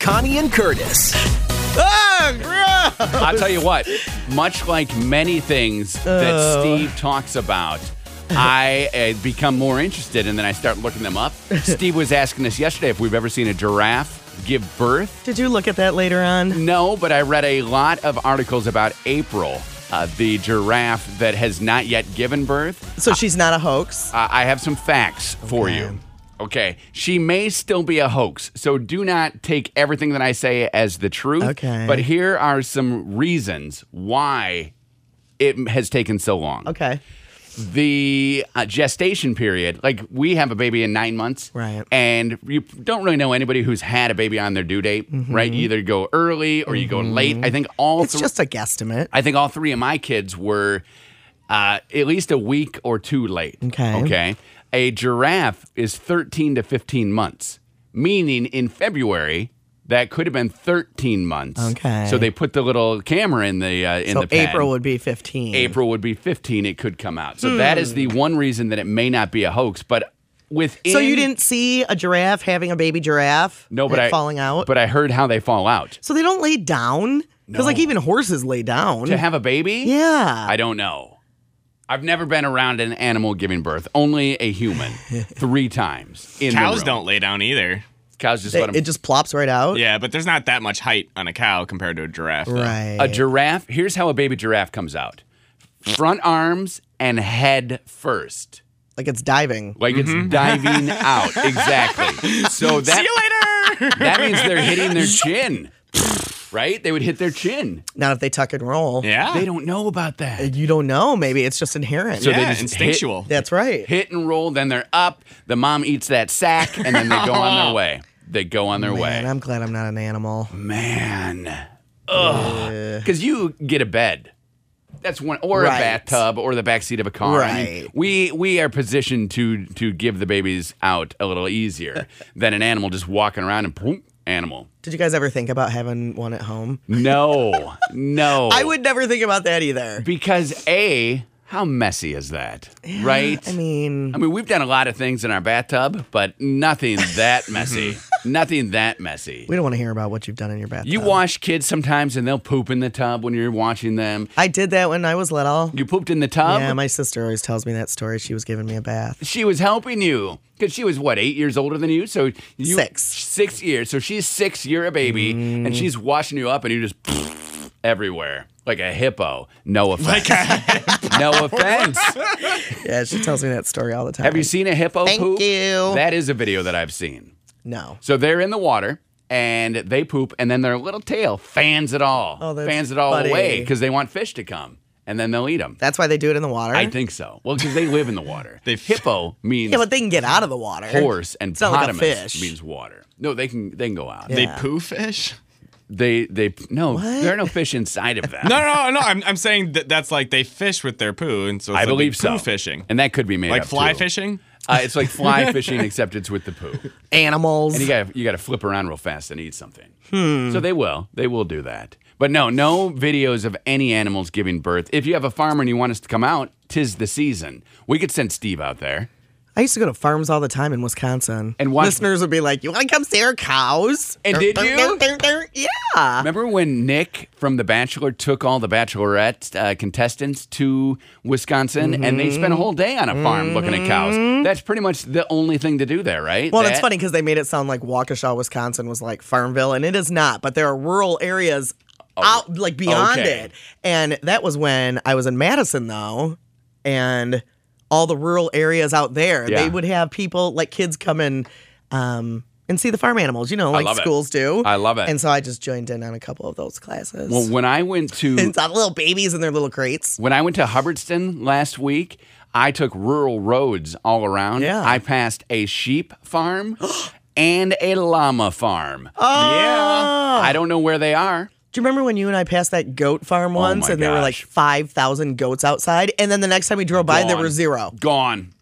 Connie and Curtis. Ah, gross. I'll tell you what, much like many things that Steve talks about, I uh, become more interested and then I start looking them up. Steve was asking us yesterday if we've ever seen a giraffe give birth. Did you look at that later on? No, but I read a lot of articles about April, uh, the giraffe that has not yet given birth. So she's not a hoax. Uh, I have some facts for you. Okay. She may still be a hoax, so do not take everything that I say as the truth. Okay. But here are some reasons why it has taken so long. Okay. The uh, gestation period, like we have a baby in nine months. Right. And you don't really know anybody who's had a baby on their due date, right? You either go early or you go late. I think all Mm-hmm. It's three- just a guesstimate. I think all three of my kids were uh, at least a week or two late. Okay. Okay. A giraffe is 13 to 15 months, meaning in February that could have been 13 months. Okay. So they put the little camera in the uh, in So the pen. April would be 15. April would be 15. It could come out. So that is the one reason that it may not be a hoax, but. Within, So you didn't see a giraffe having a baby giraffe? no, but and I, falling out. But I heard how they fall out so they don't lay down because like even horses lay down. to have a baby. yeah. I don't know. I've never been around an animal giving birth, only a human, three times. In the Cows room. don't lay down either. Cows just They- let 'em- it just plops right out. Yeah, but there's not that much height on a cow compared to a giraffe. though. Right. a giraffe. Here's how a baby giraffe comes out: front arms and head first, like it's diving. like it's diving out. Exactly. So Mm-hmm. See that you later. that means they're hitting their chin, right? They would hit their chin. Not if they tuck and roll. Yeah. They don't know about that. You don't know. Maybe it's just inherent. So they yeah, just hit- instinctual. That's right. Hit and roll. Then they're up. The mom eats that sack, and then they go on their way. They go on their way. Man, I'm glad I'm not an animal. Man. Ugh. Because you get a bed. That's one, or a Right. bathtub, or the backseat of a car. I mean, Right. we we are positioned to to give the babies out a little easier than an animal just walking around and boom, animal. Did you guys ever think about having one at home? No, no. I would never think about that either. because a how messy is that, right? I mean, I mean, we've done a lot of things in our bathtub, but nothing that messy. nothing that messy. we don't want to hear about what you've done in your bathtub. You wash kids sometimes, and they'll poop in the tub when you're watching them. I did that when I was little. You pooped in the tub. yeah, my sister always tells me that story. She was giving me a bath. she was helping you because she was what eight years older than you. So you Six. Mm. six years. So she's six. You're a baby, and she's washing you up, and you just everywhere like a hippo. No offense. no offense. Yeah, she tells me that story all the time. Have you seen a hippo Thank poop? you. That is a video that I've seen. No. So they're in the water. And they poop, and then their little tail fans it all, Oh, that's fans it all funny. away because they want fish to come, and then they'll eat them. That's why they do it in the water. I think so. Well, because they live in the water. They- hippo means yeah, but they can get out of the water. horse and It's not like a potamus fish. means water. No, they can they can go out. They Yeah. poo fish? They they no, What? there are no fish inside of them. No, no, no. I'm, I'm saying that that's like they fish with their poo, and so it's I like believe so. poo fishing, and that could be made like up, fly too. fishing. Uh, it's like fly fishing, except it's with the poo. Animals. And you got you got to flip around real fast and eat something. Hmm. So they will they will do that. But no, no videos of any animals giving birth. If you have a farmer and you want us to come out, tis the season. We could send Steve out there. I used to go to farms all the time in Wisconsin. And watch- listeners would be like, "You want to come see our cows?" And did you? Yeah. Remember when Nick from The Bachelor took all the Bachelorette uh, contestants to Wisconsin and they spent a whole day on a farm looking at cows? That's pretty much the only thing to do there, right? Mm-hmm. Well, it's That- funny because they made it sound like Waukesha, Wisconsin, was like Farmville, and it is not. But there are rural areas out, like beyond Oh, okay. it. And that was when I was in Madison, though, and all the rural areas out there, Yeah. they would have people like kids come in. Um, and see the farm animals, you know, like love it. schools do. I love it. And so I just joined in on a couple of those classes. Well, when I went to and saw the little babies in their little crates. when I went to Hubbardston last week, I took rural roads all around. Yeah. I passed a sheep farm and a llama farm. Oh. Yeah. I don't know where they are. Do you remember when you and I passed that goat farm once Oh my and there were like gosh. 5,000 goats outside? And then the next time we drove by, there Gone. were zero. Gone.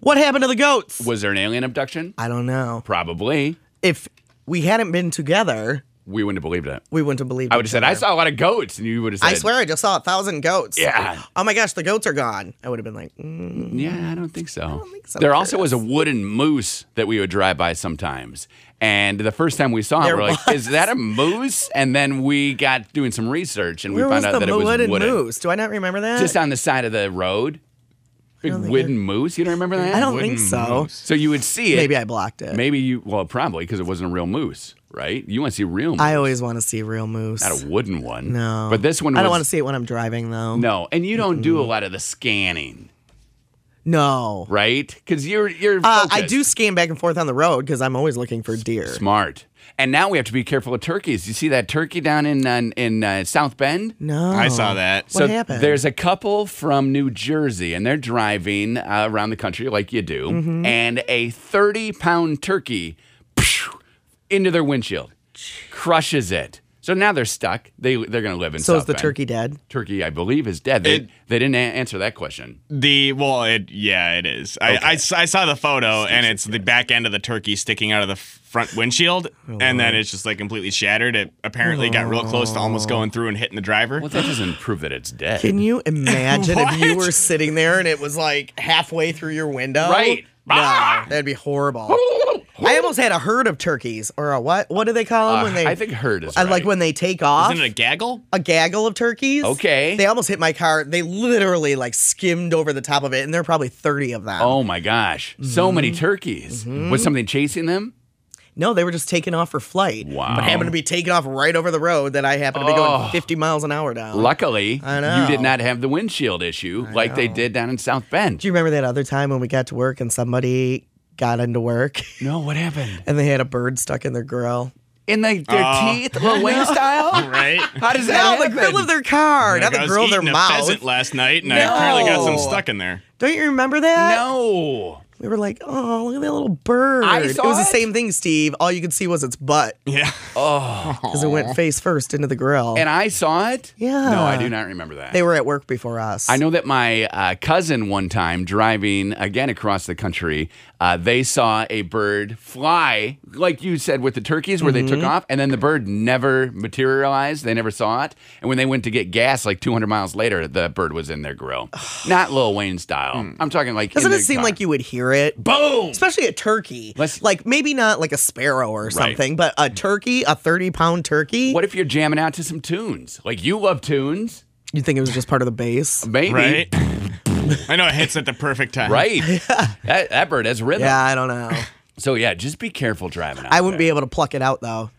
What happened to the goats? Was there an alien abduction? I don't know. Probably. If we hadn't been together, we wouldn't have believed it. We wouldn't have believed. I would have each said, I other. saw a lot of goats. And you would have said, I swear, I just saw a thousand goats. Yeah. Oh my gosh, the goats are gone. I would have been like, mm, Yeah, I don't think so. think so, There also was a Chris. wooden moose that we would drive by sometimes. And the first time we saw it, There we're like, is that a moose? And then we got doing some research and where we was found the out that it was wooden wooden. moose? Do I not remember that? Just on the side of the road. Big wooden moose. You don't remember that? I don't wooden think so. moose. So you would see it. Maybe I blocked it. Maybe you, well, probably because it wasn't a real moose, right? You want to see real moose, I always want to see real moose. not a wooden one. no. But this one was. I don't want to see it when I'm driving though. No. And you don't do a lot of the scanning, No. right? Because you're, you're. Uh, I focused. do scan back and forth on the road because I'm always looking for deer. Smart. And now we have to be careful of turkeys. You see that turkey down in uh, in uh, South Bend? No. I saw that. What happened? There's a couple from New Jersey, and they're driving uh, around the country like you do, Mm-hmm. and a 30 pound turkey phew, into their windshield crushes it. So now they're stuck. They they're gonna live in. So is South the Bend. turkey dead? Turkey, I believe, is dead. They, It- they didn't a- answer that question. The well, it yeah, it is. I, I, s- I saw the photo, and it's the back end of the turkey sticking out of the f- front windshield, Oh, and then it's just like completely shattered. It apparently got real close to Oh. almost going through and hitting the driver. Well, that doesn't prove that it's dead. Can you imagine if you What? were sitting there and it was like halfway through your window? Right. Ah! No, that'd be horrible. I almost had a herd of turkeys or a what? What do they call them Uh, when they? I think herd is I right. like when they take off. Isn't it a gaggle? a gaggle of turkeys. Okay. They almost hit my car. They literally like skimmed over the top of it, and there are probably 30 of them. Oh my gosh! So many turkeys. Was something chasing them? No, they were just taking off for flight. Wow. Oh. But happened to be taking off right over the road that I happened to be going 50 miles an hour down. Luckily, I know. you did not have the windshield issue like they did down in South Bend. Do you remember that other time when we got to work and somebody got into work no, what happened? and they had a bird stuck in their grill? In like their Oh. teeth, Lil Wayne style? Right. Ah. How does that No, the happen? grill of their car, not Like, the I was grill of their eating a mouth. pheasant last night, and I apparently got some No. stuck in there. Don't you remember that? no. We were like, oh, look at that little bird. I it saw was the it. same thing, Steve. All you could see was its butt Yeah. because it went face first into the grill. And I saw it? Yeah. No, I do not remember that. they were at work before us. I know that my uh, cousin one time driving again across the country, uh, they saw a bird fly, like you said with the turkeys, where they took Mm-hmm. off, and then the bird never materialized. They never saw it, and when they went to get gas, like 200 miles later, the bird was in their grill. Not Lil Wayne style. I'm talking like. Hmm. Doesn't in it their seem car. like you would hear it? Boom. Especially a turkey. Let's- like maybe not like a sparrow or something, but a turkey, a 30 pound turkey. What if you're jamming out to some tunes? Like you love tunes, You think it was just part of the base? maybe. Right. I know it hits at the perfect time. Right. that, that bird has rhythm. Yeah, I don't know. So yeah, just be careful driving out. I wouldn't be able to pluck it out though.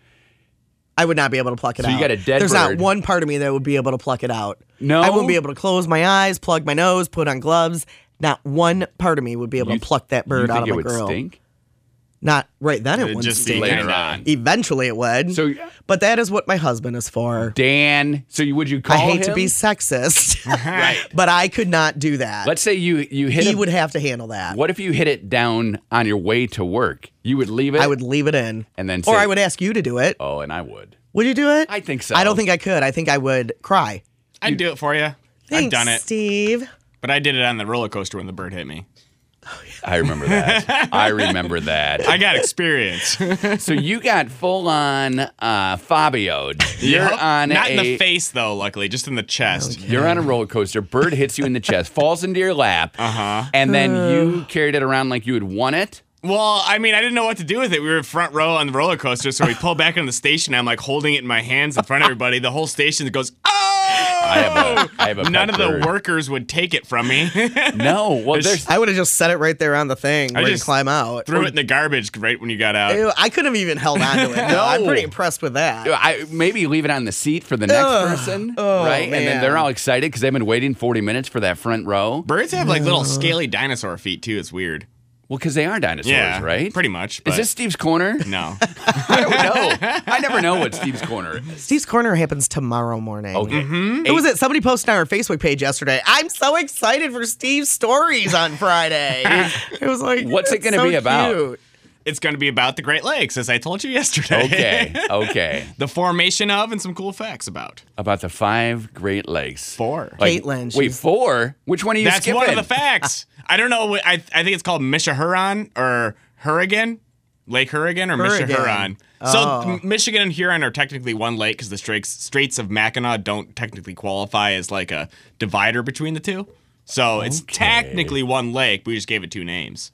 I would not be able to pluck it So out. you got a dead There's not bird. one part of me that would be able to pluck it out. No? I wouldn't be able to close my eyes, plug my nose, put on gloves. Not one part of me would be able You- to pluck that bird you think out of it my would grill. stink? Not right then. It, It'd wouldn't just be stink. kinda- Later on. Eventually, it would. So- but that is what my husband is for. Dan. So you would you call I hate to him? be sexist, right. but I could not do that. Let's say you you hit he it. would have to handle that. What if you hit it down on your way to work? You would leave it. I would leave it in, And then or say- I would ask you to do it. Oh, and I would. Would you do it? I think so. I don't think I could. I think I would cry. I'd do it for you. I've Thanks, done it, Steve. but I did it on the roller coaster when the bird hit me. I remember that. I remember that. I got experience. So you got full on uh, Fabioed. You're Yup. on not a, Oh, in the face though, luckily, just in the chest. You're on a roller coaster. Bird hits you in the chest, falls into your lap, uh-huh. and then you carried it around like you had won it. Well, I mean, I didn't know what to do with it. We were front row on the roller coaster, so we pull back on the station. I'm like holding it in my hands in front of everybody. The whole station goes, "Oh!" I have a, I have a pet None of the bird. workers would take it from me. No, well, there's I would have just set it right there on the thing where just you climb out. Threw it in the garbage right when you got out. Ew, I couldn't have even held on to it. no. I'm pretty impressed with that. I, maybe leave it on the seat for the next person, Oh, right? And then man. they're all excited because they've been waiting 40 minutes for that front row. Birds have like little scaly dinosaur feet too. It's weird. Well, because they are dinosaurs, Yeah, right? Pretty much. But Is this Steve's corner? no? I don't know. I never know what Steve's corner is. Steve's Corner happens tomorrow morning. Okay. Mm-hmm. It was it. Somebody posted on our Facebook page yesterday. I'm so excited for Steve's stories on Friday. it was like, What's it it's gonna so be about? cute. It's going to be about the Great Lakes, as I told you yesterday. Okay. Okay. the formation of and some cool facts about. About the five Great Lakes. Four. Like, Caitlin, Wait, she's- four? Which one are you That's skipping? one of the facts. I don't know. what- I I think it's called Mishahuron or Hurrigan, Lake Hurrigan or Hurrigan. Mishahuron. Oh. So M- Michigan and Huron are technically one lake because the Straits, Straits of Mackinac don't technically qualify as like a divider between the two. So it's technically one lake. We just gave it two names.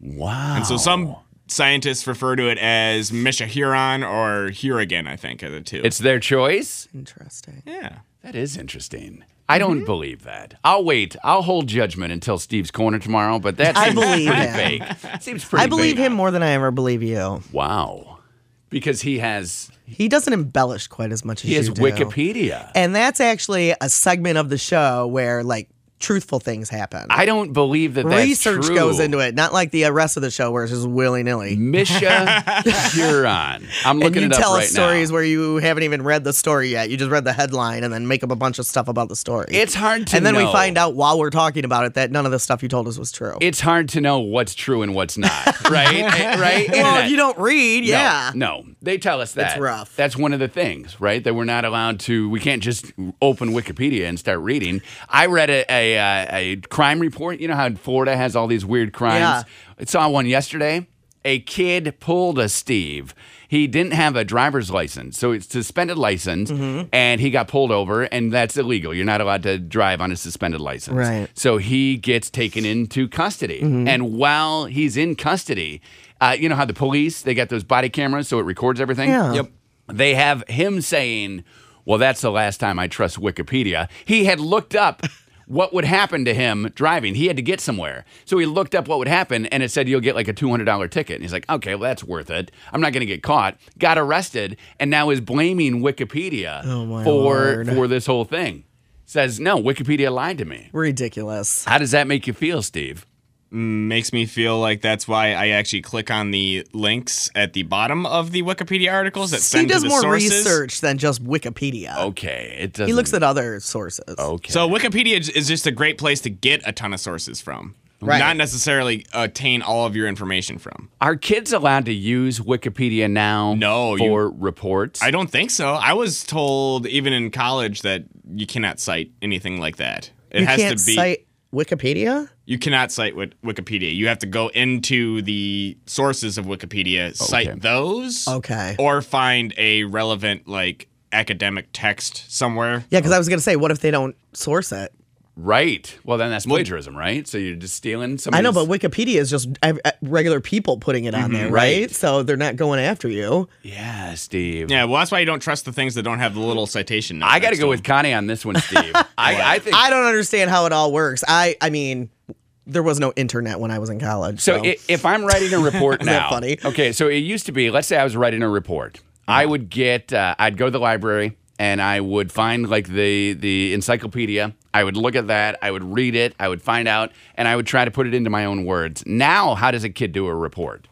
Wow. And so Oh. some scientists refer to it as Mishahuron or Hurigan, I think, are the two. It's their choice. Interesting. yeah. That is interesting. I don't Mm-hmm. believe that. I'll wait. I'll hold judgment until Steve's corner tomorrow. But that I seems believe pretty him. vague. Seems pretty. I believe vague. him more than I ever believe you. Wow. Because he has He doesn't embellish quite as much as he has you do. Wikipedia. And that's actually a segment of the show where like truthful things happen. I don't believe that that's Research true. goes into it, not like the rest of the show where it's just willy nilly. Misha Huron. I'm And looking you it up tell right us stories now. where you haven't even read the story yet. You just read the headline and then make up a bunch of stuff about the story. It's hard to and then we know. find out while we're talking about it that none of the stuff you told us was true. It's hard to know what's true and what's not, right? Eh, right? well, Internet. if you don't read, No, yeah. No, they tell us that. It's rough. That's one of the things, right? That we're not allowed to. We can't just open Wikipedia and start reading. I read a a, uh, a crime report. You know how Florida has all these weird crimes. I saw one yesterday. A kid pulled a Steve. He didn't have a driver's license, so it's suspended license, Mm-hmm. and he got pulled over, and that's illegal. You're not allowed to drive on a suspended license. Right. So he gets taken into custody. Mm-hmm. And while he's in custody, uh, you know how the police, they got those body cameras so it records everything? Yeah. Yep. They have him saying, Well, that's the last time I trust Wikipedia. He had looked up. What would happen to him driving? He had to get somewhere. So he looked up what would happen and it said you'll get like a $200 ticket. And he's like, okay, well, that's worth it. I'm not going to get caught. Got arrested and now is blaming Wikipedia Oh my for, Lord. for this whole thing. Says, no, Wikipedia lied to me. Ridiculous. How does that make you feel, Steve? makes me feel like that's why I actually click on the links at the bottom of the Wikipedia articles that He send to does the more sources. research than just Wikipedia. Okay, it doesn't. He looks at other sources. Okay, So Wikipedia is- is just a great place to get a ton of sources from, Right. not necessarily attain all of your information from. are kids allowed to use Wikipedia now? No, you- for reports. I don't think so. I was told even in college that you cannot cite anything like that. It you has can't to be cite Wikipedia? you cannot cite Wik- Wikipedia. You have to go into the sources of Wikipedia, cite Oh, Okay. those, Okay. or find a relevant like academic text somewhere. Yeah, because I was gonna say, what if they don't source it? right. Well, then that's plagiarism, right? So you're just stealing some. I know, but Wikipedia is just ev- uh, regular people putting it on there, right? right. So they're not going after you. yeah, Steve. Yeah, well, that's why you don't trust the things that don't have the little citation. note I got to next go to with Connie on this one, Steve. I, I think I don't understand how it all works. I, I mean, there was no internet when I was in college. So So, i if I'm writing a report that now, funny? okay. So it used to be, let's say I was writing a report, I would get, uh, I'd go to the library and I would find like the the encyclopedia. I would look at that. I would read it. I would find out, and I would try to put it into my own words. Now, how does a kid do a report?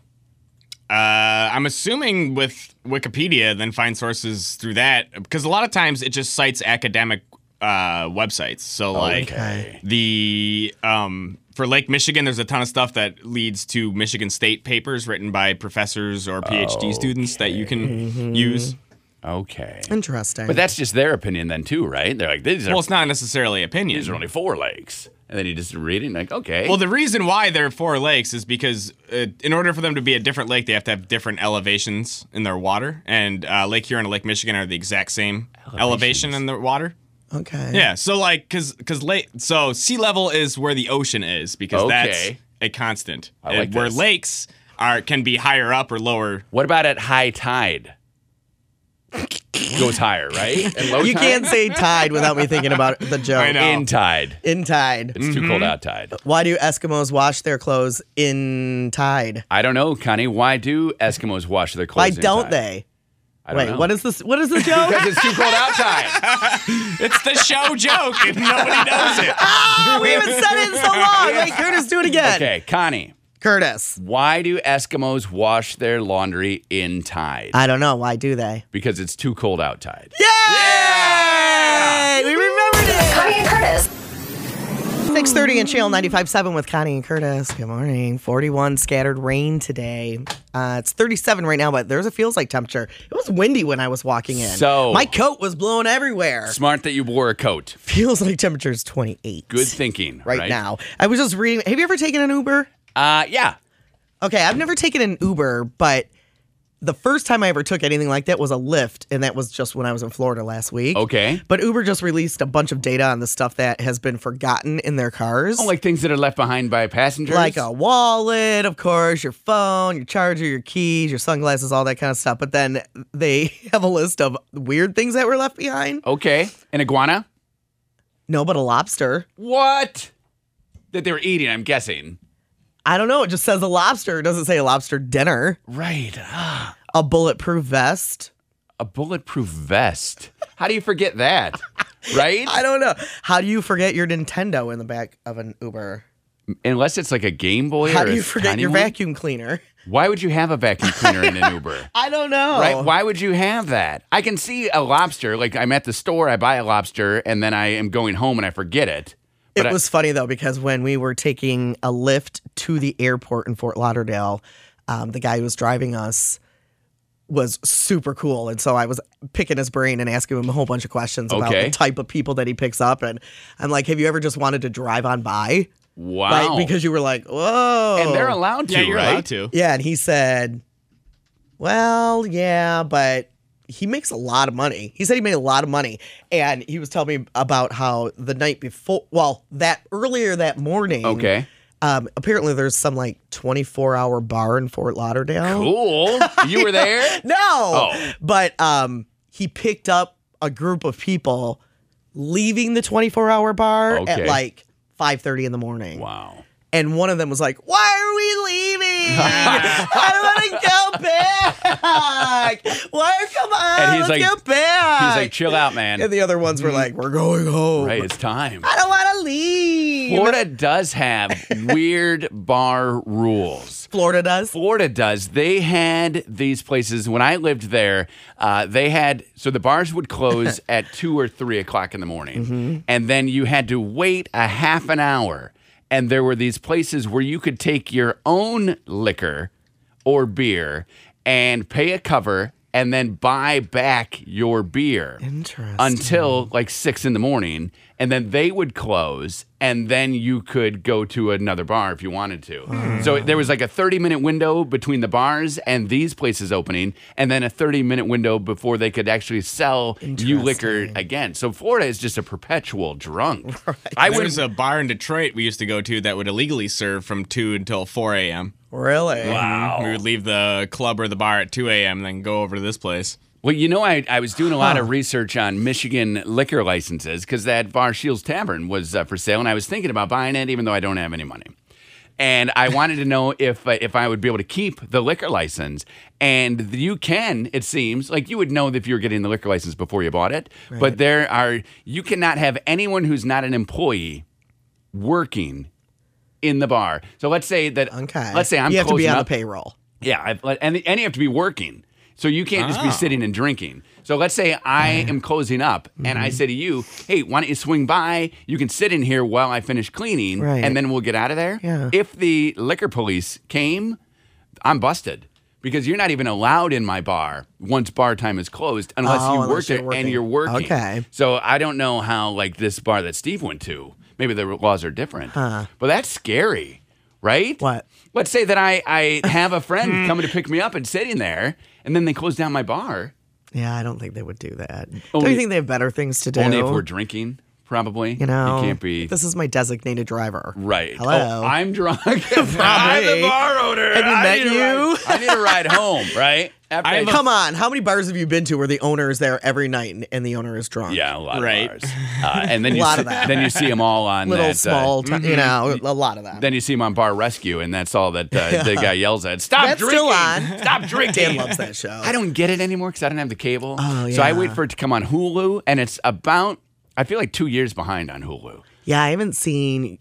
them. Uh, I'm assuming with Wikipedia, then find sources through that because a lot of times it just cites academic uh, websites. So like Okay. the um, for Lake Michigan, there's a ton of stuff that leads to Michigan State papers written by professors or PhD students that you can use. Okay, interesting. but that's just their opinion then too, right? They're like, these are Well, it's not necessarily opinion. these are only four legs, and then you just read it and like, okay. Well, the reason why there are four lakes is because uh, in order for them to be a different lake, they have to have different elevations in their water. And uh, Lake Huron and Lake Michigan are the exact same elevation in the water. okay. Yeah. So like, cause, cause lake, so sea level is where the ocean is because Okay. that's a constant. I like Uh, where this. lakes are can be higher up or lower. what about at high tide? Goes higher, right? And low You tide? can't say tide without me thinking about the joke. I know. in tide. In tide. It's too cold outside. Why do Eskimos wash their clothes in tide? I don't know, Connie. Why do Eskimos wash their Why clothes? don't inside? they? I don't Wait, know. what is this? What is the joke? Because it's too cold outside. It's the show joke and nobody knows it. oh, we haven't said it in so long. Wait, Curtis, do it again. Okay, Connie. Curtis. Why do Eskimos wash their laundry in tide? I don't know. Why do they? Because it's too cold outside. Yay! We remembered it. Connie and Curtis. 6:30 and Channel 95.7 with Connie and Curtis. Good morning. 41 scattered rain today. Uh, it's 37 right now, but there's a feels like temperature. It was windy when I was walking in. So- my coat was blowing everywhere. Smart that you wore a coat. Feels like temperature is 28. Good thinking. right, Right, now. I was just reading. Have you ever taken an Uber? Uh, yeah. Okay, I've never taken an Uber, but the first time I ever took anything like that was a Lyft, and that was just when I was in Florida last week. Okay. But Uber just released a bunch of data on the stuff that has been forgotten in their cars. Oh, like things that are left behind by passengers. like a wallet, of course, your phone, your charger, your keys, your sunglasses, all that kind of stuff. But then they have a list of weird things that were left behind. okay, an iguana. No, but a lobster. What? That they were eating. I'm guessing. I don't know. It just says a lobster. It doesn't say a lobster dinner. Right. Ah, A bulletproof vest. a bulletproof vest. How do you forget that? Right? I don't know. How do you forget your Nintendo in the back of an Uber? Unless it's like a Game Boy. How or do a you forget tiny your one. vacuum cleaner? Why would you have a vacuum cleaner in an Uber? I don't know. Right? Why would you have that? I can see a lobster. Like I'm at the store, I buy a lobster, and then I am going home and I forget it. It But I- was funny though because when we were taking a lift to the airport in Fort Lauderdale, um, the guy who was driving us was super cool, and so I was picking his brain and asking him a whole bunch of questions about Okay. the type of people that he picks up, and I'm like, "Have you ever just wanted to drive on by?" Wow. Right? Because Oh. you were like, "Whoa!" and they're allowed to, yeah, you're right? allowed to. Yeah, and he said, "Well, yeah, but he makes a lot of money." He said he made a lot of money, and he was telling me about how the night before, well, that earlier that morning, Okay. Um, apparently, there's some like 24 hour bar in Fort Lauderdale. Cool. You were there? No, Oh. but um, he picked up a group of people leaving the 24 hour bar Okay. at like 5:30 in the morning Wow. and one of them was like, "Why are we leaving? I want to go back. Why? Come on, And let's he's like- go back." He's like, chill out, man. and the other ones were like, "We're going home. Right, it's time. I don't want to leave." Florida does have weird bar rules. Florida does. Florida does. They had these places when I lived there. Uh, they had so the bars would close at two or three o'clock in the morning, and then you had to wait a half an hour. And there were these places where you could take your own liquor or beer and pay a cover, and then buy back your beer Interesting. until like six in the morning, and then they would close, and then you could go to another bar if you wanted to. So there was like a 30 minute window between the bars and these places opening, and then a 30 minute window before they could actually sell you liquor again. So Florida is just a perpetual drunk. I There would was a bar in Detroit we used to go to that would illegally serve from 2 until 4 a.m. really? Wow. Mm-hmm. We would leave the club or the bar at 2 a.m. then go over to this place. Well, you know, I, I was doing a lot of research on Michigan liquor licenses because that bar Shields Tavern was uh, for sale, and I was thinking about buying it, even though I don't have any money. And I wanted to know if uh, if I would be able to keep the liquor license. And you can, it seems, like you would know if you were getting the liquor license before you bought it. But there are you cannot have anyone who's not an employee working in the bar. So let's say that Okay. let's say I'm you have to closing be on up- the payroll. yeah, I've, let- and and you have to be working, so you can't just be Ah. sitting and drinking. So let's say I am closing up, and Mm-hmm. I say to you, "Hey, why don't you swing by? You can sit in here while I finish cleaning, Right. and then we'll get out of there." Yeah. If the liquor police came, I'm busted because you're not even allowed in my bar once bar time is closed unless Oh, you unless work you're there and working. you're working. Okay. So I don't know how like this bar that Steve went to. Maybe the laws are different, but that's scary, right? What? Let's say that I, I have a friend coming to pick me up and sitting there, and then they close down my bar. Yeah, I don't think they would do that. don't Only- you think they have better things to do? Only if we're drinking, probably. you know, you can't be This is my designated driver. right. Hello. Oh, I'm drunk. I'm the bar owner. Have you I met need a you? ride- I need a ride home, right? After I have I- a- Come on, how many bars have you been to where the owner is there every night and, and the owner is drunk? yeah, a lot Right. of bars. Uh, and then you Lot see, of that. then you see them all on Little that, uh, mm-hmm. small, ti- you know, a lot of that. then you see him on Bar Rescue, and that's all that uh, the guy yells at. Stop That's drinking! still on. Stop drinking! Dan loves that show. I don't get it anymore because I don't have the cable. Oh, So I yeah. wait for it to come on Hulu, and it's about I feel like two years behind on Hulu. yeah, I haven't seen.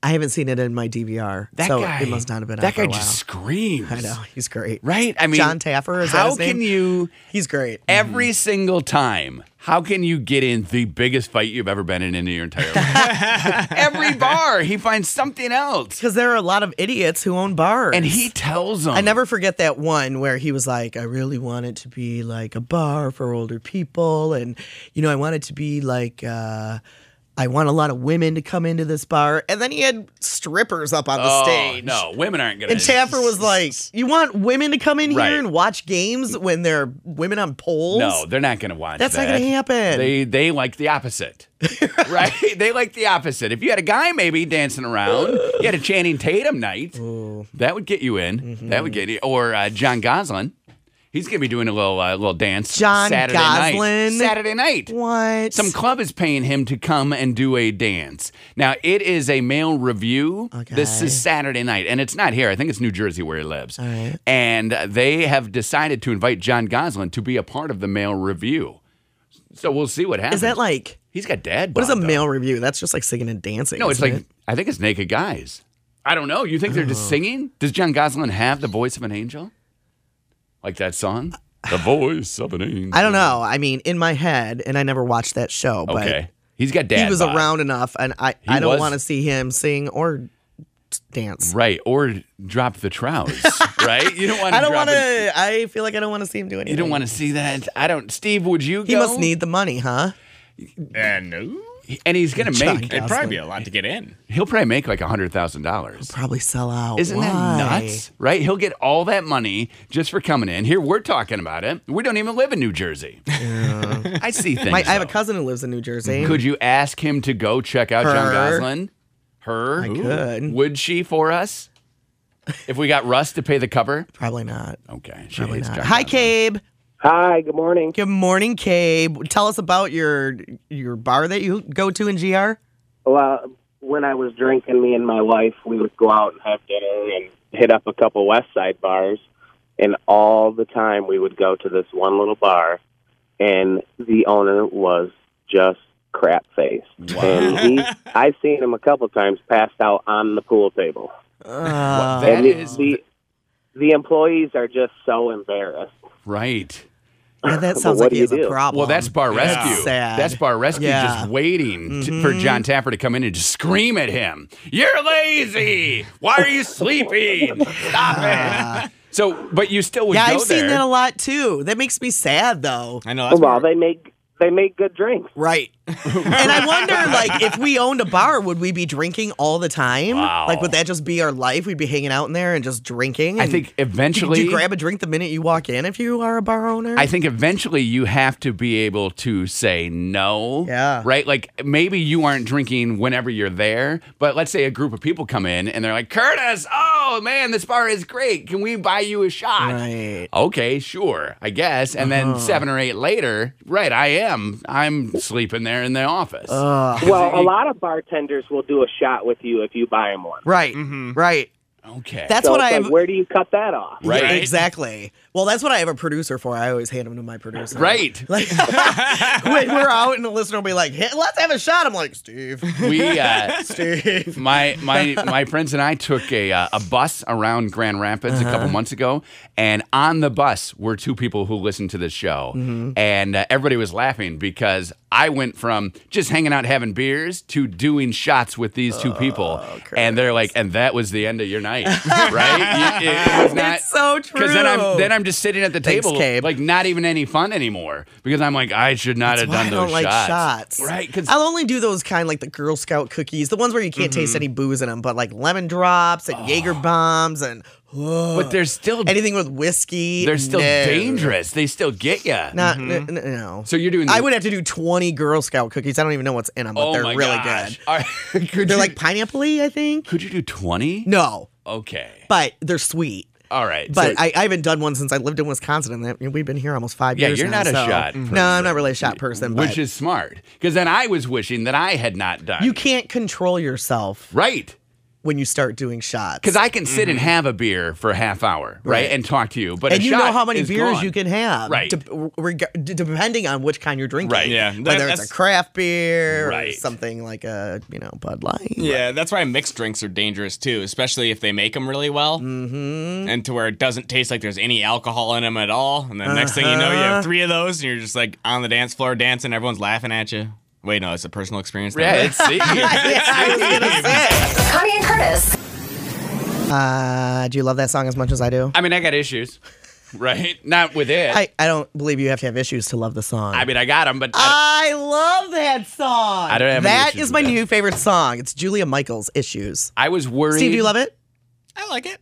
I haven't seen it in my DVR, That so guy, it must not have been That out for guy a while. just screams. I know he's great. right? I mean, John Taffer, is that how his name? Mm-hmm. can you He's great. every single time? How can you get in the biggest fight you've ever been in in your entire life? every bar, he finds something else, Because there are a lot of idiots who own bars, and he tells them. I never forget that one where he was like, I really want it to be like a bar for older people. And, you know, I want it to be like, uh, I want a lot of women to come into this bar. And then he had strippers up on the Oh, stage. No, women aren't gonna. And Taffer was like, You want women to come in Right. here and watch games when there are women on poles? No, they're not gonna watch. That's not that. gonna happen. They they like the opposite, right? They like the opposite. If you had a guy maybe dancing around, you had a Channing Tatum night, that would get you in. Mm-hmm. That would get you. Or uh, John Goslin, he's gonna be doing a little uh, little dance. John Saturday Goslin? night. Saturday night. What? Some club is paying him to come and do a dance. Now it is a male review. This Okay. is Saturday night, and it's not here. I think it's New Jersey where he lives. right. And they have decided to invite John Goslin to be a part of the male review. So we'll see what happens. Is that like he's got dad? what is a bod, though. male review? That's just like singing and dancing. No, it's isn't like it? Oh. I think it's naked guys. I don't know. You think they're just singing? Does John Goslin have the voice of an angel? Like that song, the voice of an angel. I don't know. I mean, in my head, and I never watched that show, but Okay, he's got dad. he was bod. around enough, and I, I don't was- want to see him sing or dance. Right, or drop the trousers, right? You don't want. I don't drop want it. to. I feel like I don't want to see him do anything. You don't want to see that. I don't. Steve, would you? He go? must need the money, huh? And no, and he's gonna John make. it'd probably be a lot to get in. He'll probably make like a hundred thousand dollars. Probably sell out. Isn't Why? that nuts? Right? He'll get all that money just for coming in. Here we're talking about it. We don't even live in New Jersey. I see things. My, I have a though. cousin who lives in New Jersey. Could you ask him to go check out John Her. Goslin? Her? I could. Would she for us? If we got Russ to pay the cover? Probably not. Okay. She Probably hates not. John Hi, Goslin. Cabe. Hi, good morning. Good morning, Cabe. Tell us about your your bar that you go to in GR. Well, when I was drinking, me and my wife, we would go out and have dinner and hit up a couple West Side bars. And all the time we would go to this one little bar, and the owner was just crap faced. And he, I've seen him a couple times passed out on the pool table. Uh, That and it- is- the, the employees are just so embarrassed. Right. yeah, that sounds what like do he you has a do? problem. Well, that's Bar That's Rescue. sad. That's Bar Rescue Yeah. Mm-hmm. just waiting t- for John Taffer to come in and just scream at him. You're lazy. Why are you sleeping? Stop it. So, but you still would yeah, go I've seen there. that a lot too. That makes me sad though. I know. That's well, weird. they make they make good drinks. Right. and I wonder, like, if we owned a bar, would we be drinking all the time? Wow. Like, would that just be our life? We'd be hanging out in there and just drinking. I and think you, you eventually. grab a drink the minute you walk in if you are a bar owner. I think eventually you have to be able to say no. Yeah. Right? Like maybe you aren't drinking whenever you're there, but let's say a group of people come in and they're like, Curtis, oh man, this bar is great. Can we buy you a shot? right. okay, sure, I guess. And Uh-huh. then seven or eight later, right, I am. I'm sleeping there in the office. Uh, Well, a lot of bartenders will do a shot with you if you buy them one. Right. Mm-hmm. Right. okay. That's So what I it's have. like, where do you cut that off? right. Yeah, exactly. Well, that's what I have a producer for. I always hand them to my producer. Right. Like, when we're out and the listener will be like, hey, let's have a shot. I'm like, Steve. We uh, Steve. my my my friends and I took a uh, a bus around Grand Rapids a Uh-huh. couple months ago, and on the bus were two people who listened to this show, Mm-hmm. and uh, everybody was laughing because I went from just hanging out having beers to doing shots with these two people, Oh, and they're like, and that was the end of your night, right? You- it, it was not. It's so true. Because then I'm then I'm just sitting at the Thanks, table, Gabe. like not even any fun anymore. Because I'm like, I should not have Why done I those don't like shots. shots. right? Because I'll only do those kind like the Girl Scout cookies, the ones where you can't taste Mm-hmm. any booze in them, but like lemon drops and Jaeger bombs and Oh. but they're still Oh. anything with whiskey. they're still no. dangerous. They still get you. Not n- n- no. So you're doing. The, I would have to do 20 Girl Scout cookies. I don't even know what's in them, but Oh they're my really gosh. good. All right. could They're you, like pineapple I think. Could you do twenty? No, Okay. but they're sweet. All right. But so, I, I haven't done one since I lived in Wisconsin, and that, we've been here almost five Yeah, years. you're now, not a so- Mm. shot No, I'm not really a shot person. which but is smart, because then I was wishing that I had not done. you can't control yourself right. when you start doing shots. Because I can sit and have a beer for a half hour, right, Mm-hmm. Right. and talk to you. But and a you shot know how many is beers gone. you can have, Right. dep- reg- d- depending on which kind you're drinking, Right. Yeah, that- whether it's a that's- craft beer or Right. something like a you know Bud Light. Yeah, that's why mixed drinks are dangerous too, especially if they make them really well, mm-hmm. and to where it doesn't taste like there's any alcohol in them at all. And then next thing you know, you have three of those, and you're just like on the dance floor dancing. Everyone's laughing at you. Wait, no, it's a personal experience. Yeah, it's see, Yeah, I was gonna say. Connie and Curtis. Uh, do you love that song as much as I do? I mean, I got issues. right? Not with it. I, I, I don't believe you have to have issues to love the song. mean, I got them, but I, I love that song. I don't have any That issues is with my that. new favorite song. It's Julia Michaels' Issues. I was worried. Steve, do you love it? I like it.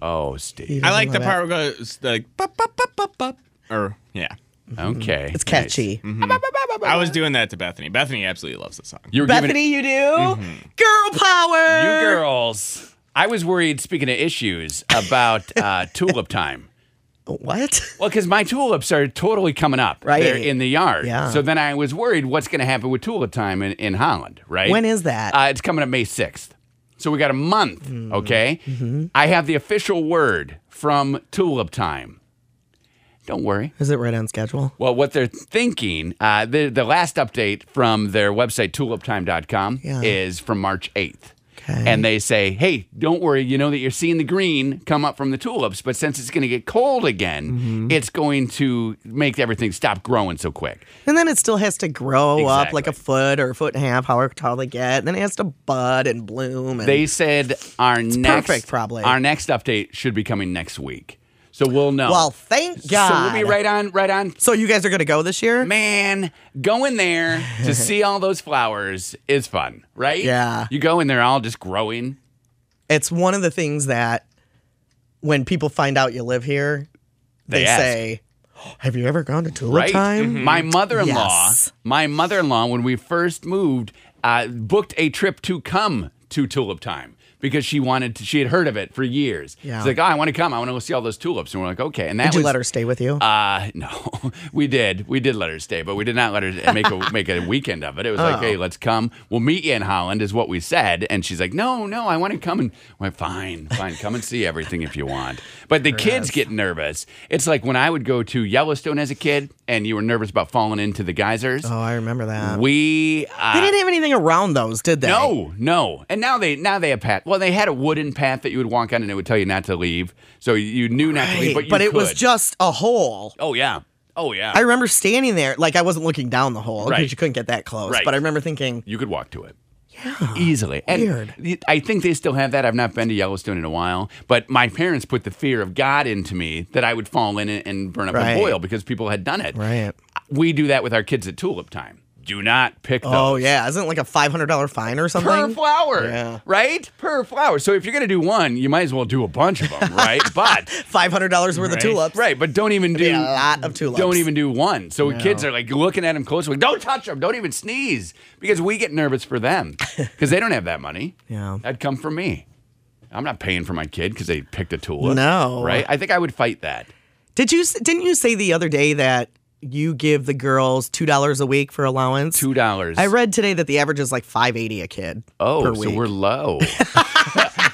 Oh, Steve. He I doesn't like the love it. part where it goes like bup, bup, bup, bup, bup, or yeah. Mm-hmm. Okay, It's catchy. Mm-hmm. I was doing that to Bethany. Bethany absolutely loves the song. You were giving it- Bethany, you do? Girl power. Mm-hmm. you girls. I was worried. Speaking of issues, about uh, tulip time. What? Well, because my tulips are totally coming up. Right. They're in the yard. Yeah. So then I was worried what's going to happen with tulip time in, in Holland, right? When is that? Mm. Uh, it's coming up May 6th. So we got a month, okay? Mm-hmm. I have the official word from tulip time. Don't worry. is it right on schedule? Well, what they're thinking, uh, the, the last update from their website, tuliptime.com, Yeah. is from March 8th. Okay. And they say, hey, don't worry. You know that you're seeing the green come up from the tulips, but since it's going to get cold again, Mm-hmm. it's going to make everything stop growing so quick. And then it still has to grow up like Exactly. a foot or a foot and a half, however tall they get. And then it has to bud and bloom. And They said our next perfect, probably. our next update should be coming next week, so we'll know. well, thank God. so we'll be right on, right on. So you guys are going to go this year? Man, going there to see all those flowers is fun, right? Yeah. You go in there all just growing. It's one of the things that when people find out you live here, they, They ask. say, "Have you ever gone to Tulip right? Mm-hmm. Time?" My mother-in-law, Yes. my mother-in-law, when we first moved, uh, booked a trip to come to Tulip Time because she wanted to. She had heard of it for years. Yeah. She's like, oh, I want to come. I want to go see all those tulips. And we're like, okay. And that Did you was let her stay with you? Uh, no, we did. We did let her stay, but we did not let her make a make a weekend of it. It was Oh. like, hey, let's come. We'll meet you in Holland, is what we said. And she's like, no, no, I want to come and. Well, fine, fine, come and see everything if you want. But the kids get nervous. It's like when I would go to Yellowstone as a kid, and you were nervous about falling into the geysers. oh, I remember that. We uh, they didn't have anything around those, did they? no, no. And now they now they have path. Well, they had a wooden path that you would walk on, and it would tell you not to leave. So you knew not to Right, leave, but But, you it was could. just a hole. Oh yeah. Oh yeah. I remember standing there, like I wasn't looking down the hole because Right. you couldn't get that close. Right. But I remember thinking, You could walk to it. Yeah. Easily. And Weird. the- I think they still have that. I've not been to Yellowstone in a while, but my parents put the fear of God into me that I would fall in and- and burn up Right. and boil because people had done it. right? We do that with our kids at tulip time. Do not pick those. Oh yeah, isn't it like a five hundred dollar fine or something? Per flower, Yeah. right? Per flower. So if you're gonna do one, you might as well do a bunch of them, right? but Five hundred dollars worth of Right. tulips. right, but don't even A do lot of tulips. Don't even do one. So No. kids are like looking at them closely. Like, don't touch them. Don't even sneeze because we get nervous for them because they don't have that money. Yeah. that'd come from me. I'm not paying for my kid because they picked a tulip. No. right? I think I would fight that. Did you? Didn't you say the other day that you give the girls two dollars a week for allowance? Two dollars. I read today that the average is like five eighty a kid. Oh, per so week. we're low.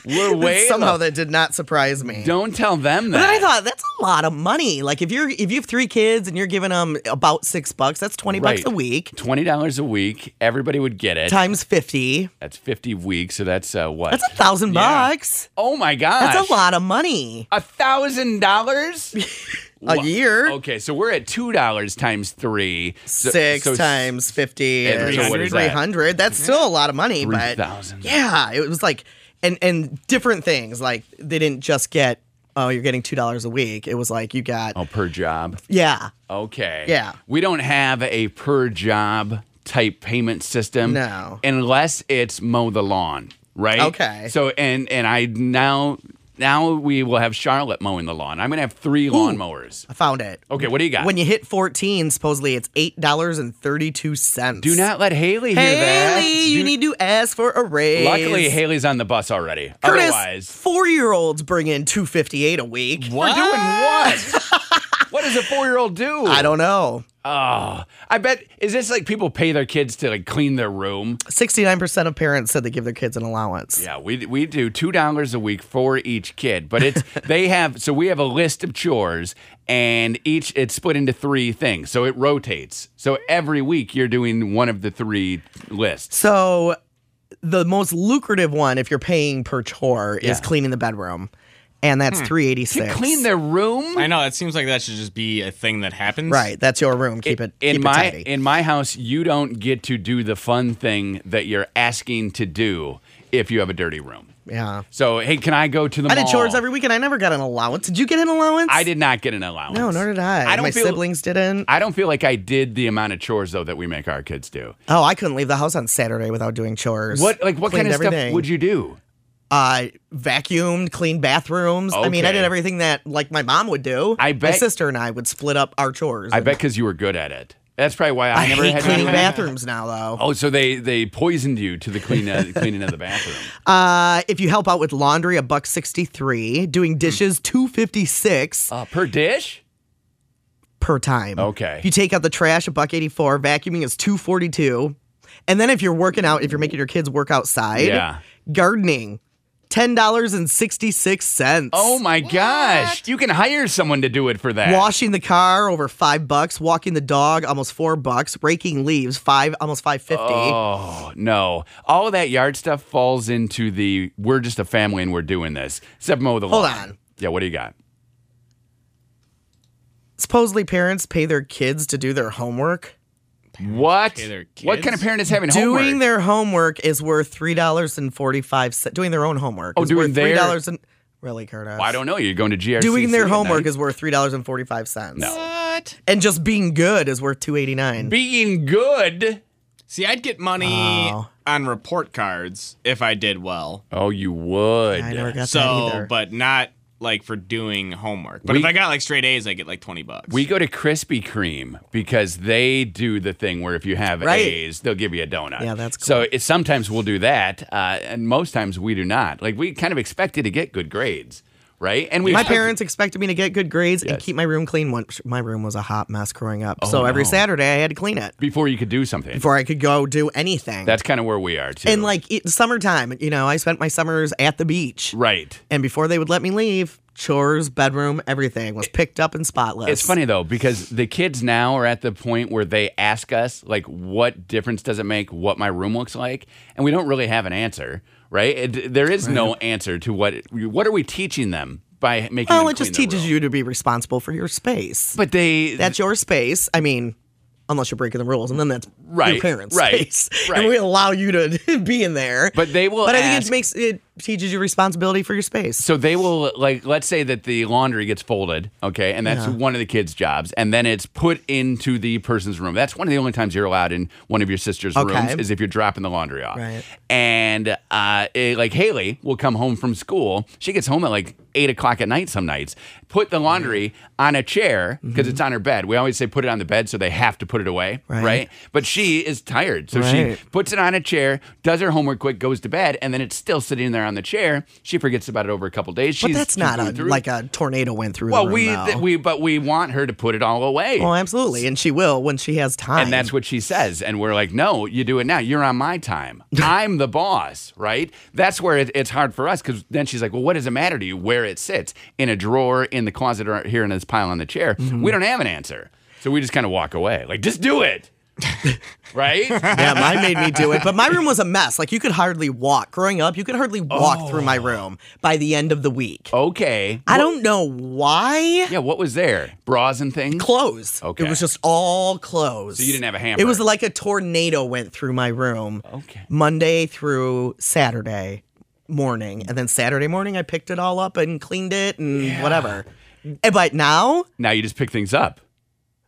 we're way somehow low. that did not surprise me. Don't tell them but that. then I thought that's a lot of money. Like if you're if you have three kids and you're giving them about six bucks, that's twenty bucks Right. a week twenty dollars a week. Everybody would get it. times fifty. That's fifty weeks. So that's uh, what? That's a thousand Yeah. bucks. oh my gosh. That's a lot of money A thousand dollars. a year. Okay, so we're at two dollars times three. oh, So- Six so times fifty, And is so what is that? 300. That's still a lot of money, but 3,000. yeah, it was like and and different things. Like they didn't just get oh you're getting two dollars a week. It was like you got Oh, per job. yeah Okay. Yeah. We don't have a per job type payment system. No. Unless it's mow the lawn, right? Okay. So and and I now now we will have Charlotte mowing the lawn. I'm gonna have three lawnmowers. I found it. Okay, what do you got? When you hit fourteen, supposedly it's eight dollars and thirty two cents. do not let Haley hear that. Haley, you Do- need to ask for a raise. Luckily, Haley's on the bus already. Curtis, Otherwise, four-year-olds bring in two fifty-eight a week. we're doing what? what does a four-year-old do? I don't know. Oh, I bet. Is this like people pay their kids to like clean their room? Sixty-nine percent of parents said they give their kids an allowance. Yeah, we we do two dollars a week for each kid, but it's they have so we have a list of chores, and each it's split into three things, so it rotates. So every week you're doing one of the three lists. So the most lucrative one, if you're paying per chore, is Yeah. Hmm. cleaning the bedroom, and that's three eighty To six. clean their room. I know it seems like that should just be a thing that happens. right. That's your room. Keep it in keep my it tidy. in my house, you don't get to do the fun thing that you're asking to do if you have a dirty room. Yeah. So hey, can I go to the I did mall? chores every weekend. I never got an allowance. Did you get an allowance? I did not get an allowance. No, nor did I. I don't My feel- siblings didn't. I don't feel like I did the amount of chores though that we make our kids do. oh, I couldn't leave the house on Saturday without doing chores. What like what kind Cleaned of stuff everything. would you do? I vacuumed, cleaned bathrooms. I mean, I Okay. did everything that like my mom would do. my I bet- sister and I would split up our chores. I and- bet because you were good at it. That's probably why I, I never hate had cleaning any- bathrooms now, though. Oh, so they they poisoned you to the clean uh, cleaning of the bathroom. Uh, if you help out with laundry, a buck sixty three. Doing dishes, two fifty six Uh, per dish? per time. Okay. If you take out the trash, a buck eighty four. Vacuuming is two forty two. And then if you're working out, if you're making your kids work outside, Yeah. gardening, ten dollars and sixty six cents. Oh my gosh! You can hire someone to do it for that. Washing the car over five bucks, walking the dog almost four bucks, raking leaves five almost five fifty. Oh no! All of that yard stuff falls into the we're just a family and we're doing this. Except mow the Hold lawn. on. Yeah, what do you got? Supposedly parents pay their kids to do their homework. What? Okay, they're What kind of kids. parent is having doing homework? their homework is worth three dollars and forty five cents. Doing their own homework. Oh, is doing worth their- three dollars and really, Curtis. I don't know. You're going to GRC. Doing their homework is worth three dollars and forty five cents. No. What? And just being good is worth two eighty nine. being good. See, I'd get money Wow. on report cards if I did well. Oh, you would. I never got that so, either. but not like for doing homework. But We- if I got like straight A's, I get like twenty bucks. We go to Krispy Kreme because they do the thing where if you have Right. A's, they'll give you a donut. Yeah, that's cool. So it, sometimes we'll do that, uh, and most times we do not. Like we kind of expected to get good grades, right? And we my expect- parents expected me to get good grades and Yes. Oh, keep my room clean. Once my room was a hot mess growing up, so no. every Saturday I had to clean it before you could do something. before I could go do anything. That's kind of where we are too. and like it, summertime, you know, I spent my summers at the beach, right. and before they would let me leave, chores, bedroom, everything was picked up and spotless. It's funny though because the kids now are at the point where they ask us like, "What difference does it make what my room looks like?" And we don't really have an answer, right? It, there is no answer to what what are we teaching them by making. Well, them Oh, it just clean their teaches room? you to be responsible for your space. But they That's your space. I mean, unless you're breaking the rules, and then that's Right, your parents' right, space, right. and we allow you to be in there. But they will But I think ask- it makes it teaches you responsibility for your space. So they will like let's say that the laundry gets folded, okay, and that's one of the kids' jobs, and then it's put into the person's room. That's one of the only times you're allowed in one of your sister's Okay. rooms is if you're dropping the laundry off. Right. And uh, it- like Haley will come home from school. She gets home at like eight o'clock at night some nights. Put the laundry on a chair because it's on her bed. We always say put it on the bed so they have to put it away, right? Mm-hmm. Right. But she is tired, so she Right. puts it on a chair, does her homework quick, goes to bed, and then it's still sitting there on the chair. She forgets about it over a couple days. But She's- that's she's not going a through. like a tornado went through. Well, the room, we though. th- we but we want her to put it all away. well, absolutely, and she will when she has time. and that's what she says. And we're like, no, you do it now. You're on my time. I'm the boss, right? That's where it, it's hard for us because then she's like, well, what does it matter to you where it sits? In a drawer, in the closet, or here in this pile on the chair? Mm-hmm. We don't have an answer. So we just kind of walk away. Like, just do it. right? yeah, mine made me do it. But my room was a mess. Like you could hardly walk. Growing up, you could hardly walk through Oh. my room by the end of the week. Okay. I don't know why. Yeah, what was there? Bras and things? clothes. Okay. It was just all clothes. So you didn't have a hamper. It was like a tornado went through my room Okay. Monday through Saturday morning. And then Saturday morning, I picked it all up and cleaned it and whatever. Eh, But now, Now you just pick things up.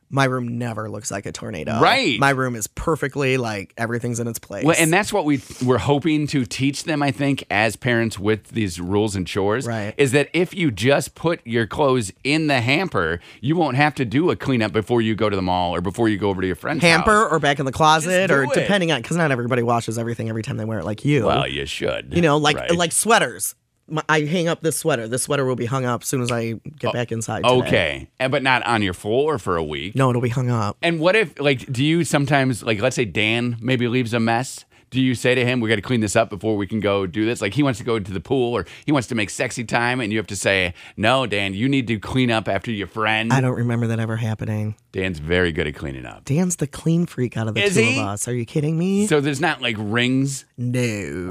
my room never looks like a tornado. Right. My room is perfectly like everything's in its place. Well, and that's what we we're hoping to teach them, I think, as parents with these rules and chores, Right. is that if you just put your clothes in the hamper, you won't have to do a cleanup before you go to the mall or before you go over to your friend's house. Hamper or back in the closet Just or do it. depending on, because not everybody washes everything every time they wear it like you. Well, you should. You know, like right? like sweaters. My, I hang up this sweater. This sweater will be hung up as soon as I get back inside. today. Oh, okay, and but not on your floor for a week. No, it'll be hung up. And what if, like, do you sometimes, like, let's say Dan maybe leaves a mess? Do you say to him, we got to clean this up before we can go do this? Like, he wants to go to the pool or he wants to make sexy time, and you have to say, no, Dan, you need to clean up after your friend. I don't remember that ever happening. Dan's very good at cleaning up. Dan's the clean freak out of the Is two he? of us. Are you kidding me? So there's not like rings. no.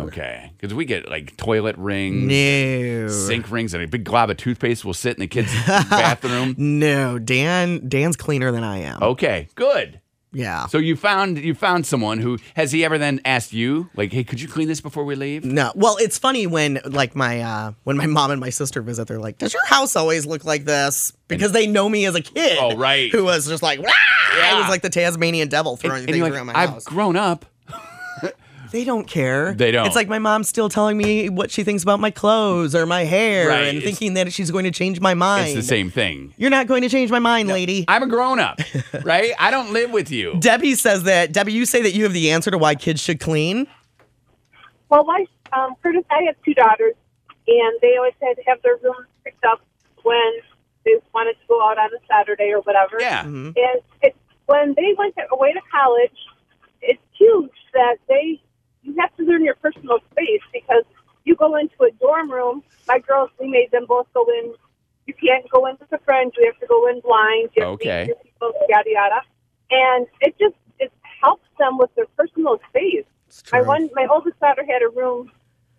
Okay. Because we get like toilet rings, No. sink rings, and a big glob of toothpaste will sit in the kids' bathroom. Oh. No, Dan Dan's cleaner than I am. Okay. Good. Yeah. So you found you found someone who has he ever then asked you like, hey, could you clean this before we leave? No. Well, it's funny when like my uh when my mom and my sister visit, they're like, "Does your house always look like this?" Because they know me as a kid. Oh, right. Who was just like, "Wah!" I was Yeah. like the Tasmanian devil throwing And things you're like, around my I've house. grown up. They don't care. They don't. It's like my mom's still telling me what she thinks about my clothes or my hair Right, and it's- thinking that she's going to change my mind. It's the same thing. You're not going to change my mind, lady. I'm a grown up, right? I don't live with you. Debbie says that. Debbie, you say that you have the answer to why kids should clean. Well, my um, Curtis, I have two daughters, and they always had to have their rooms picked up when they wanted to go out on a Saturday or whatever. Yeah. And it, when they went to, away to college, it's huge that they you have to learn your personal space because you go into a dorm room. My girls, we made them both go in. You can't go in with a friend. You have to go in blind. You have to meet Okay. new people, yada yada. And it just it helps them with their personal space. My true. one, my oldest daughter had a room,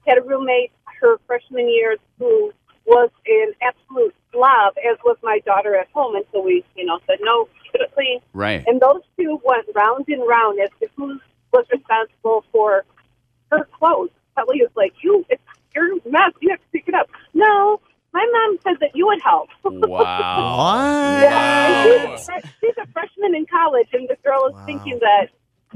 had a roommate her freshman year who was an absolute slob, as was my daughter at home until we, you know, said no, keep it clean. Right. And those two went round and round as to who was responsible for her clothes. Kelly was like, "You, it's your mess. You have to pick it up." No, my mom said that you would help. Oh. Wow. What? And she's, a fre- she's a freshman in college, and this girl is thinking that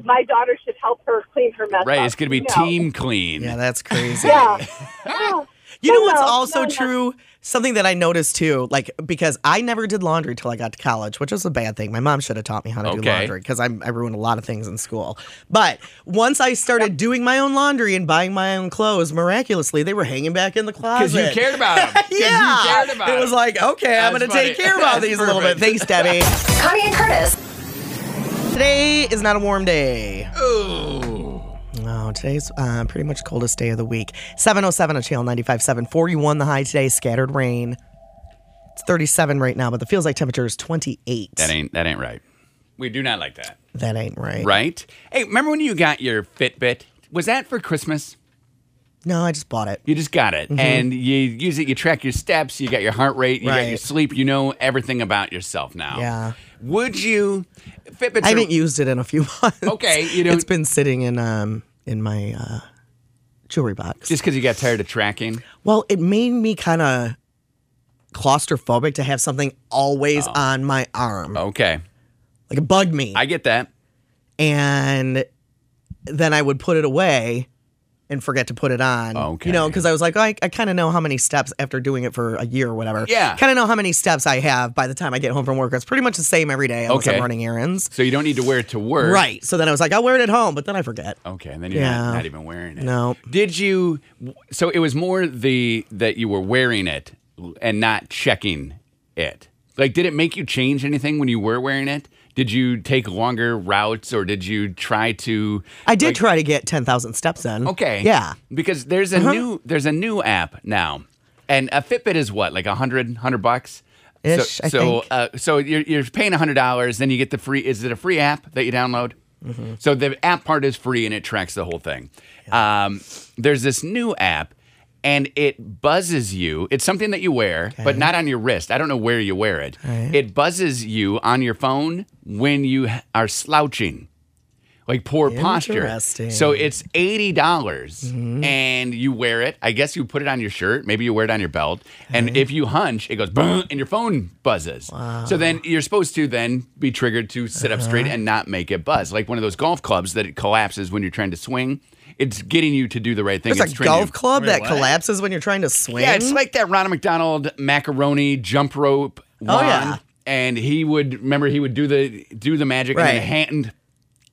my daughter should help her clean her mess. Right. up. It's going to be No. team clean. Yeah, that's crazy. Yeah. Yeah. You know what's Hello. also No, no. true? Something that I noticed too, like because I never did laundry till I got to college, which was a bad thing. My mom should have taught me how to do Okay. laundry because I ruined a lot of things in school. But once I started doing my own laundry and buying my own clothes, miraculously they were hanging back in the closet. Because you cared about them. yeah, You cared about it was like okay, I'm That's going to take funny. care of all That's these a little bit. Thanks, perfect. Debbie. Connie and Curtis. Today is not a warm day. Ooh. Oh, today's uh, pretty much coldest day of the week. 707 on channel 95.7. 41 the high today, scattered rain. It's 37 right now, but the feels like temperature is 28. That ain't that ain't right. We do not like that. That ain't right. Right? Hey, remember when you got your Fitbit? Was that for Christmas? No, I just bought it. You just got it, and you use it. You track your steps. You got your heart rate. You got your Right. sleep. You know everything about yourself now. Yeah. Would you? Fitbits. I are- haven't used it in a few months. Okay, you don't- It's been sitting in um in my uh, jewelry box. just because you got tired of tracking. well, it made me kind of claustrophobic to have something always Oh. on my arm. Okay, Like it bugged me. I get that. and then I would put it away and forget to put it on. Okay. You know, because I was like, oh, I, I kind of know how many steps after doing it for a year or whatever. Yeah. Kind of know how many steps I have by the time I get home from work. It's pretty much the same every day unless Okay. I'm running errands. So you don't need to wear it to work. Right. So then I was like, I'll wear it at home, but then I forget. Okay, and then you're Yeah. not, not even wearing it. No. Did you? So it was more the that you were wearing it and not checking it. Like, did it make you change anything when you were wearing it? Did you take longer routes, or did you try to? I did try to get 10,000 steps in. Okay. Yeah. Uh-huh. Because there's a new there's a new app now, and a Fitbit is what like a hundred hundred bucks. Ish, so I so, think. Uh, so you're you're paying hundred dollars, then you get the free. Is it a free app that you download? Mm-hmm. So the app part is free and it tracks the whole thing. Um, there's this new app. And it buzzes you. It's something that you wear, but not on your wrist. I don't know where you wear it. It buzzes you on your phone when you h- are slouching like poor posture. Interesting. Mm-hmm. So it's eighty dollars, and you wear it. I guess you put it on your shirt. Maybe you wear it on your belt. And if you hunch, it goes boom, and your phone buzzes. So then you're supposed to then be triggered to sit up Uh-huh. straight and not make it buzz, like one of those golf clubs that it collapses when you're trying to swing. It's getting you to do the right thing. There's It's a training golf you. club that what? collapses when you're trying to swing. Yeah, it's like that Ronald McDonald macaroni jump rope. Oh, yeah. wand. and he would remember he would do the do the magic and then Right. hand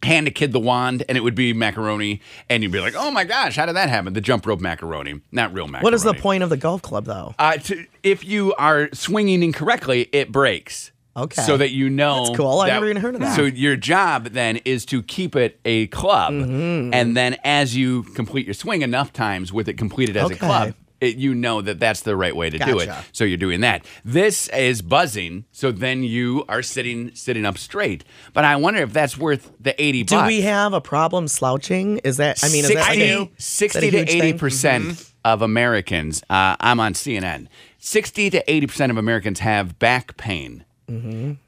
hand a kid the wand and it would be macaroni and you'd be like, oh my gosh, how did that happen? The jump rope macaroni, not real macaroni. what is the point of the golf club, though? Uh, to, if you are swinging incorrectly, it breaks. Okay. So that you know. That's cool. I never even heard of that. So your job then is to keep it a club. Mm-hmm. And then as you complete your swing enough times with it completed as a Okay. club, it, you know that that's the right way to do it. Gotcha. So you're doing that. This is buzzing. So then you are sitting sitting up straight. But I wonder if that's worth the 80 Do bucks. we have a problem slouching? Is that, I mean, is that like a- is that a 60 to huge thing? Mm-hmm. 80 percent of Americans. Uh, I'm on Mm-hmm. CNN. 60 to 80 percent of Americans have back pain,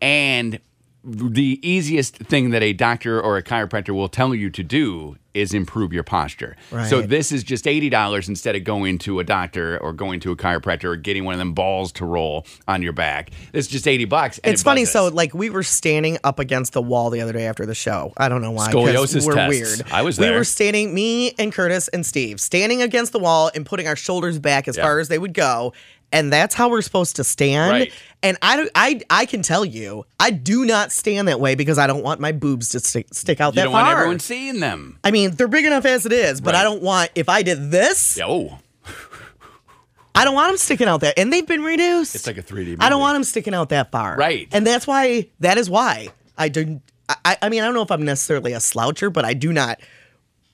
and the easiest thing that a doctor or a chiropractor will tell you to do is improve your posture. So Right. this is just $80 instead of going to a doctor or going to a chiropractor or getting one of them balls to roll on your back. It's just 80 bucks. and it's it funny. buzzes. So, like, we were standing up against the wall the other day after the show. I don't know why. 'cause Scoliosis We're tests. weird. I was We there. were standing, me and Curtis and Steve, standing against the wall and putting our shoulders back as far as they would go. And that's how we're supposed to stand. Right. And I, don't- I, I can tell you, I do not stand that way because I don't want my boobs to stick, stick out you that don't far. want everyone seeing them. I mean, they're big enough as it is, but I don't want if I did this, Yeah, oh, I don't want them sticking out there. And they've been reduced. it's like a 3D I don't movie. want them sticking out that far. Right. And that's why, that is why I didn't, I- I, I mean, I don't know if I'm necessarily a sloucher, but I do not.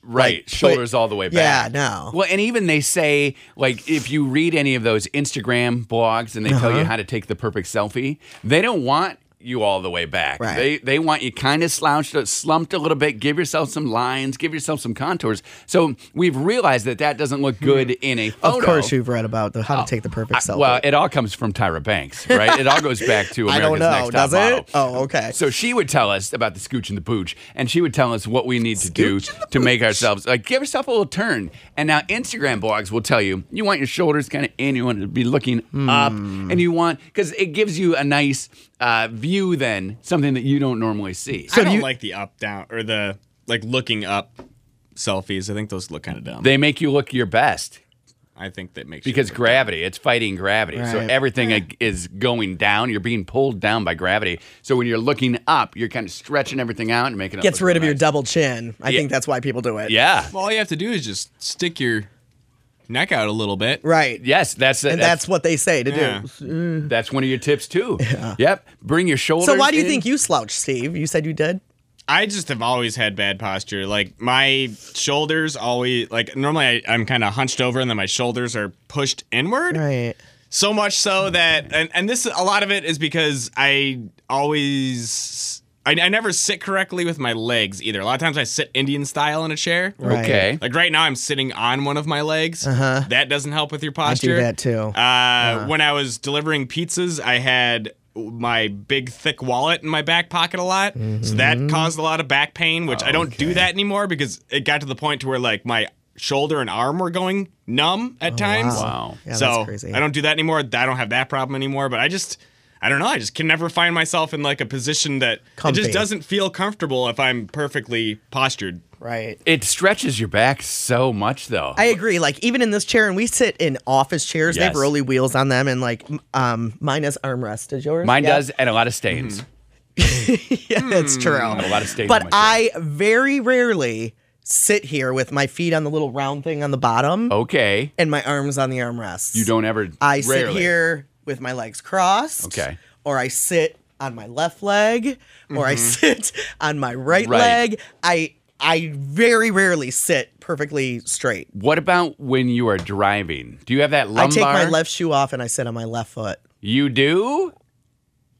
Right, Like, shoulders but- all the way yeah, back. no. Well, and even they say like if you read any of those Instagram blogs and they tell you Uh-huh. how to take the perfect selfie, they don't want you all the way back. Right. They they want you kind of slouched, slumped a little bit. Give yourself some lines. Give yourself some contours. So we've realized that that doesn't look good in a Hmm. Of photo. course, you've read about the, how to take the perfect Oh, I- selfie. well, it all comes from Tyra Banks, right? It all goes back to I don't America's know, Next Top does it? Model. Oh, okay. So she would tell us about the scooch and the pooch, and she would tell us what we need to do Scooch and the to make pooch. ourselves like give yourself a little turn. And now Instagram blogs will tell you you want your shoulders kind of in, you want to be looking up, Hmm. and you want because it gives you a nice uh, view then something that you don't normally see. I don't you- like the up down or the like looking up selfies. I think those look kind of dumb. they make you look your best. I think that makes you because look- gravity it's fighting gravity so Right. everything like, is going down you're being pulled down by gravity so when you're looking up you're kind of stretching everything out and making it gets look rid of your nice. double chin. I Yeah. think that's why people do it. yeah Well, all you have to do is just stick your neck out a little bit. Right. yes that's And that's, that's what they say to Yeah. do. that's one of your tips too yep bring your shoulders So, why do you in. think you slouched, Steve? You said you did? I just have always had bad posture. Like my shoulders always like normally I, I'm kind of hunched over and then my shoulders are pushed inward. Right. So much so that and, and this a lot of it is because I always I, I never sit correctly with my legs either. A lot of times I sit Indian style in a chair. Right. okay Like right now, I'm sitting on one of my legs. Uh-huh. That doesn't help with your I posture. do that too. Uh, Uh-huh. When I was delivering pizzas, I had my big thick wallet in my back pocket a lot, so Mm-hmm. that caused a lot of back pain. Which I don't do that anymore because it got to the point to where like my shoulder and arm were going numb at times. Wow. Oh, Yeah, that's so crazy. I don't do that anymore. I don't have that problem anymore. But I just. I don't know. I just can never find myself in like a position that it Comfy. just doesn't feel comfortable if I'm perfectly postured. right. it stretches your back so much though I agree. Like even in this chair, and we sit in office chairs. They have Yes. rolly wheels on them, and like m- um, mine has armrest. Does yours? mine Yeah. does and a lot of stains yeah, it's true. Hmm. a lot of stains on But my chair. I very rarely sit here with my feet on the little round thing on the bottom okay and my arms on the armrests. Oh. you don't ever I sit rarely. here with my legs crossed. Okay. Or I sit on my left leg, or I sit on my right, Mm-hmm. Right. leg. I I very rarely sit perfectly straight. what about when you are driving do you have that lumbar I take my left shoe off and I sit on my left foot. you do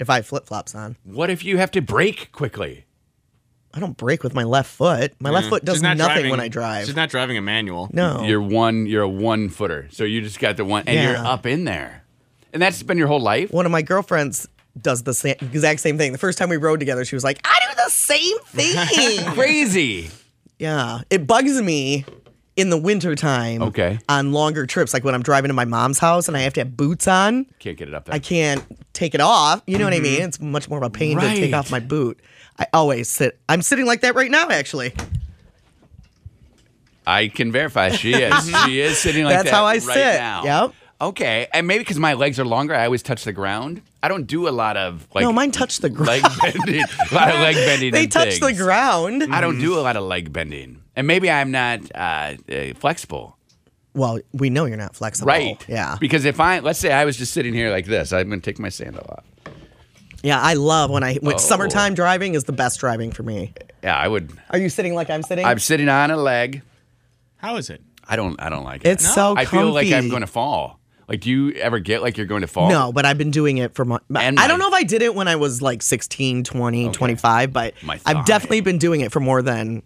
if I flip flops on. what if you have to brake quickly I don't brake with my left foot. My left foot does She's not nothing driving- when I drive. She's not driving a manual. no. Mm. You're one. You're a one footer. So you just got the one, and you're Yeah. up in there, and that's been your whole life. One of my girlfriends does the same, exact same thing. The first time we rode together, she was like, "I do the same thing." Crazy. yeah, it bugs me in the wintertime. Okay. On longer trips, like when I'm driving to my mom's house and I have to have boots on, Can't get it up there. I can't take it off. You know what I mean? It's much more of a pain to take Mm-hmm. Right. off my boot. I always sit. I'm sitting like that right now, actually. I can verify she is. she is sitting like That's that how I right sit. now. Yep. Okay, and maybe because my legs are longer, I always touch the ground. I don't do a lot of like. No, mine touch the leg bending. a lot of leg bending. They and touch the things. Mm. ground. I don't do a lot of leg bending, and maybe I'm not uh, uh, flexible. Well, we know you're not flexible. Right. Yeah. Because if I let's say I was just sitting here like this, I'm gonna take my sandal off. Yeah, I love when I when Oh. summertime driving is the best driving for me. Yeah, I would. Are you sitting like I'm sitting? I'm sitting on a leg. How is it? I don't. I don't like it. it's so I feel like I'm comfy. going to fall. Like, do you ever get like you're going to fall? No, but I've been doing it for my, And I don't my- know if I did it when I was like 16, 20, 25, but My I've thigh. definitely been doing it for more than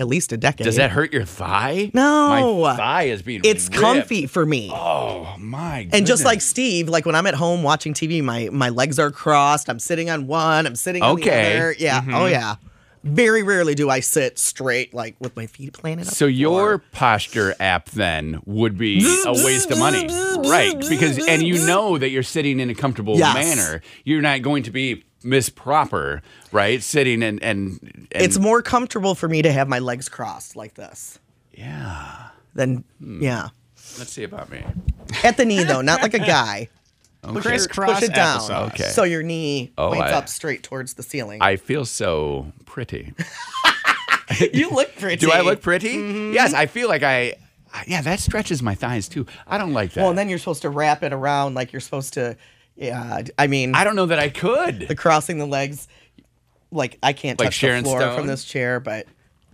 at least a decade. Does that hurt your thigh? No. My thigh is being It's ripped. comfy for me. Oh my! And just goodness. like Steve, like when I'm at home watching TV, my my legs are crossed. I'm sitting on one. I'm sitting on Okay. the Mm-hmm. other. Yeah. Oh yeah. Very rarely do I sit straight, like with my feet planted. Up So your posture app then would be a waste of money, right? Because and you know that you're sitting in a comfortable Yes. manner. You're not going to be misproper, right? Sitting and and, and it's more comfortable for me to have my legs crossed like this yeah. than Hmm. yeah Let's see about me. at the knee though, not like a guy. Crisscross Push it down. applesauce. Okay. So your knee Oh, points I- up straight towards the ceiling. I feel so pretty. you look pretty. Do I look pretty? Mm-hmm. Yes, I feel like I. Yeah, that stretches my thighs too. I don't like that. Well, and then you're supposed to wrap it around like you're supposed to. Yeah. I mean, I don't know that I could. the crossing the legs. Like I can't Like touch Sharon the floor Stone? from this chair, but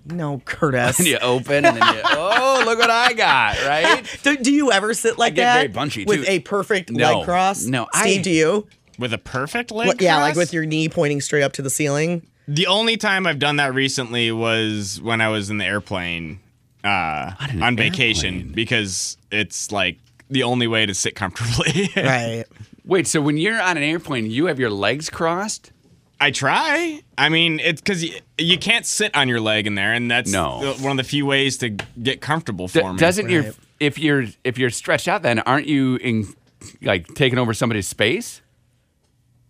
no, Curtis. and you open and then you, oh, look what I got, right? do, do you ever sit like I get that? very bunchy, with too. a perfect No. leg cross. No, I- Steve, do you? With a perfect leg. What- yeah, like cross? with your knee pointing straight up to the ceiling. The only time I've done that recently was when I was in the airplane uh, an on vacation because it's like the only way to sit comfortably. Right. Wait, so when you're on an airplane, you have your legs crossed? I try. I mean, it's because you, you can't sit on your leg in there, and that's No. the- one of the few ways to get comfortable D- for me. doesn't your Right. if you're if you're stretched out, then aren't you in like taking over somebody's space?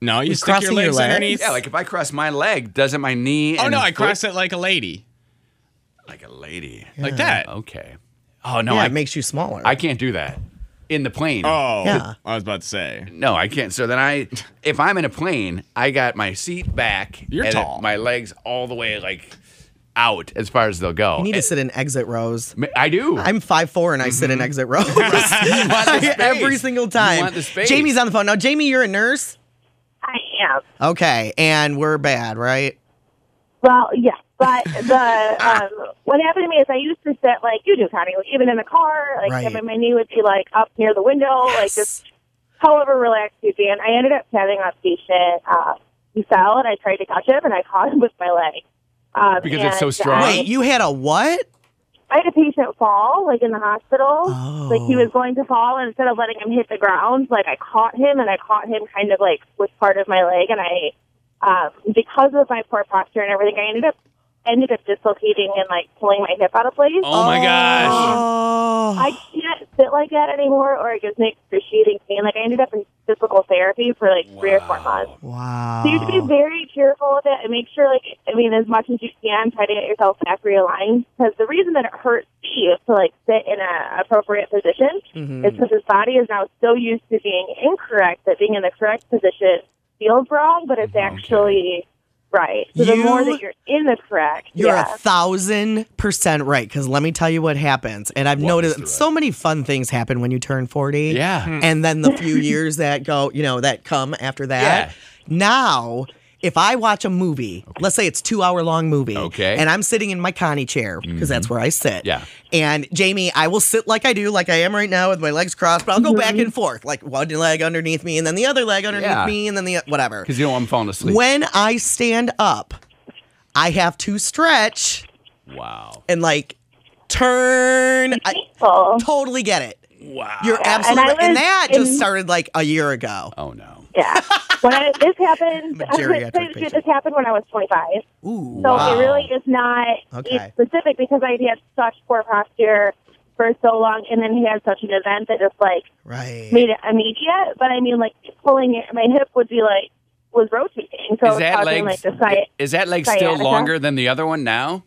No, you You're stick your crossing your legs legs? underneath. Yeah, like if I cross my leg, doesn't my knee? oh and no, I foot- cross it like a lady, like a lady. like that. Okay. Oh no, yeah, I it makes you smaller. I can't do that in the plane. Oh, Yeah. I was about to say. No, I can't. So then I, if I'm in a plane, I got my seat back. You're and tall. My legs all the way like out as far as they'll go. you need to sit in exit rows. Ma- I do. I'm five four and I sit Mm-hmm. in exit rows space. every single time. You want the space. Jamie's on the phone now. Jamie, you're a nurse. I am. Okay, and we're bad, right? Well, yes, but the Ah. um, what happened to me is I used to sit like you do, Connie, like, even in the car, like Right. I mean, my knee would be like up near the window, like just however relaxed you can. I ended up having a patient. Uh, he fell, and I tried to catch him, and I caught him with my leg. Um, Because it's so and strong? I- Wait, you had a what? I had a patient fall, like in the hospital. Oh. Like he was going to fall, and instead of letting him hit the ground, like I caught him, and I caught him kind of like with part of my leg, and I, um, because of my poor posture and everything, I ended up ended up dislocating and like pulling my hip out of place. oh my gosh. Oh. I can't sit like that anymore, or it gives me excruciating pain. Like I ended up in physical therapy for like three or four months. wow. So you have to be very careful with it and make sure, like, I mean, as much as you can, try to get yourself back realigned. Because the reason that it hurts Steve to, like, sit in an appropriate position Mm-hmm. is because his body is now so used to being incorrect that being in the correct position feels wrong, but it's actually right. So the Mm-hmm. You- more that you're in the correct, You're yeah. a thousand percent right. Because let me tell you what happens. And I've noticed so many fun things happen when you turn 40. Yeah. Hmm. And then the few years that go, you know, that come after that. Yeah. Now, if I watch a movie, let's say it's two hour long movie. Okay. Mm-hmm. And I'm sitting in my Connie chair because that's where I sit. Yeah. And Jamie, I will sit like I do, like I am right now with my legs crossed, but I'll go back and forth, like one leg underneath me and then the other leg underneath Mm-hmm. Yeah. me and then the whatever. Because you know I'm falling asleep. When I stand up, I have to stretch wow. and like turn. I Painful. totally get it. Wow. You're Yeah, and absolutely I right. And was that just in- started like a year ago. oh no. Yeah. When I, this happened, I'm a geriatric patient. this happened when I was 25. Ooh. So Wow. it really is not Okay. specific because I had such poor posture for so long, and then he had such an event that just like Right. made it immediate. But I mean, like pulling it, my hip would be like was rotating, so it Is was that leg causing like the site. is that leg still sciatica? longer than the other one now?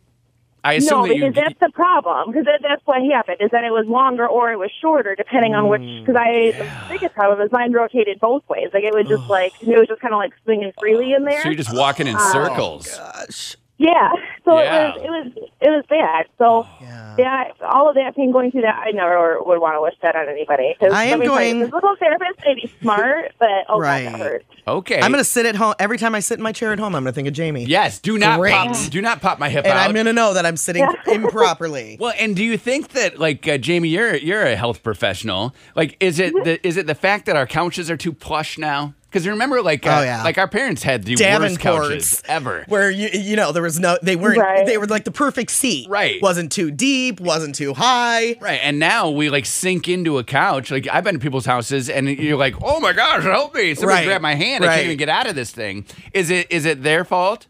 I assume No, that because you that's the problem. Because that, that's what happened is that it was longer or it was shorter, depending on which. Hmm. Because I the biggest problem is mine rotated both ways. Like it was just like it was just kind of like swinging freely in there. Oh. so you're just walking in circles. Gosh. Yeah. So Yeah. it was it was it was bad. So Yeah. yeah, all of that pain going through that, I never would want to wish that on anybody. 'Cause I am let me tell you, going- Physical therapist may be smart, but oh Right. god, that hurts. Okay. I'm gonna sit at home every time I sit in my chair at home. I'm gonna think of Jamie. Yes. Do not Great. pop. Do not pop my hip And out. I'm gonna know that I'm sitting improperly. Well, and do you think that, like uh, Jamie, Mm-hmm. you're you're a health professional. Like, is it the is it the fact that our couches are too plush now? Because remember, like, uh, Oh, yeah. like our parents had the worst couches Davenports ever. where you you know there was no they weren't Right. they were like the perfect seat Right. wasn't too deep wasn't too high Right, and now we like sink into a couch. Like I've been to people's houses, and you're like, "Oh my gosh, help me! Somebody Right. grab my hand! I Right. can't even get out of this thing." Is it is it their fault?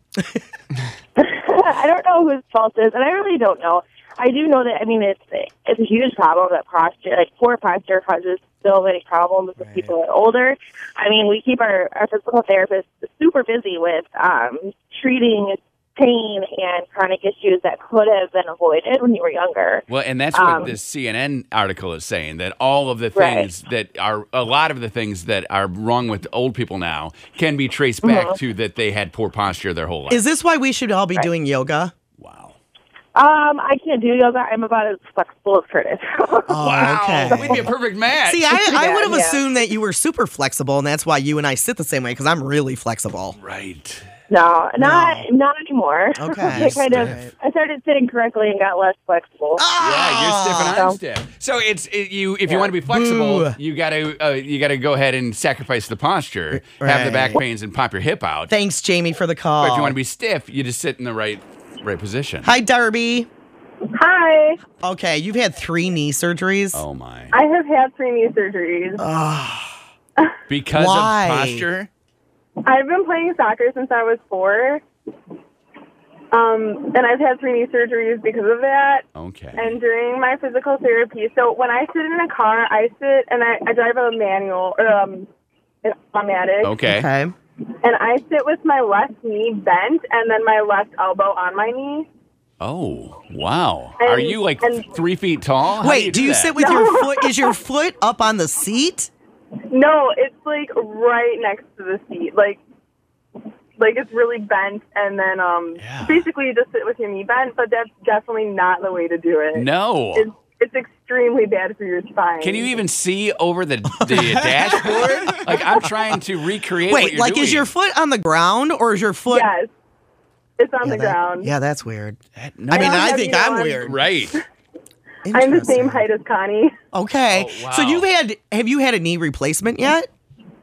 I don't know whose fault it is, and I really don't know. I do know that I mean it's it's a huge problem that posture, like poor posture, causes so many problems with people that are older. I mean, we keep our our physical therapists super busy with um, treating pain and chronic issues that could have been avoided when you were younger. Well, and that's what Um, this CNN article is saying that all of the Right. things that are a lot of the things that are wrong with old people now can be traced back Mm-hmm. to that they had poor posture their whole life. is this why we should all be doing yoga wow. Um, I can't do yoga. I'm about as flexible as Curtis. oh, Wow, we'd be a perfect match. See, I, I Yeah, would have yeah. assumed that you were super flexible, and that's why you and I sit the same way because I'm really flexible. right. no, not not anymore. Okay. I kind of I started sitting correctly and got less flexible. Ah! Yeah, you're stiff and I'm So- stiff. So it's it, you. If you want to be flexible, Boo. you gotta uh, you gotta go ahead and sacrifice the posture, have the back Right. pains, and pop your hip out. Thanks, Jamie, for the call. But if you want to be stiff, you just sit in the right right position. Hi, Darby. Hi. Okay, you've had three knee surgeries. Oh my! I have had three knee surgeries. Because Why? of posture. I've been playing soccer since I was four. Um, and I've had three knee surgeries because of that. Okay. And during my physical therapy, so when I sit in a car, I sit and I, I drive a manual, or, um, an automatic. okay. Okay. And I sit with my left knee bent and then my left elbow on my knee. Oh wow! And- Are you like and- three feet tall? How Wait, do you, that? sit with your foot? Is your foot up on the seat? No, it's like right next to the seat. Like, like it's really bent, and then um, Yeah. basically you just sit with your knee bent. But that's definitely not the way to do it. No. it's, it's extremely bad for your spine. Can you even see over the the dashboard? Like I'm trying to recreate. what Wait, you're like is doing. your foot on the ground or is your foot? Yes, it's on Yeah, the that- ground. yeah, that's weird. No. I mean, I'll I have think you I'm on- weird. right. I'm the Interesting. same height as Connie. Okay. Oh, wow. Oh. So you've had have you had a knee replacement yet?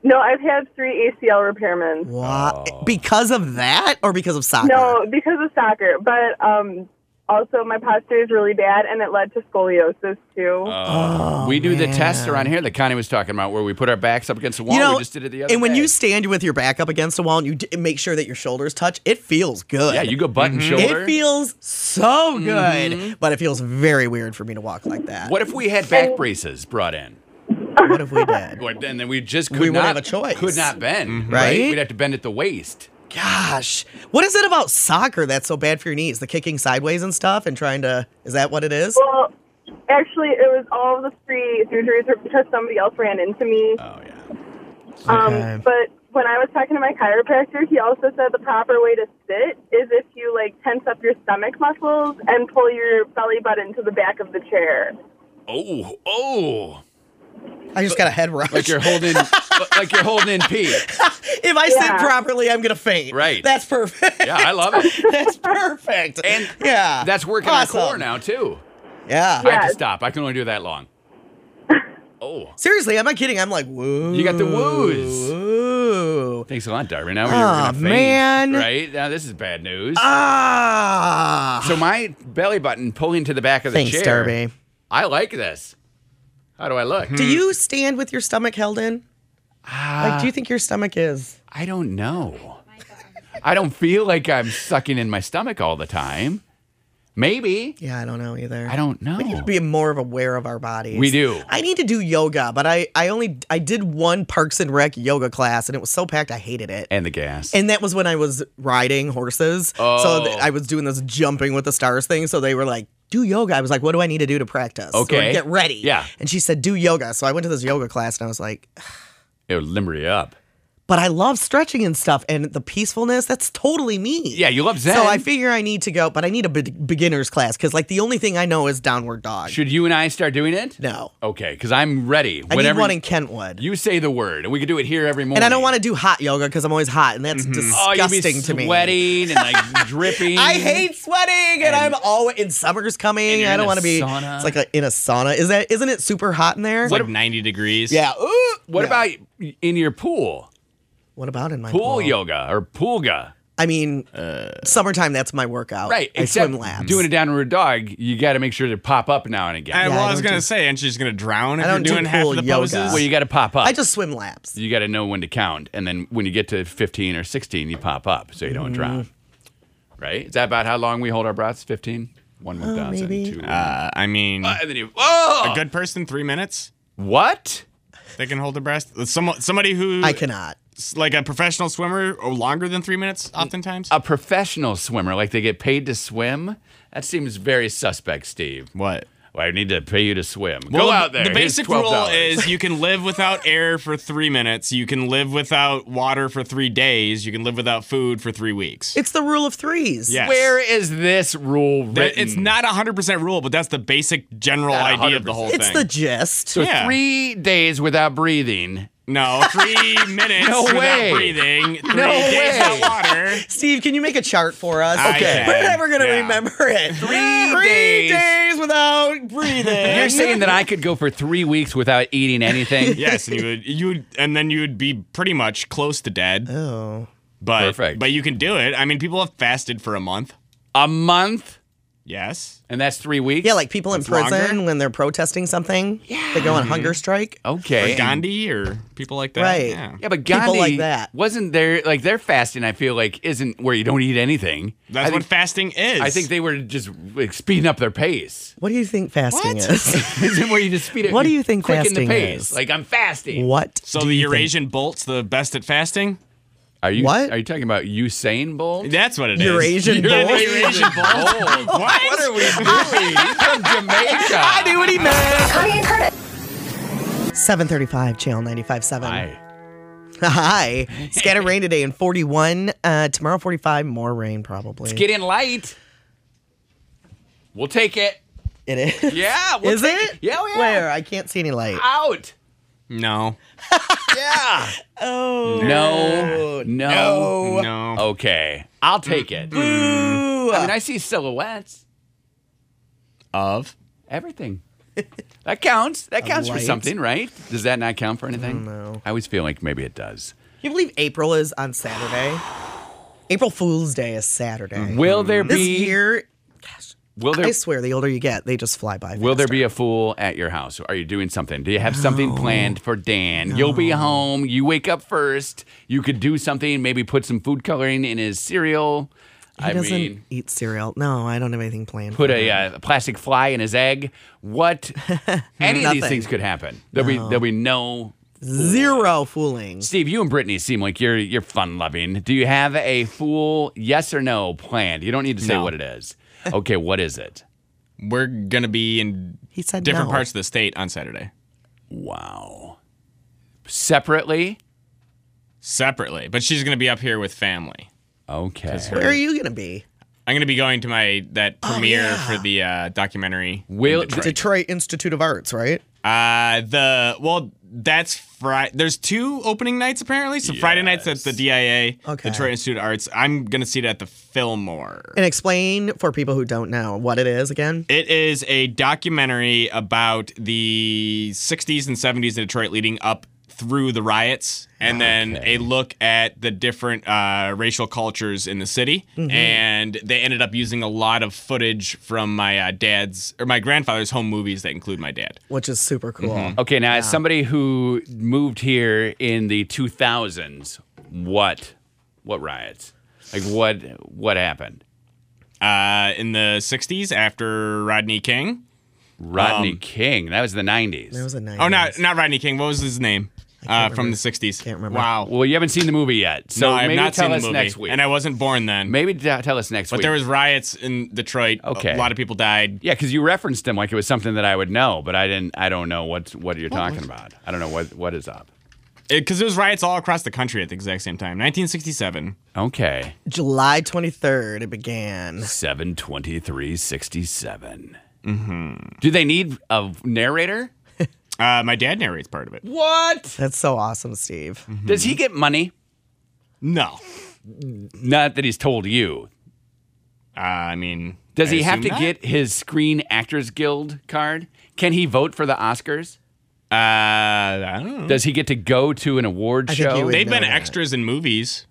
No, I've had three ACL repairments. Wow. Because of that or because of soccer? No, because of soccer, but um, also my posture is really bad, and it led to scoliosis too. Oh, Uh, we do the test around here that Connie was talking about, where we put our backs up against the wall. You know, we just did it the other and when day. you stand with your back up against the wall and you d- make sure that your shoulders touch, it feels good. yeah, you go butt and shoulder. It feels so good, but it feels very weird for me to walk like that. what if we had back braces brought in? What if we did? Or- And then we just could We wouldn't not have a choice. Could not bend, Right? We'd have to bend at the waist. Gosh, what is it about soccer that's so bad for your knees? The kicking sideways and stuff, and trying to—is that what it is? Well, actually, it was all the three surgeries were because somebody else ran into me. Oh yeah. Okay. Um, but when I was talking to my chiropractor, he also said the proper way to sit is if you like tense up your stomach muscles and pull your belly button to the back of the chair. Oh oh. I just got a head rush. Like you're holding, like you're holding in pee. if I sit Yeah. properly, I'm gonna faint. Right. That's perfect. Yeah, I love it. That's perfect. And yeah, That's working awesome. our core now too. Yeah. I have to Yes. stop. I can only do that long. Oh, Seriously, I'm not kidding. I'm like, woo. You got the woos. Woo. thanks a lot, Darby. Now you're gonna Aw, faint, man. Right now, this is bad news. Ah. so my belly button pulling to the back of the Thanks, chair. Darby. Hmm. I like this. How do I look? Do you stand with your stomach held in? Ah. like, do you think your stomach is? I don't know. I don't feel like I'm sucking in my stomach all the time. Maybe. Yeah, I don't know either. I don't know. We need to be more of aware of our bodies. We do. I need to do yoga, but I I only I did one Parks and Rec yoga class, and it was so packed, I hated it. and the gas. And that was when I was riding horses. Oh. So th- I was doing this jumping with the stars thing. So they were like, do yoga. I was like, what do I need to do to practice? or Okay. get ready. Yeah. And she said, do yoga. So I went to this yoga class and I was like, it would limber you up. but I love stretching and stuff and the peacefulness. That's totally me. Yeah, you love Zen. So I figure I need to go, but I need a be- beginner's class because like the only thing I know is downward dog. Should you and I start doing it? no. Okay, because I'm ready. I Whenever need one in Kentwood. you say the word, and we could do it here every morning. and I don't want to do hot yoga because I'm always hot and that's Oh, you'd be disgusting to me. sweating and like dripping. I hate sweating, and, I'm always in summer's And coming. you're I in don't a want to be. sauna. It's like a, in a sauna. Is that isn't it super hot in there? It's like 90 degrees. yeah. Ooh. What Yeah. about in your pool? What about in my Pool pool? yoga or poolga. I mean, summertime. That's my workout. Right. I except swim laps. doing a downward dog, you got to make sure to pop up now and again. I, Uh, well, I I, was don't gonna do- say, and she's gonna drown if I you're don't do doing half pool of the yoga. poses. well, you got to pop up. I just swim laps. you got to know when to count, and then when you get to fifteen or sixteen, you pop up so you Mm. don't drown. Right? Is that about how long we hold our breaths? Fifteen. One one thousand. Oh, maybe. Two. uh, I mean, Uh, and then you. Oh, a good person, three minutes. what? They can hold their breath. Some, somebody who I cannot. s- like a professional swimmer or longer than three minutes, oftentimes. A professional swimmer, like they get paid to swim? That seems very suspect, Steve. what? Well, I need to pay you to swim. Go Well, out there. The Here's basic rule $12. is you can live without air for three minutes. You can live without water for three days. You can live without food for three weeks. It's the rule of threes. Yes. Where is this rule written? That- it's not a hundred percent rule, but that's the basic general Not idea of the whole It's thing. the gist. So Yeah. three days without breathing. no three minutes No without way. breathing, three No days way. without water. Steve, can you make a chart for us? I can. We're never going to Yeah. remember it. Three Three days. days without breathing. You're saying that I could go for three weeks without eating anything? Yes, and you would you would, and then you would be pretty much close to dead. Oh. But Perfect. but you can do it. I mean, people have fasted for a month. A month, Yes. and that's three weeks. Yeah, like people in That's prison longer? when they're protesting something. Yeah. They go on hunger strike. okay. Or Gandhi or people like that. Right. Yeah. Yeah, but People Gandhi like that. wasn't there. Like their fasting, I feel like isn't where you don't eat anything. That's I think, what fasting is. I think they were just like speeding up their pace. What do you think fasting What? is? isn't where you just speed it. What do you think quicken fasting the pace. is? Like I'm fasting. what? so do the you think- Eurasian bolt's the best at fasting? Are you? What? Are you talking about Usain Bolt? That's what it is. Eurasian You're bolt? the Eurasian bolt. What? what are we doing? He's from Jamaica. I knew what he meant. Connie and Curtis. 735, channel 95.7. Hi. Hi. Scattered rain today in 41. Uh, tomorrow, 45. More rain, probably. Get in light. We'll take it. It is. Yeah. We'll is take it? Yeah. Oh, yeah. Where? I can't see any light. Out. No. Yeah. Oh. No. No. No. Okay. I'll take it. I mean, I see silhouettes. Of. Everything. That counts. That counts for light. something, right? Does that not count for anything? No. I always feel like maybe it does. Can you believe April is on Saturday? April Fool's Day is Saturday. Will there Mm. This be? year, will there? I swear, the older you get, they just fly by. Will there be a fool at your house? Are you doing something? Do you have something planned for Dan? You'll be home. You wake up first. You could do something. Maybe put some food coloring in his cereal. He I doesn't mean, eat cereal. No, I don't have anything planned. put for a, him. uh, plastic fly in his egg. What? Any of these Nothing. things could happen. There'll be there'll be no. zero fooling. Steve, you and Brittany seem like you're you're fun loving. Do you have a fool yes or no planned? You don't need to say No. what it is. Okay, what is it? We're gonna be in He said different no. parts of the state on Saturday. Wow. Separately. Separately. But she's gonna be up here with family. Okay. Where are you gonna be? I'm gonna be going to my that premiere Oh, yeah. for the uh, documentary. in Will- Detroit. Detroit Institute of Arts, right? Uh, the well, that's Friday. There's two opening nights apparently. So Friday nights at the DIA, Okay. Detroit Institute of Arts. I'm gonna see it at the Fillmore. And explain for people who don't know what it is again. It is a documentary about the 60s and 70s in Detroit leading up through the riots, Ah, and then a look at the different uh, racial cultures in the city. Mm-hmm. And they ended up using a lot of footage from my uh, dad's or my grandfather's home movies that include my dad. Which is super cool. Okay, now as somebody who moved here in the 2000s, what what riots? Like what what happened? Uh, in the 60s, after Rodney King. Rodney Um, King. That was the 90s. It was a nice. Oh, not not Rodney King. What was his name? Uh, from the 60s. Can't remember. Wow. well, you haven't seen the movie yet, so no, I have maybe not tell seen us the movie. next week. And I wasn't born then. maybe t- tell us next But week. there was riots in Detroit. Okay. A lot of people died. yeah, because you referenced him like it was something that I would know, but I didn't. I don't know what what you're talking about. I don't know what what is up. Because it was Uh, riots all across the country at the exact same time. 1967. Okay, July 23rd, it began. seven twenty three sixty seven. Mm-hmm. Do they need a narrator? Uh, my dad narrates part of it. What That's so awesome, Steve. does Mm-hmm. he get money? No. Not that he's told you. Uh, I mean, Does I he have to assume not. get his Screen Actors Guild card? Can he vote for the Oscars? Uh, I don't know. Does he get to go to an award I think show? he would. They've been know that. extras in movies.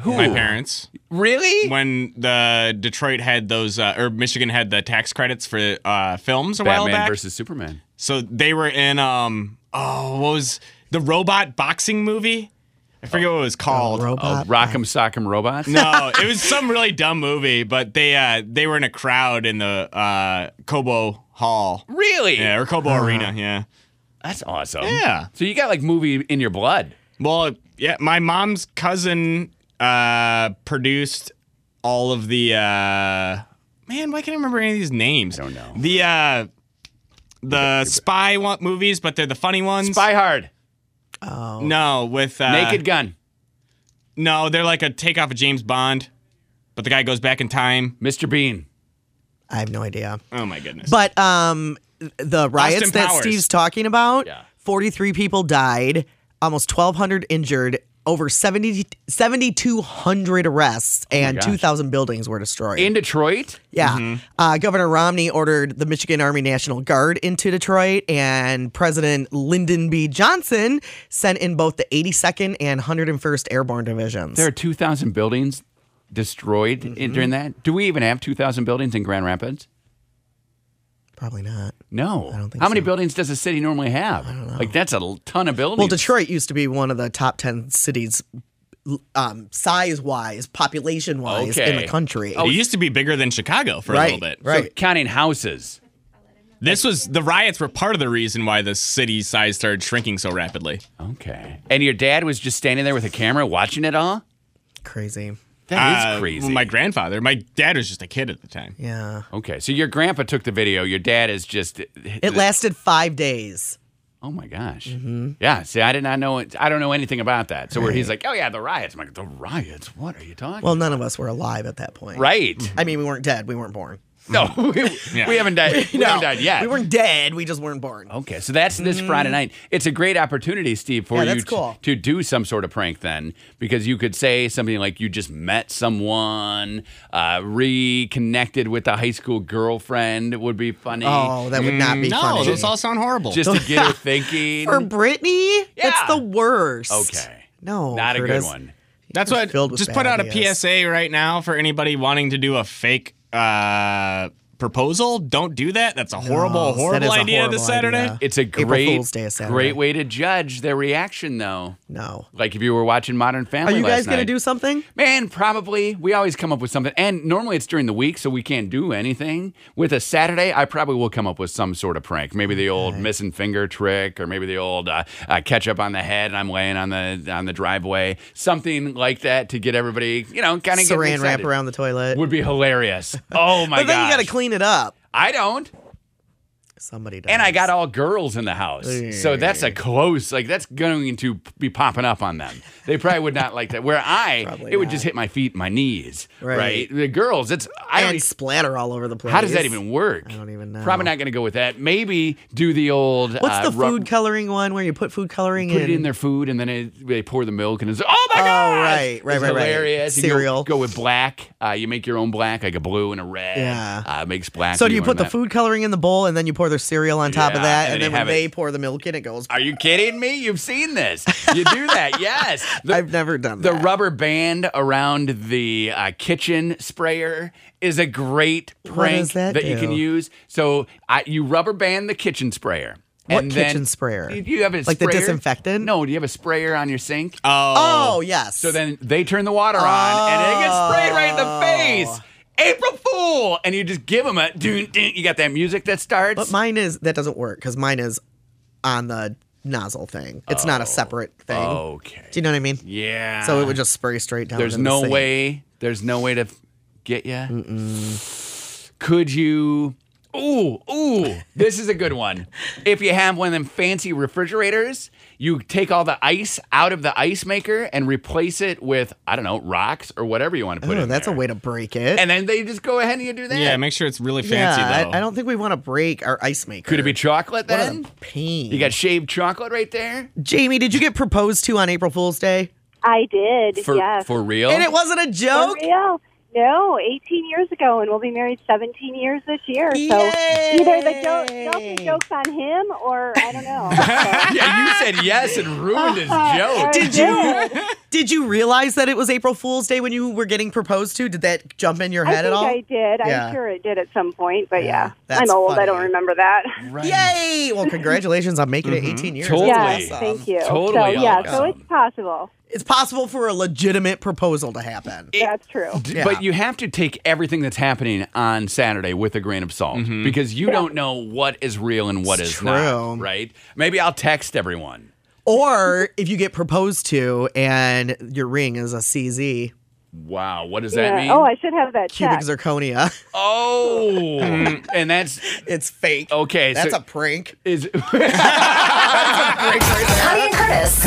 Who? My parents. Really? When the Detroit had those, uh, or Michigan had the tax credits for uh, films a while Batman back. versus Superman. so they were in, um, oh, what was the robot boxing movie? I forget what it was called. Oh, Robot. Rock'em Sock'em Robots. no, it was some really dumb movie, but they uh, they were in a crowd in the uh, Kobo Hall. Really? Yeah, or Kobo Uh-huh. Arena, yeah. That's awesome. Yeah. So you got like movie in your blood. Well, yeah, my mom's cousin uh, produced all of the. Uh, man, why can't I remember any of these names? I don't know. The uh, the spy one movies, but they're the funny ones. Spy Hard, Oh. No, with uh, Naked Gun, No, they're like a takeoff of James Bond, but the guy goes back in time. Mr. Bean. I have no idea. Oh my goodness. But um, the riots that Powers. Steve's talking about, Yeah. 43 people died, almost 1,200 injured, over 70, 7,200 arrests, and Oh gosh. 2,000 buildings were destroyed. In Mm-hmm. Detroit? yeah. Uh, Governor Romney ordered the Michigan Army National Guard into Detroit, and President Lyndon B. Johnson sent in both the 82nd and 101st Airborne Divisions. There are 2,000 buildings destroyed Mm-hmm. in, during that. Do we even have 2,000 buildings in Grand Rapids? Probably not. No. I don't think How many so. buildings does a city normally have? I don't know. Like, that's a l- ton of buildings. Well, Detroit used to be one of the top 10 cities um, size wise, population wise in Okay. Oh, the country. it used to be bigger than Chicago for right. a little bit. So Right. counting houses. This was the riots were part of the reason why the city size started shrinking so rapidly. Okay. And your dad was just standing there with a camera watching it all? Crazy. That is Uh, crazy. My grandfather, my dad was just a kid at the time. Yeah. okay. So your grandpa took the video. Your dad is just. It lasted five days. Oh my gosh. Yeah. See, I did not know it. I don't know anything about that. So where he's like, oh yeah, the riots. I'm like, the riots? What are you talking Well, none of us were alive at that point. Right. I mean, we weren't dead. We weren't born. No, we, we haven't died. We haven't died yet. We weren't dead. We just weren't born. Okay, so that's this Friday night. It's a great opportunity, Steve, for Mm. Yeah, you that's t- cool. to do some sort of prank then, because you could say something like you just met someone, uh, reconnected with a high school girlfriend would be funny. Oh, that would not be funny. Mm, sound horrible. Just to get her thinking. For Brittany, Yeah. that's the worst. Okay. No. Not a good Oh, Curtis. one. That's Just what. filled with Just bad put out a ideas. PSA right now for anybody wanting to do a fake uh, proposal. Don't do that. That's a horrible, that horrible is a idea horrible this Saturday. idea. It's a April great, Fool's Day is Saturday. great way to judge their reaction, though. No. Like if you were watching Modern Are Family. you guys going to do something? Man, probably. We always come up with something. And normally it's during the week, so we can't do anything. With a Saturday, I probably will come up with some sort of prank. Maybe the old missing finger trick, or maybe the old uh, uh, catch up on the head and I'm laying on the on the driveway. Something like that to get everybody, you know, kind of get Saran wrap excited. around the toilet. Would be hilarious. Oh my but then you god! got to clean it up. I don't, Somebody does. and I got all girls in the house, so that's a close. Like that's going to be popping up on them. They probably would not like that. Where I, Probably it would not. just hit my feet, and my knees, right? Right. The girls, it's I don't and splatter all over the place. How does that even work? I don't even know. Probably not going to go with that. Maybe do the old. What's uh, the ru- food coloring one where you put food coloring in? Put it in their food, and then it, they pour the milk, and it's oh my Oh, god! right, right, it's right, right. hilarious. You go- Cereal. Go, with black. Uh, you make your own black, like a blue and a red. Yeah. uh, makes black. So when do you learn put the that. food coloring in the bowl and then you pour their cereal on top Yeah, of that, and and, they then when have it- they pour the milk in, it goes. Are you kidding me? You've seen this. You do that, yes. The- I've never done The that. rubber band around the uh, kitchen sprayer is a great does prank that you can do? use. So I, you rubber band the kitchen sprayer. What and then- kitchen sprayer? Do you have a Like the sprayer? disinfectant? No, do you have a sprayer on your sink? Oh, Oh, yes. So then they turn the water on and it gets sprayed right in Oh. the face. April Fool! And you just give them a dun, dun, you got that music that starts. but mine is that doesn't work because mine is on the nozzle thing. It's not a separate thing. okay. Do you know what I mean? Oh. Yeah. So it would just spray straight down. There's into the no sink. way. There's no way to f- get you. Could you? Ooh, ooh! This is a good one. If you have one of them fancy refrigerators, you take all the ice out of the ice maker and replace it with I don't know rocks or whatever you want to put Oh, in that's there. a way to break it. And then they just go ahead and you do that. yeah. Make sure it's really yeah, fancy though. I, I don't think we want to break our ice maker. Could it be chocolate What then? a pain. You got shaved chocolate right there Jamie. Did you get proposed to on April Fool's Day? I did. for yes. for real. And it wasn't a For joke. real. No, 18 years ago, and we'll be married 17 years this year. So Yay! either the joke, the joke's on him, or I don't know. So- yeah, you said yes and ruined his joke. Did you? Did you realize that it was April Fool's Day when you were getting proposed to? Did that jump in your I head think at all? I did. Yeah. I'm sure it did at some point, but Yeah, yeah, that's I'm old. I don't funny. remember that. Yay! Well, congratulations on making it 18 years. That's Mm-hmm. Totally. Yes, awesome. thank you. Totally so yeah, so awesome. it's possible. It's possible for a legitimate proposal to happen. That's true. D- Yeah. But you have to take everything that's happening on Saturday with a grain of salt because you don't know what is real and what is Mm-hmm. It's not. true. Right? Maybe I'll text everyone. Or if you get proposed to and your ring is a CZ, Wow, what does Yeah. that mean? Oh, I should have that cubic checked. zirconia, Oh, and that's it's fake. okay. That's so a prank. is Connie and Curtis.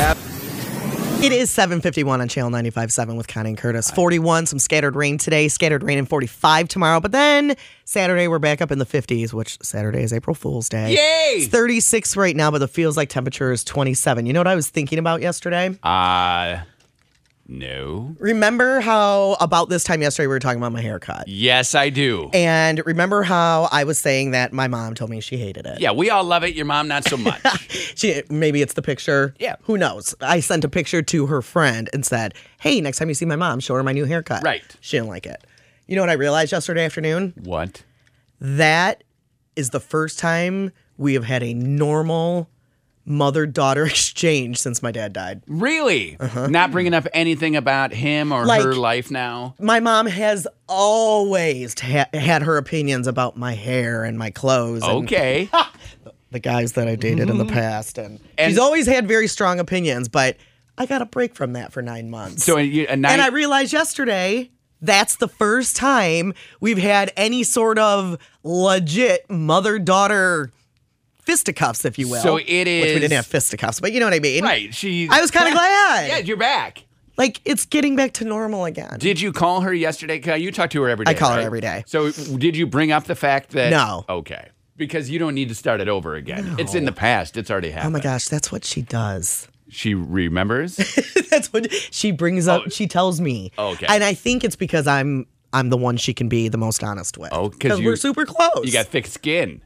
It is 751 on Channel 95.7 with Connie and Curtis. 41, some scattered rain today, scattered rain in 45 tomorrow. But then Saturday, we're back up in the 50s, which Saturday is April Fool's Day. It's yay. 36 right now, but the feels like temperature is 27. You know what I was thinking about yesterday? Uh no. Remember how about this time yesterday we were talking about my haircut? Yes, I do. And remember how I was saying that my mom told me she hated it? Yeah, we all love it. Your mom not so much. She, maybe it's the picture. Yeah. Who knows? I sent a picture to her friend and said, hey, next time you see my mom, show her my new haircut. Right. She didn't like it. You know what I realized yesterday afternoon? what? That is the first time we have had a normal mother daughter exchange since my dad died. Really? Not bringing up anything about him or Uh-huh. Like- her life now. My mom has always ha- had her opinions about my hair and my clothes. and Okay. the guys that I dated in the past, and, Mm-hmm. And- she's always had very strong opinions. But I got a break from that for nine months. so you, a night, and I realized yesterday that's the first time we've had any sort of legit mother daughter fisticuffs, if you will. So it Which we is- didn't have fisticuffs, but you know what I mean. right. She. I was kind of glad. Yeah, you're back. Like it's getting back to normal again. Did you call her yesterday? 'Cause You talk to her every day. I call her right? every day. So did you bring up the fact that? No. Okay. Because you don't need to start it over again. It's in the past. It's already Oh happened. my gosh, that's what she does. She remembers. That's what she brings up. She tells me. Oh. Okay. And I think it's because I'm I'm the one she can be the most honest with. Oh, 'cause you- we're super close. you got thick skin,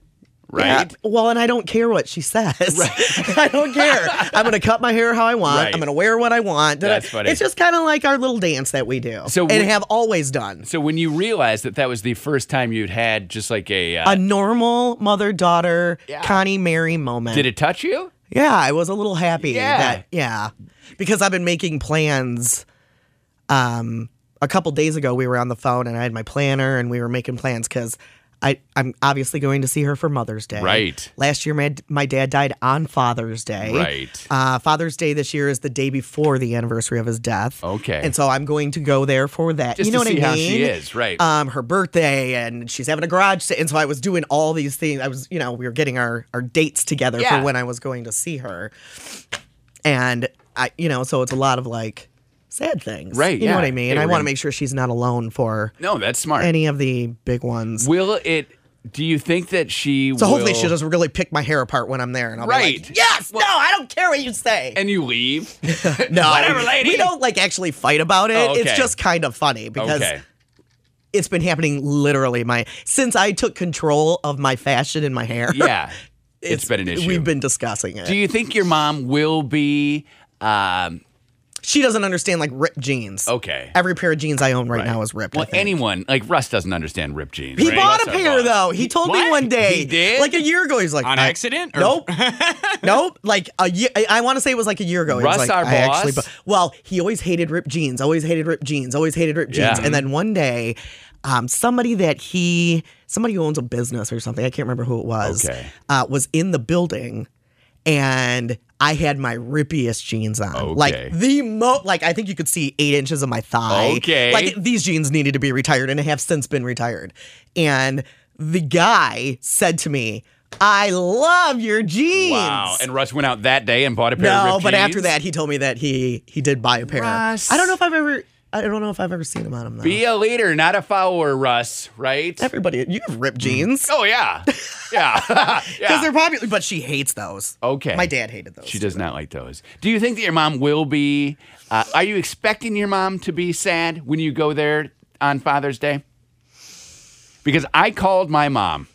Yeah. right? Well, and I don't care what she says. I don't care. I'm gonna cut my hair how I want. Right. I'm gonna wear what I want. Da- da- That's funny. It's just kind of like our little dance that we do, So and we- have always done. So when you realized that that was the first time you'd had just like a, uh, A normal mother daughter Yeah. Connie Mary moment. did it touch you? Yeah, I was a little happy. Yeah. That, yeah. Because I've been making plans. Um, a couple days ago, we were on the phone and I had my planner and we were making plans because I'm obviously going to see her for Mother's Day. Right. Last year, my, my dad died on Father's Day. Right. Uh, Father's Day this year is the day before the anniversary of his death. Okay. And so I'm going to go there for that. Just you know to what see I how mean? she is, right? um, her birthday and she's having a garage sale. And so I was doing all these things. I was, you know, we were getting our, our dates together Yeah. for when I was going to see her. And I, you know, so it's a lot of like sad things. Right, You know what yeah. I mean? Hey, I want we're to gonna- make sure she's not alone for no, that's smart. any of the big ones. will it? Do you think that she? so hopefully will- she'll just really pick my hair apart when I'm there. And I'll be Right. like, yes, Well- no, I don't care what you say. And you leave. no, whatever, lady. We don't like actually fight about it. Oh, okay. It's just kind of funny because okay. it's been happening literally my since I took control of my fashion and my hair. Yeah. it's been an issue. We've been discussing it. Do you think your mom will be? Um, she doesn't understand like ripped jeans. okay. Every pair of jeans I own right, now is ripped. I Well, think. anyone like Russ doesn't understand ripped jeans. he right? bought Russ a our pair boss. though. He told me What? one day, He did? like a year ago. He's like On I- accident? Or- Nope. nope. Like a year. I, I want to say it was like a year ago. He was Russ, like, our I actually boss? bu- well, he always hated ripped jeans. Always hated ripped jeans. Always hated ripped Yeah. jeans. And then one day, um, somebody that he, somebody who owns a business or something, I can't remember who it was, Okay. uh, was in the building, and I had my rippiest jeans on, Okay. like the mo, like I think you could see eight inches of my thigh. Okay. like these jeans needed to be retired and have since been retired. And the guy said to me, I love your jeans. Wow. And Russ went out that day and bought a pair of no, ripped but after jeans? that he told me that he he did buy a pair. Russ. I don't know if I've ever I don't know if I've ever seen him on him though. Be a leader, not a follower, Russ, right? Everybody you have ripped jeans. Oh, yeah. Yeah. Because yeah. they're popular, but she hates those. Okay. My dad hated those. She does not like those. Do you think that your mom will be? Uh, are you expecting your mom to be sad when you go there on Father's Day? Because I called my mom.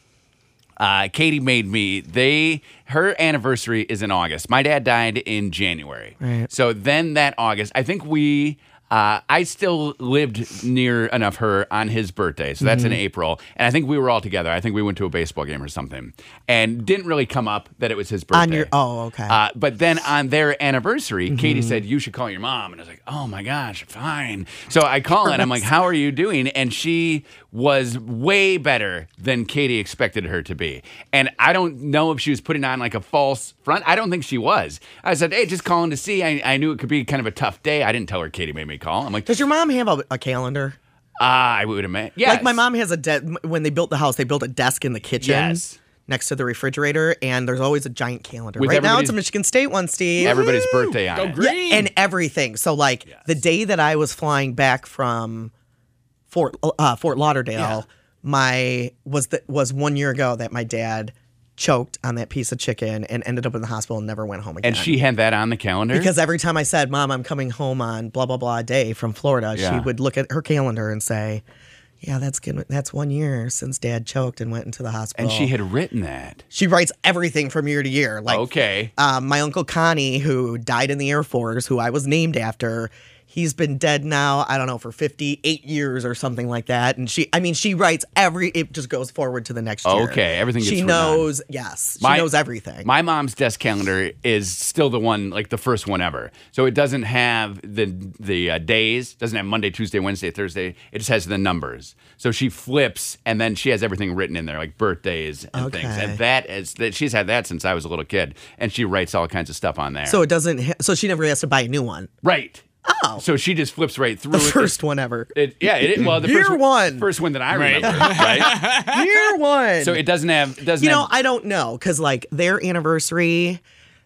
Uh, Katie made me. They her anniversary is in August. My dad died in January. Right. So then that August, I think we. Uh, I still lived near enough her on his birthday, so Mm-hmm. that's in April, and I think we were all together. I think we went to a baseball game or something, and didn't really come up that it was his birthday. On your oh okay. Mm-hmm. Uh, but then on their anniversary, Katie said, You should call your mom. And I was like, Oh my gosh, fine. So I call and I'm like, How are you doing? And she was way better than Katie expected her to be. And I don't know if she was putting on like a false front. I don't think she was. I said, Hey, just calling to see. I, I knew it could be kind of a tough day. I didn't tell her Katie made me call. I'm like, Does your mom have a, a calendar? Ah, I would have meant. Yeah. Like my mom has a de- when they built the house, they built a desk in the kitchen. Yes. Next to the refrigerator, and there's always a giant calendar. With right now, it's a everybody's- Michigan State one, Steve. Everybody's birthday on Go it. green. and everything. So like the day that I was flying back from Fort uh, Fort Lauderdale, my was the, was one year ago that my dad choked on that piece of chicken and ended up in the hospital and never went home again. And she had that on the calendar. because every time I said, "Mom, I'm coming home on blah blah blah day from Florida," Yeah. she would look at her calendar and say, "Yeah, that's good. That's one year since Dad choked and went into the hospital." and she had written that. she writes everything from year to year. Oh. Like Okay. um, my uncle Connie, who died in the Air Force, who I was named after, he's been dead now, I don't know, for 58 years or something like that. And she, I mean, she writes every, it just goes forward to the next year. Okay, everything She gets written on. knows, yes. She My- knows everything. My mom's desk calendar is still the one, like the first one ever. So it doesn't have the the uh, days, doesn't have Monday, Tuesday, Wednesday, Thursday. It just has the numbers. So she flips, and then she has everything written in there, like birthdays and things. Okay. And that is that she's had that since I was a little kid, and she writes all kinds of stuff on there. so it doesn't, ha- so she never has to buy a new one. right. Oh. So she just flips right through The it. first one ever. It, yeah, it, well, the Year first one. first one that I Right. remember, right? Year one. So it doesn't have doesn't you know, have, I don't know because like their anniversary,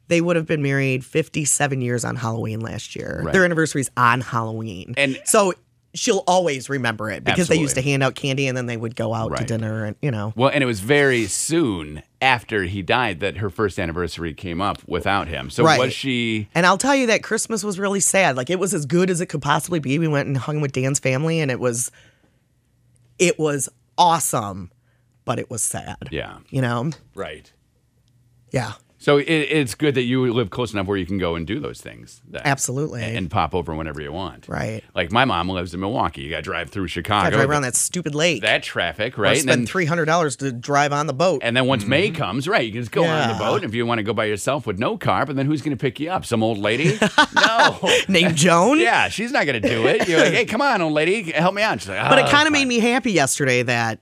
they would have been married 57 years on Halloween last year. Right. Their anniversary's on Halloween, And- so she'll always remember it because they used to Absolutely. hand out candy and then they would go out to Right. dinner and you know. Well, and it was very soon after he died that her first anniversary came up without him. So Right. was she? And I'll tell you that Christmas was really sad. Like it was as good as it could possibly be. We went and hung with Dan's family, and it was, it was awesome, but it was sad. Yeah. You know. Right. Yeah. So it, it's good that you live close enough where you can go and do those things. That, Absolutely. And, and pop over whenever you want. Right. Like my mom lives in Milwaukee. You got to drive through Chicago. I drive around that stupid lake. that traffic, I right? And then, spend three hundred dollars to drive on the boat. and then once May comes, right, you can just go on Yeah. the boat. And if you want to go by yourself with no car, but then who's going to pick you up? Some old lady? no. named Joan. Yeah, she's not going to do it. You're like, hey, come on, old lady, help me out. She's like, But it "Oh, kind of made me happy yesterday that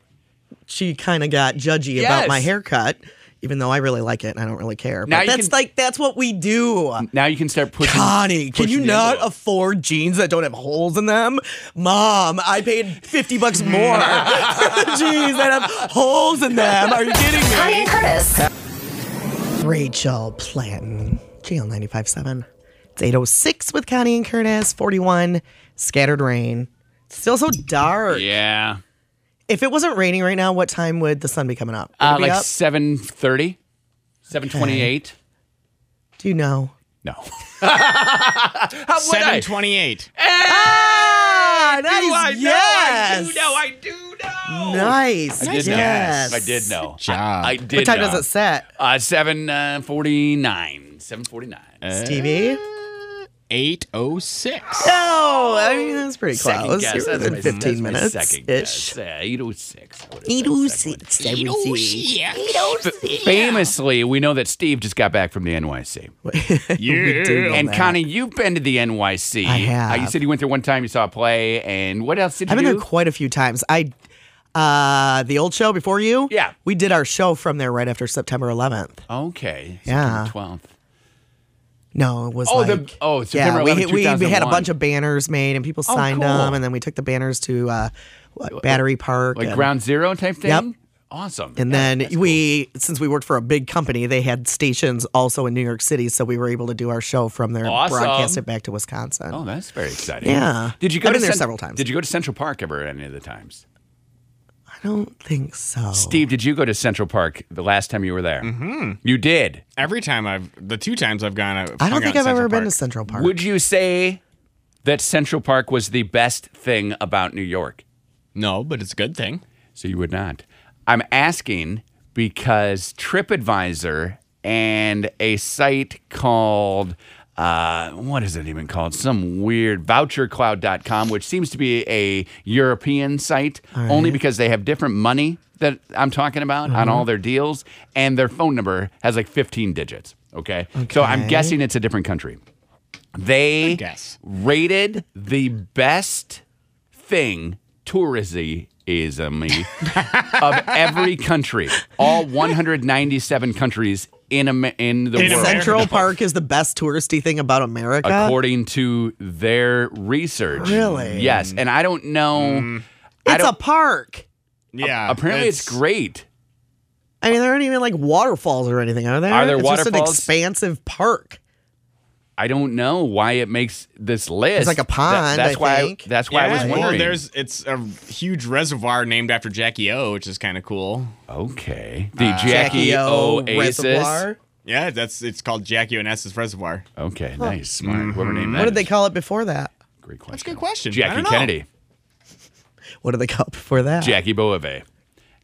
she kind of got judgy about Yes. my haircut, even though I really like it and I don't really care. Now But you that's can- like that's what we do. Now you can start pushing. Connie, can you pushing the not envelope. afford jeans that don't have holes in them? Mom, I paid 50 bucks more for the jeans that have holes in them. Are you kidding me? Connie and Curtis. Rachel Planton, GL 95.7. It's 806 with Connie and Curtis, 41, scattered rain. It's still so dark. Yeah, If it wasn't raining right now, what time would the sun be coming up? Would it uh, be like up? seven thirty, seven twenty-eight. Do you know? No. How would Seven twenty-eight. Ah, I nice. know, yes. I do know. I do know. Nice. I did yes. know. I did know. job. I, I did. What time know. does it set, Uh, seven uh, forty-nine. Seven forty-nine. Uh, Stevie? Eight oh six. No, Oh, I mean that's pretty close. Second You guess. were That's within my, that's fifteen my minutes Second ish. guess. Uh, Eight oh six. Eight oh six. seven oh six. Famously, we know that Steve just got back from the NYC. Yeah. And Connie, you've been to the NYC. I have. Uh, you said you went there one time. You saw a play, and what else did I've you been there do? quite a few times. I uh the old show before you? Yeah. We did our show from there right after September 11th. okay, Yeah. September twelfth. No, it was Oh, the- like oh, September yeah, 11th, we, we we had a 2001. bunch of banners made and people signed Oh, cool. them and then we took the banners to uh what, Battery Park like and, ground zero type thing. Yep. Awesome. and Yeah, then that's we since we worked for a big company, they had stations also in New York City so we were able to do our show from there Awesome. and broadcast it back to Wisconsin. cool. Oh, that's very exciting. Yeah. Did you go I've to been there Cen- several times. Oh. Did you go to Central Park ever any of the times? I don't think so. Steve, did you go to Central Park the last time you were there? Mm-hmm. You did. Every time I've the two times I've gone, I've I don't hung think out I've in ever Central been to Park. Central Park. Would you say that Central Park was the best thing about New York? No, but it's a good thing. So you would not. I'm asking because TripAdvisor and a site called uh, what is it even called? Some weird vouchercloud.com, which seems to be a European site, only because they have different money that I'm talking about on all their deals, and their phone number has like 15 digits. Okay. So I'm Okay. guessing it's a different country. They guess. rated the best thing touristy is of every country, all 197 countries in Am- in the In world. America. Central Park is the best touristy thing about America. According to their research. Really? Yes. And I don't know. Mm-hmm. I it's a don't, park. Yeah. apparently, it's, great. I mean, there aren't even like waterfalls or anything, are there? Are there it's just an waterfalls? expansive park. I don't know why it makes this list. like a That- pond, that's I why. think. I, that's why I was Yeah, wondering. Well, there's it's a huge reservoir named after Jackie O, which is kind of cool. okay. The Jackie, Uh, O Oasis. Reservoir. Yeah, that's it's called Jackie Onassis Reservoir. Okay. Nice. Smart. Whoever named that. What did they is. call it before that? Great question. Mm-hmm. That's a good question. I Jackie don't know. Kennedy. What did they call it before that? Jackie Boave.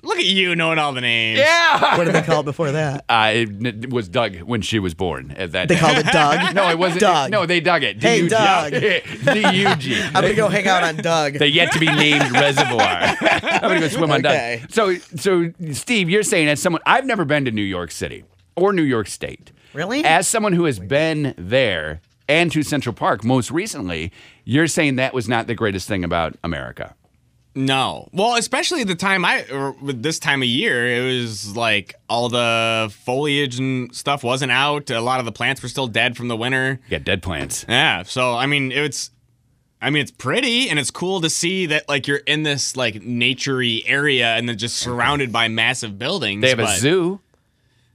Look at you knowing all the names. Yeah. What did they call it before that? Uh, it n- was Doug when she was born. At that They day. called it Doug. No, it wasn't. Doug. No, they dug it. Hey, D-U-G. Doug. D-U-G. I'm gonna go hang out on Doug. The yet to be named reservoir. I'm gonna go swim on Okay. Doug. So, so Steve, you're saying as someone I've never been to New York City or New York State. Really? As someone who has been there and to Central Park most recently, you're saying that was not the greatest thing about America. No. Well, especially the time I or with this time of year, it was like all the foliage and stuff wasn't out. A lot of the plants were still dead from the winter. You got dead plants. Yeah. So I mean, it's, I mean, it's pretty and it's cool to see that like you're in this like naturey area and then just surrounded by massive buildings. They have a but zoo.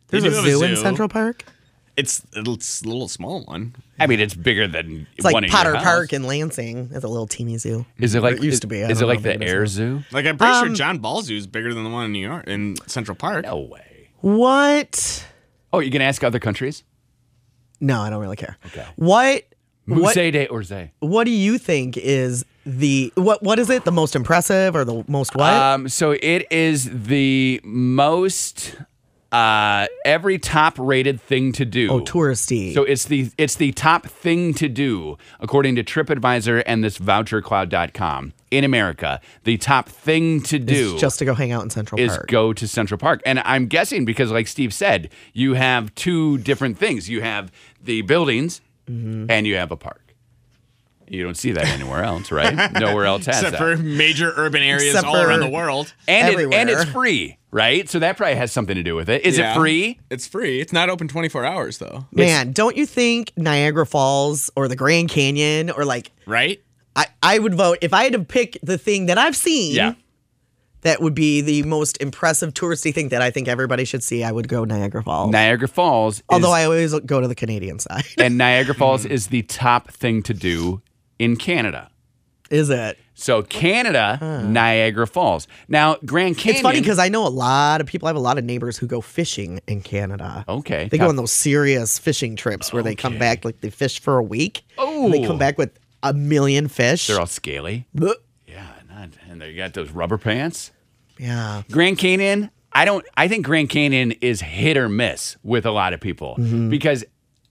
they There's do a have zoo, in Central Park. It's it's a little small one. I mean, it's bigger than It's like one Potter of your Park house. in Lansing. It's a little teeny zoo. Is it like it used to be. I Is it don't like know the if it is air now. zoo? Like I'm pretty sure Um, John Ball Zoo is bigger than the one in New York in Central Park. No way. What? Oh, you can ask other countries. No, I don't really care. Okay. What? What? Musée de Orsay. What do you think is the what? What is it? The most impressive or the most what? Um, so it is the most uh, every top rated thing to do. oh, touristy. So it's the it's the top thing to do according to TripAdvisor and this vouchercloud.com in America. The top thing to do It's just to go hang out in Central is Park. go to Central Park. And I'm guessing because like Steve said, you have two different things. You have the buildings Mm-hmm. and you have a park. You don't see that anywhere else, right? Nowhere else has Except that. for major urban areas Except all around for- the world. and it, and everywhere. it's free, right? So that probably has something to do with it. Is Yeah. it free? It's free. It's not open 24 hours though. Man, don't you think Niagara Falls or the Grand Canyon or like Right? I, I would vote if I had to pick the thing that I've seen Yeah. that would be the most impressive touristy thing that I think everybody should see, I would go Niagara Falls. Niagara Falls. Although is, I Mm-hmm. always go to the Canadian side. and Niagara Falls is the top thing to do in Canada. Is it? So Canada, Niagara Falls. Now Grand Canyon. It's funny because I know a lot of people. I have a lot of neighbors who go fishing in Canada. okay, They go on those serious fishing trips where they come back like they fish for a week. and they Oh. come back with a million fish. they're all scaly. Yeah, not, and they got those rubber pants. yeah. Grand Canyon, I don't I think Grand Canyon is hit or miss with a lot of people Mm-hmm. because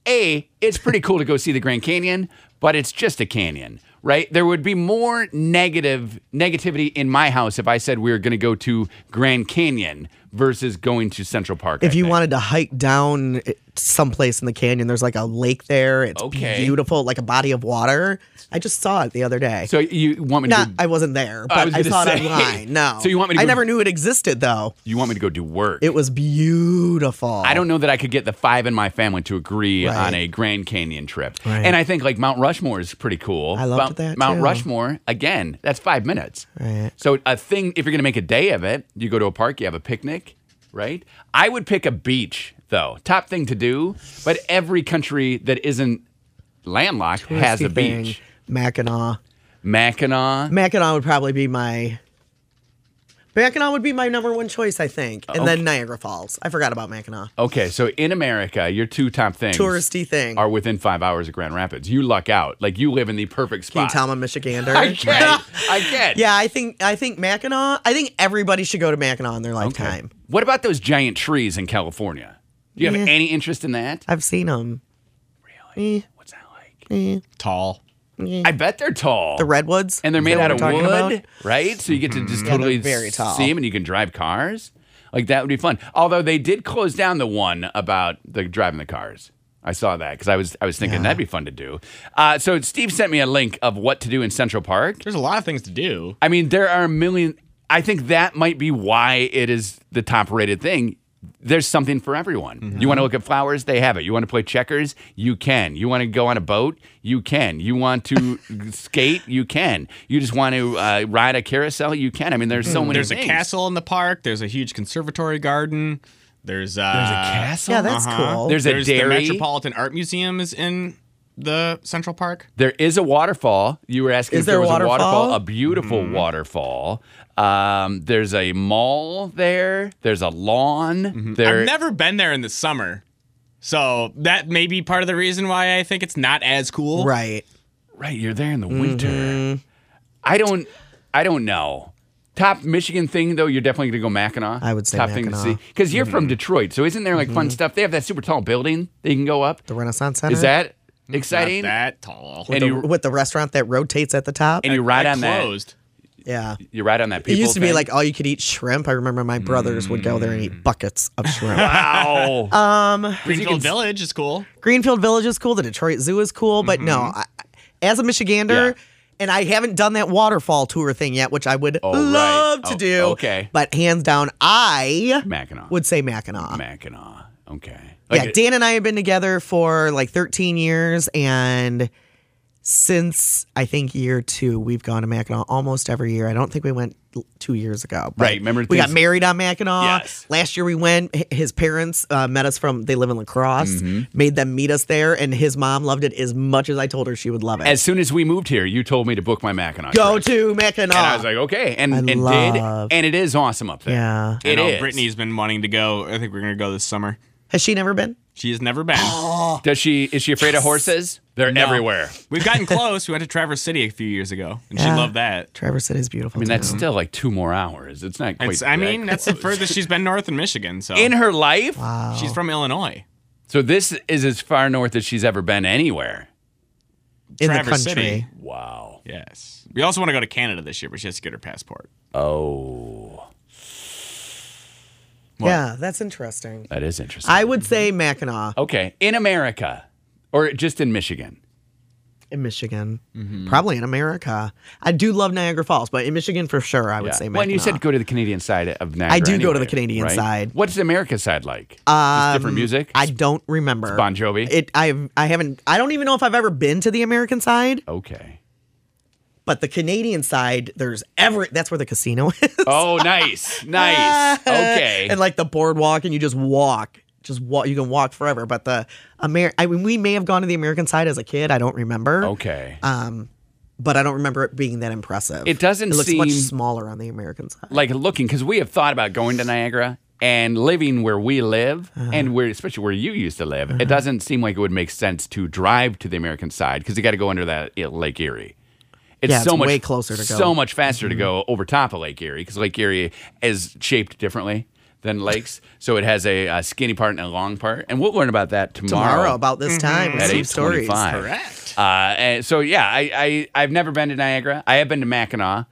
A, it's pretty cool to go see the Grand Canyon, but it's just a canyon, right? There would be more negative negativity in my house if I said we were going to go to Grand Canyon versus going to Central Park. If I you think. wanted to hike down it- someplace in the canyon, there's like a lake there. It's Okay. beautiful, like a body of water. I just saw it the other day. So you want me to Not, do- I wasn't there, but I was I, gonna saw it say. online. No. So you want me to I go- never knew it existed though. you want me to go do work. It was beautiful. I don't know that I could get the five in my family to agree Right. on a Grand Canyon trip. Right. And I think like Mount Rushmore is pretty cool. I loved Mount, that, Mount too. Rushmore again. That's five minutes. Right. So a thing if you're gonna make a day of it, you go to a park, you have a picnic, right? I would pick a beach though. Top thing to do, but every country that isn't landlocked has a Touristy thing. beach. Mackinac. Mackinac. Mackinac would probably be my Mackinac would be my number one choice, I think. And then Niagara Falls. I forgot about Mackinac. Okay, so in America, your two top things Touristy thing. are within five hours of Grand Rapids. You luck out. Like you live in the perfect Can you spot. tell I'm a Michigander? I get. I get. yeah, I think I think Mackinac. I think everybody should go to Mackinac in their lifetime. What about those giant trees in California? Do you have Yeah. Eh. any interest in that? I've seen them. Really? What's that like? Tall. I bet they're tall. Eh. The redwoods. and they're Is made that out what of we're wood, talking about? Mm-hmm. right? So you get to just Yeah, they're totally very tall. see them, and you can drive cars. Like that would be fun. Although they did close down the one about the driving the cars. I saw that because I was I was thinking that'd be fun to do. Uh, so Steve sent me a link of what to do in Central Park. There's a lot of things to do. I mean, there are a million. I think that might be why it is the top rated thing. There's something for everyone. You want to look at flowers? They have it. You want to play checkers? You can. You want to go on a boat? You can. You want to skate? You can. You just want to uh, ride a carousel? You can. I mean, there's so many Mm-hmm. There's a things. castle in the park. There's a huge conservatory garden. There's, uh, There's a castle? Uh-huh. Yeah, that's cool. There's a the dairy. Metropolitan Art Museum is in the Central Park. There is a waterfall. You were asking Is if there there a was a waterfall, waterfall? a beautiful Mm-hmm. waterfall. Um, there's a mall there. There's a lawn. There, Mm-hmm. I've never been there in the summer. So that may be part of the reason why I think it's not as cool. Right. Right, you're there in the winter. Mm-hmm. I don't I don't know. Top Michigan thing though, you're definitely gonna go Mackinac. I would say top thing to Mackinac. Mm-hmm. see because you're from Detroit, so isn't there like fun stuff? They have that super tall building that you can go up. The Renaissance Center. Is that Not exciting? that tall. And the, you with the restaurant that rotates at the top? and you ride That on that. closed. yeah. You ride on that. It People used to be thing. like all you could eat shrimp. I remember my brothers would go there and Mm. eat buckets of shrimp. wow. Greenfield Village is cool. Greenfield Village is cool. The Detroit Zoo is cool. But no, I, I- as a Michigander, Mm-hmm. Yeah. and I haven't done that waterfall tour thing yet, which I would Oh, right. love to Oh, do. okay. But hands down, I Mackinac. would say Mackinac. Mackinac. Okay. yeah, Like, Dan and I have been together for like 13 years, and since I think year two, we've gone to Mackinac almost every year. I don't think we went l- two years ago. but Right, remember we got things- married on Mackinac. Yes. Last year we went. H- His parents uh, met us from. They live in Lacrosse. Mm-hmm. Made them meet us there, and his mom loved it as much as I told her she would love it. As soon as we moved here, you told me to book my Mackinac. Go trip. to Mackinac. And I was like, okay, and I and love- did, and it is awesome up there. yeah. It I know is. Brittany's been wanting to go. I think we're gonna go this summer. Has she never been? She has never been. Does she? Is she afraid of horses? They're No. everywhere. We've gotten close. We went to Traverse City a few years ago, and she Yeah. loved that. Traverse City is beautiful. I mean, that's still like two more hours. It's not quite. It's, I that mean, that's the close. furthest she's been north in Michigan. So in her life. she's from Illinois. So this is as far north as she's ever been anywhere. in the country. Traverse City. Wow. Yes. We also want to go to Canada this year, but she has to get her passport. Oh, Yeah, that's interesting. that is interesting. I would say Mackinac. okay, in America, or just in Michigan. in Michigan, Mm-hmm. probably in America. I do love Niagara Falls, but in Michigan for sure, I would say Mackinac. When you said go to the Canadian side of Niagara, I do go to anyway, the Canadian right? side. What's the America side like? Um, different music. I don't remember Bon Jovi? It I I haven't I don't even know if I've ever been to the American side, okay. but the Canadian side there's every that's where the casino is. Oh, nice, nice. Okay. and like the boardwalk, and you just walk, just walk. You can walk forever. But the Amer I mean, we may have gone to the American side as a kid. I don't remember. okay. but I don't remember it being that impressive. It doesn't It looks much seem- smaller on the American side. like looking because we have thought about going to Niagara and living where we live Uh-huh. and where especially where you used to live. It doesn't seem like it would make sense to drive to the American side because you got to go under that uh, Lake Erie. It's Yeah, so it's much way closer to go. Mm-hmm. so much faster to go over top of Lake Erie because Lake Erie is shaped differently than lakes, so it has a, uh skinny part and a long part, and we'll learn about that tomorrow. tomorrow, about this time with at some stories. 8:25. Correct. Uh, and so yeah, I, I I've never been to Niagara. I have been to Mackinac.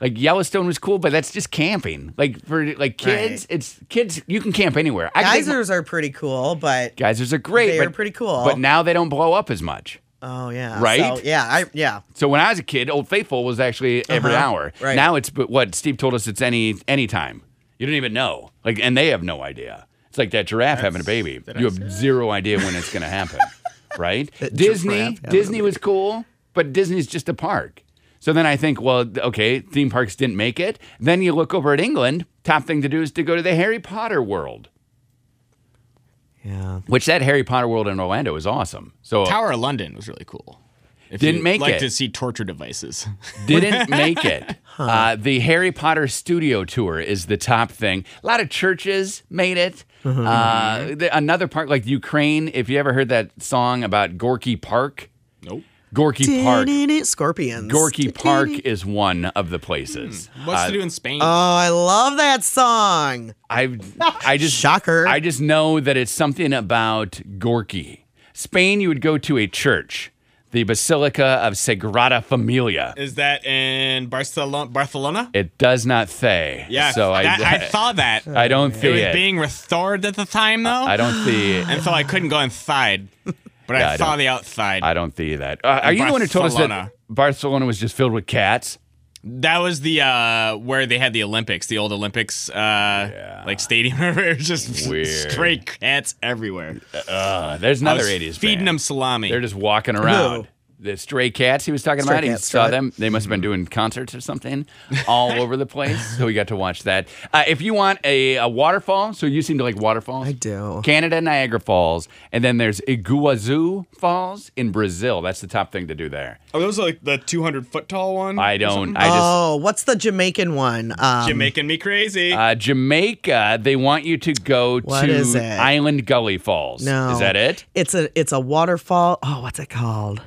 Like Yellowstone was cool, but that's just camping. Like for like kids, it's kids. You can camp anywhere. I can think- Geysers are pretty cool, but geysers are great. They are but- pretty cool. But now they don't blow up as much. oh yeah, Right? So, yeah, I yeah. So when I was a kid, Old Faithful was actually every Uh-huh. hour. Right. Now it's but what Steve told us. It's any any time. You don't even know. Like and they have no idea. It's like that giraffe having a baby. You have zero idea when it's going to happen. right? That Disney giraffe having Disney a was cool, but Disney's just a park. So then I think, well, th- okay, theme parks didn't make it. Then you look over at England. Top thing to do is to go to the Harry Potter world, Yeah. which that Harry Potter world in Orlando is awesome. So Tower of London was really cool. If Didn't you'd make like it. to see torture devices. didn't make it. Uh, the Harry Potter studio tour is the top thing. A lot of churches made it. Uh, the- another park like Ukraine. If you ever heard that song about Gorky Park, nope. Gorky Park, Did-it-it, Scorpions. Gorky Park Did-it-it. is one of the places. What's to do in Spain? Oh, I love that song. I I just Shocker. I just know that it's something about Gorky. Spain, you would go to a church, the Basilica of Sagrada Familia. Is that in Barcelona? Barcelona? It does not say. Yeah. So I that- I, saw that. I don't see it was it. being restored at the time, though. I don't see it. and so I couldn't go inside, but Yeah, I, I saw don't- the outside. I don't see that. Uh, are you the one who told us that Barcelona. Barcelona was just filled with cats? that was the uh, where they had the Olympics, the old Olympics, uh, like stadium. it was just Weird. stray cats everywhere. Uh, there's I another was 80s. feeding band. them salami. They're just walking around. Who? The stray cats he was talking Stray about, cats, he saw right. them. They must have been doing concerts or something all over the place. So we got to watch that. Uh, if you want a, a waterfall, so you seem to like waterfalls. I do. Canada, Niagara Falls, and then there's Iguazu Falls in Brazil. That's the top thing to do there. Are those like the 200 foot tall one? I don't. I just. oh, what's the Jamaican one? Um, You're making me crazy. Uh, Jamaica, they want you to go What to is it? Island Gully Falls. No, Is that it? It's a it's a waterfall. Oh, what's it called?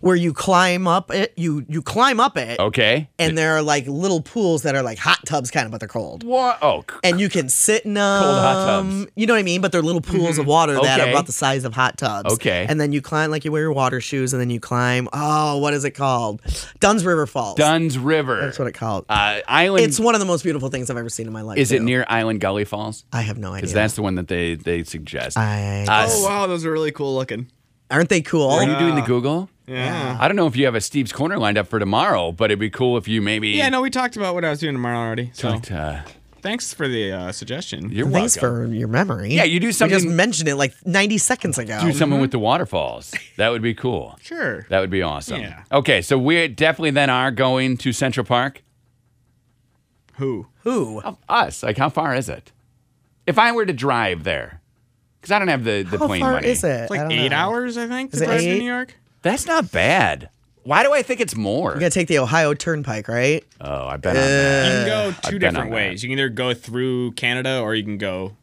Where you climb up it, you you climb up it, Okay. and there are like little pools that are like hot tubs, kind of, but they're cold. What? Oh, c- And you can sit in them. hot tubs. Mm-hmm. You know what I mean? But they're little pools of water that are Okay. about the size of hot tubs. Okay. And then you climb like you wear your water shoes, and then you climb. Oh, what is it called? Duns River Falls. Dunn's River. That's what it called. uh, Island. it's one of the most beautiful things I've ever seen in my life. is it too. near Island Gully Falls? I have no idea. Because that's the one that they they suggest. I, Oh, Uh, Oh, wow, those are really cool looking. aren't they cool? Are you doing the Google? Yeah. I don't know if you have a Steve's Corner lined up for tomorrow, but it'd be cool if you maybe. Yeah, no, we talked about what I was doing tomorrow already. So But, uh, thanks for the uh, suggestion. you're Thanks welcome. for your memory. Yeah, you do something- You just Mm-hmm. mentioned it like 90 seconds ago. Do something with the waterfalls. That would be cool. sure. That would be awesome. Yeah. Okay, so we definitely then are going to Central Park. Who? Who? Of us, like how far is it? If I were to drive there, because I don't have the the How plane far money. is it? It's I like don't eight know. hours, I think, Is to it drive to eight? New York. That's not bad. Why do I think it's more? You gotta take the Ohio Turnpike, right? oh, I Uh, bet on that. You can go Uh, I've two been on different that. ways. You can either go through Canada or you can go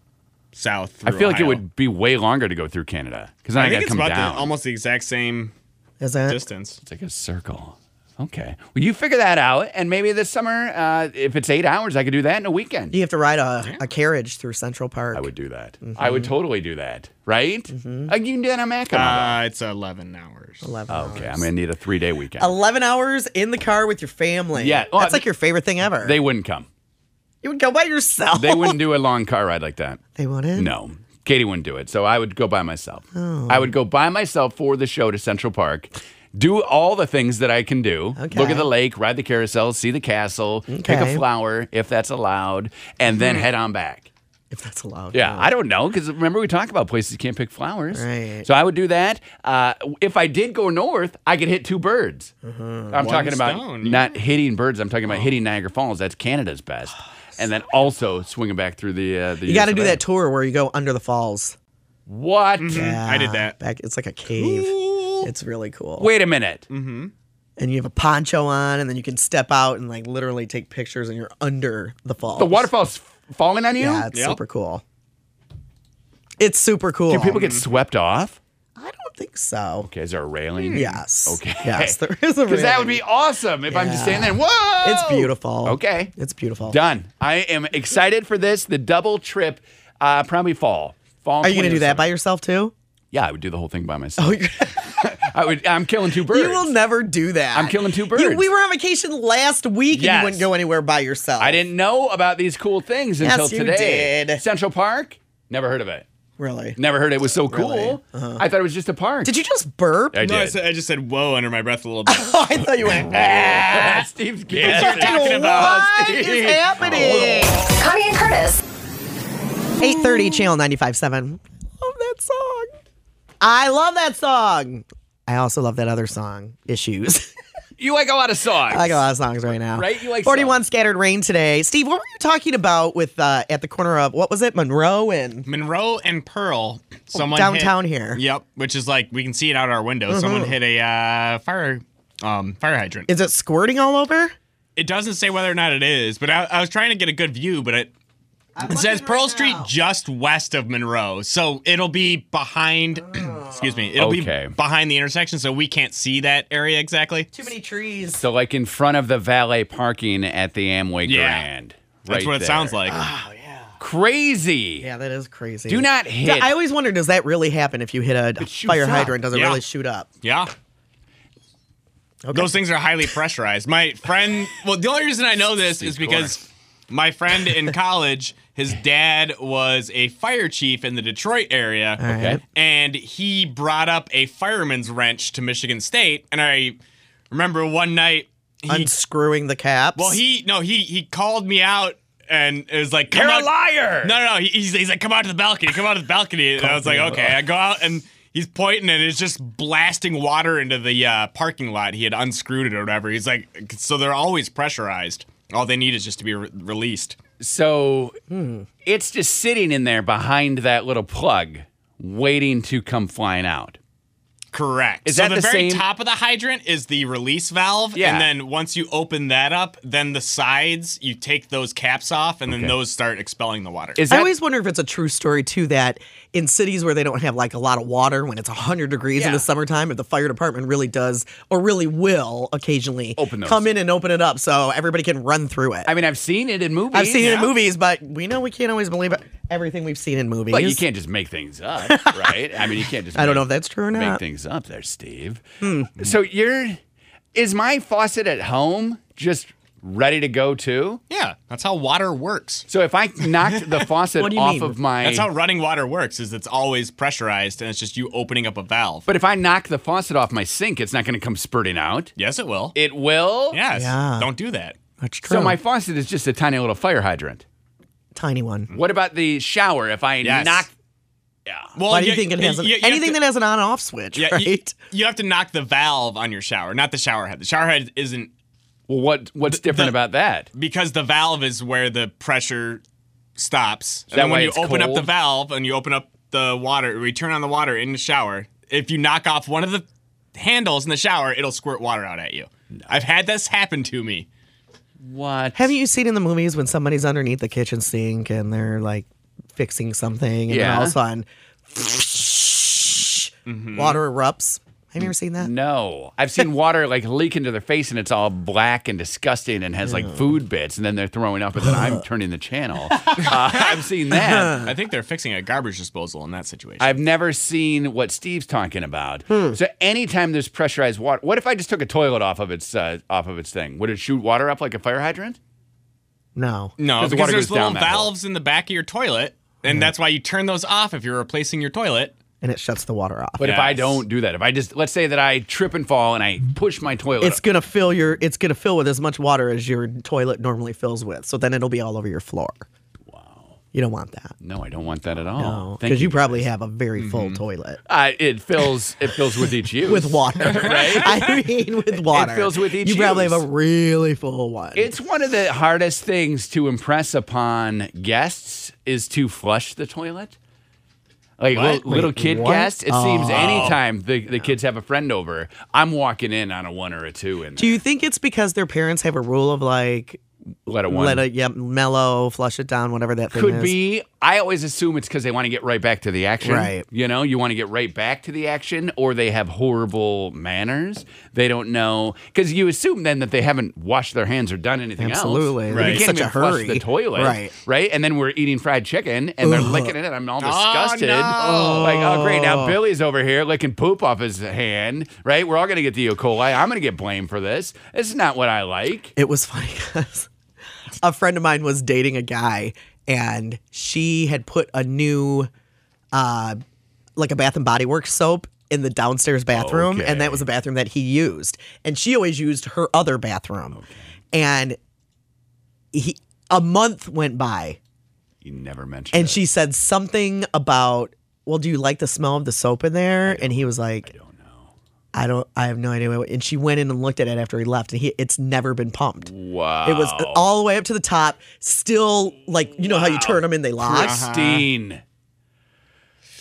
south. I Through feel like it Ohio. would be way longer to go through Canada because I, I got think to it's come about down. The, almost the exact same Is that? distance. it's like a circle. Okay. Well, you figure that out, and maybe this summer, uh, if it's eight hours, I could do that in a weekend. you have to ride a, a carriage through Central Park. I would do that. I Mm-hmm. would totally do that. Right? Like you can do that on Mackinac. Uh, it's 11 hours. 11 hours. okay, I'm gonna need a three day weekend. 11 hours in the car with your family. Yeah, well, That's I- like your favorite thing ever. They wouldn't come. you would go by yourself. They wouldn't do a long car ride like that. They wouldn't? No. Katie wouldn't do it. So I would go by myself. I would go by myself for the show to Central Park, do all the things that I can do. Okay. Look at the lake, ride the carousel, see the castle, pick Okay. Mm-hmm. a flower if that's allowed, and then head on back. If that's allowed. Yeah, no. I don't know because remember we talked about places you can't pick flowers. Right. So I would do that. Uh, if I did go north, I could hit two birds. Uh-huh. I'm talking about stone, yeah. not hitting birds. I'm Oh. talking about hitting Niagara Falls. That's Canada's best. And then also swinging back through the uh, the. You got to US do of A. that Mm-hmm. tour where you go under the falls. Ah, What? I did that. Back, it's like a cave. It's really cool. Wait a minute. Mm-hmm. And you have a poncho on, and then you can step out and like literally take pictures, and you're under the falls. The waterfall's f- falling on you. Yeah, it's Yep. super cool. It's super cool. Do people get swept off? I don't think so. Okay, is there a railing? Yes. Okay. Yes, there is a Because that would be railing. awesome if I'm just standing there. Whoa! It's beautiful. Okay. It's beautiful. Done. I am excited for this. The double trip, uh, probably fall. Fall. Are you gonna do that by 20 or yourself too? something. Yeah, I would do the whole thing by myself. Oh, you're- I would. I'm killing two birds. you will never do that. I'm killing two You- birds. we were on vacation last week, and Yes. you wouldn't go anywhere by yourself. I didn't know about these cool things Yes, until you today. did. Central Park. Never heard of it. really. Never heard it was so cool. Really? Uh-huh. I thought it was just a park. Did you just burp? I No, I, did. said, I just said whoa under my breath a little bit. Oh, I thought you went. "Ah." Steve's You're talking about- What is happening? Connie and Curtis. 830 channel 957. Love that song. I love that song. I also love that other song, Issues. You like a lot of songs. I like a lot of songs right now. Right? You like 41 Scattered Rain today. Steve, what were you talking about with uh, at the corner of, what was it, Monroe and Monroe and Pearl. Someone hit- downtown here? Mm-hmm. Yep, which is like we can see it out our window. Someone hit a uh, fire um, fire hydrant. It, Is it squirting all over? doesn't say whether or not it is, but I, I was trying to get a good view, but it, it says looking Pearl right Street now. just west of Monroe, so it'll be behind. excuse me, it'll Okay. be behind the intersection, so we can't see that area exactly. Too many trees. So, like in front of the valet parking at the Amway Yeah. Grand. That's Right what it there. sounds like. Crazy. Yeah, that is crazy. Do not Yeah, hit. I always wonder, does that really happen if you hit a shoots fire up. hydrant? Does it Yeah. really shoot up? Yeah. Those things are highly pressurized. My friend, well, the only reason I know this is because my friend in college, his dad was a fire chief in the Detroit area. right. And he brought up a fireman's wrench to Michigan State. And I remember one night, he, Unscrewing the caps. well, he, no, he, he called me out and it was like, come out. liar. No, no, no. He, he's, he's like, come out to the balcony. Come out to the balcony. And I was like, okay. I go out and he's pointing and it's just blasting water into the uh, parking lot. He had unscrewed it or whatever. He's like, so they're always pressurized. All they need is just to be re- released. So Hmm. it's just sitting in there behind that little plug, waiting to come flying out. Correct. Is so that the, the very same- top of the hydrant is the release valve. Yeah. And then once you open that up, then the sides, you take those caps off and then those start expelling the water. Is I that always wonder if it's a true story too that in cities where they don't have like a lot of water when it's 100 degrees in Yeah. the summertime, if the fire department really does or really will occasionally Open those. come in and open it up so everybody can run through it. I mean, I've seen it in movies. I've seen it in movies, but we know we can't always believe everything we've seen in movies. But you can't just make things up, right? I mean, you can't just. I don't make- know if that's true or Make not. Hmm. things up there, Steve. So you're. Is my faucet at home just ready to go too? yeah, that's how water works. So if I knocked the faucet What do you off mean? of my. That's how running water works is it's always pressurized and it's just you opening up a valve. but if I knock the faucet off my sink, it's not going to come spurting out. yes, it will. It will. Yes. Yeah. Don't do that. That's true. So my faucet is just a tiny little fire hydrant. tiny one. What about the shower? If I Yes. knock Well, Why do you think it has an, anything that has an on-off switch, yeah, you- right? You, have to knock the valve on your shower, not the shower head. The shower head isn't Well, what what's different about that? because the valve is where the pressure stops. that and then when why you it's open up the cold? valve and you open up the water, or you turn on the water in the shower. If you knock off one of the handles in the shower, it'll squirt water out at you. I've had this happen to me. What? Haven't you seen in the movies when somebody's underneath the kitchen sink and they're like fixing something and then Yeah. Mm-hmm. all of a sudden water erupts? Have you ever seen Mm. that? No, I've seen water like leak into their face, and it's all black and disgusting, and has like food bits, and then they're throwing up, and then I'm turning the channel. Uh, I've seen that. I think they're fixing a garbage disposal in that situation. I've never seen what Steve's talking about. So anytime there's pressurized water, what if I just took a toilet off of its uh, off of its thing? Would it shoot water up like a fire hydrant? No. No, 'Cause because the water there's goes down little that hole. valves in the back of your toilet, and that's why you turn those off if you're replacing your toilet. And it shuts the water off. But if I Yes. don't do that, if I just let's say that I trip and fall and I push my toilet, It's gonna fill your it's gonna fill with as much water as your toilet normally fills with. So then it'll be all over your floor. Wow. You don't want that. no, I don't want that at all. No. Oh, Thank Because you probably have a very full toilet. Uh, it fills. It fills with each use. With water. right? I mean with water. fills with each You probably have use. a really full one. It's one of the hardest things to impress upon guests is to flush the toilet. Like What? little, little Wait, kid what? Oh. guests, it seems anytime the, the kids have a friend over, I'm walking in on a one or a two and Do you think it's because their parents have a rule of like let a one. Let it, yeah, mellow, flush it down, whatever that thing could is. be. I always assume it's because they want to get right back to the action. Right. You know, you want to get right back to the action, or they have horrible manners. They don't know because you assume then that they haven't washed their hands or done anything Absolutely. else. Right. You It's can't such even a flush hurry. the toilet. Right. Oh, Right. And then we're eating fried chicken, and they're licking it, and I'm all disgusted. no. Like, oh great, now Billy's over here licking poop off his hand. Right. We're all gonna get the E. coli. I'm gonna get blamed for this. This is not what I like. It was funny because a friend of mine was dating a guy, and she had put a new, uh, like a Bath and Body Works soap in the downstairs bathroom, and that was a bathroom that he used, and she always used her other bathroom, and he a month went by You never mentioned. and it. she said something about well do you like the smell of the soap in there and he was like I don't. I have no idea. What, and she went in and looked at it after he left, and he. It's never been pumped. Wow. It was all the way up to the top, still like you know how you turn them and they lock. Uh-huh. pristine.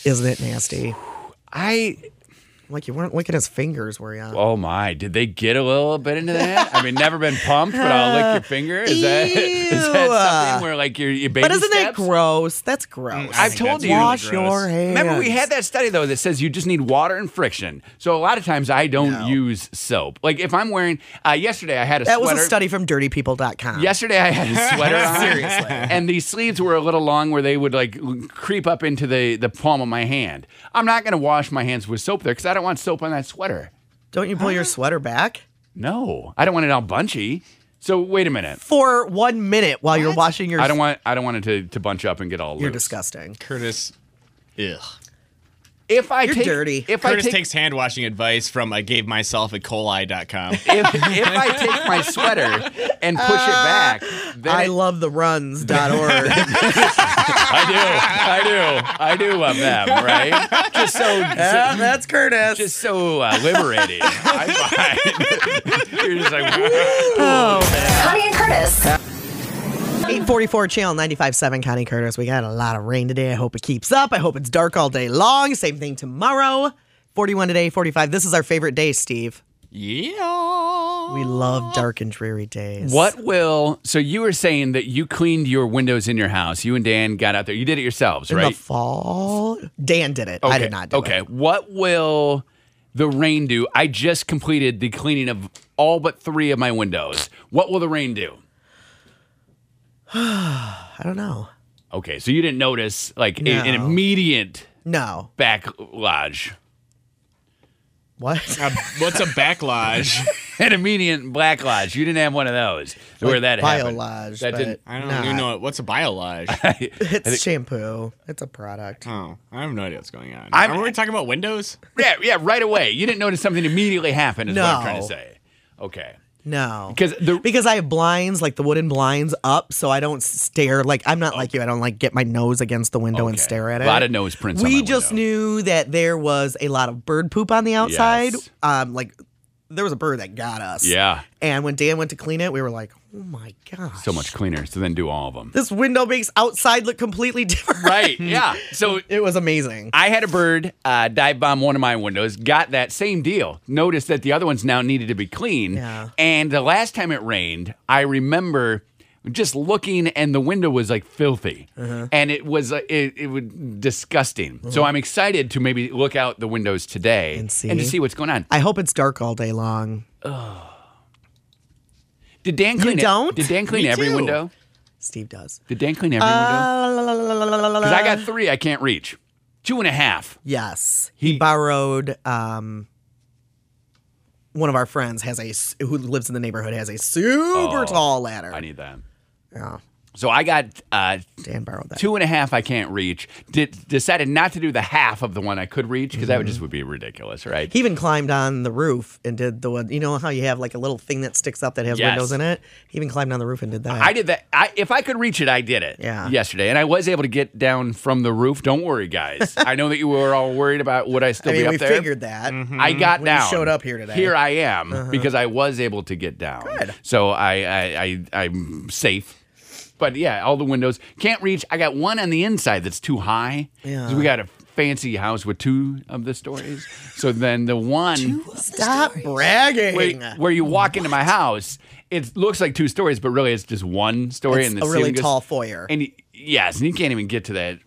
Isn't it nasty? I. Like you weren't licking his fingers, were you? Oh my! Did they get a little bit into that? I mean, never been pumped, but I'll lick your finger. Is that is that Ew. something where like your your baby but isn't steps? Mm, that gross? That's gross. I I've told That's you. really Wash gross. your hands. Remember, we had that study though that says you just need water and friction. So a lot of times I don't use soap. Like if I'm wearing, uh, yesterday I had a That was sweater. a study from dirtypeople.com. Yesterday I had a sweater on. Seriously. And these sleeves were a little long where they would like l- creep up into the, the palm of my hand. I'm not going to wash my hands with soap there because I don't want soap on that sweater. Don't you pull your sweater back? No, I don't want it all bunchy. So wait a minute. For one minute while you're washing your I don't want I don't want it to, to bunch up and get all You're loose. disgusting. Curtis. Ugh. If I You're take, dirty. If I Curtis take, takes hand washing advice from I gave myself at coli.com. if, if I take my sweater and push it back, then Uh, I it- love the runs.org. I do. I do. I do love them, right? Just so, so- that's Curtis. just so uh, liberating. I find you're just like, "Woo." Connie and Curtis. 844 channel 95.7 Connie Curtis. We got a lot of rain today. I hope it keeps up. I hope it's dark all day long. Same thing tomorrow. 41 today, 45. This is our favorite day, Steve. yeah. We love dark and dreary days. what will? So you were saying that you cleaned your windows in your house. You and Dan got out there. You did it yourselves, In right? the fall? Dan did it. I did not do okay. it. What will the rain do? I just completed the cleaning of all but three of my windows. What will the rain do? I don't know. Okay, so you didn't notice like a- an No. immediate No. backlash. What? Uh, what's a backlodge? an immediate black lodge. You didn't have one of those where that happened. Biolage, That but didn't. I don't not. even know. What's a biolodge? It's shampoo. It's a product. oh, I have no idea what's going on. I'm- Are we talking about windows? Yeah, yeah, right away. You didn't notice something immediately happened. Is what I'm No. trying to say. Okay, No. because the because I have blinds, like the wooden blinds up, so I don't stare. Like I'm not like you. I don't like get my nose against the window and Okay. stare at it. Lot of nose prints on We my just window. knew that there was a lot of bird poop on the outside. Yes. Um, like there was a bird that got us. yeah, And when Dan went to clean it, we were like, oh my gosh. so much cleaner. So then do all of them. This window makes outside look completely different. Right. Yeah. So It was amazing. I had a bird uh, dive bomb one of my windows, got that same deal. Noticed that the other ones now needed to be clean. Yeah. And the last time it rained, I remember just looking and the window was like filthy Uh-huh. and it was uh, it, it was disgusting so i'm excited to maybe look out the windows today And see. to see what's going on I hope it's dark all day long. did dan clean it- don't? did dan clean Me every too. window Steve does. did dan clean every Uh, window because i got three i can't reach two and a half Yes, He- he borrowed. Um, one of our friends has a s- who lives in the neighborhood has a super Oh, tall ladder. i need that yeah, so i got uh, Dan borrowed that. two and a half I can't reach. Did, decided not to do the half of the one I could reach because that would just Mm-hmm. would be ridiculous, right? He even climbed on the roof and did the one. You know how you have like a little thing that sticks up that has Yes. windows in it. He even climbed on the roof and did that. I did that. I, if I could reach it, I did it. Yeah. Yesterday, and I was able to get down from the roof. Don't worry, guys. I know that you were all worried about would I I still be mean, up we there. Mm-hmm. figured that. I got Mm-hmm. you down. showed up here today. Uh-huh. Here I am because I was able to get down. So I, I, I I'm safe. But yeah, all the windows can't reach. I got one on the inside that's too high. 'Cause Yeah. We got a fancy house with two of the stories. So then the one Stop bragging. where, where you walk into my house, it looks like two stories, but really it's just one story. It's and the a really ceiling goes- tall foyer. And y- yes, and you can't even get to that.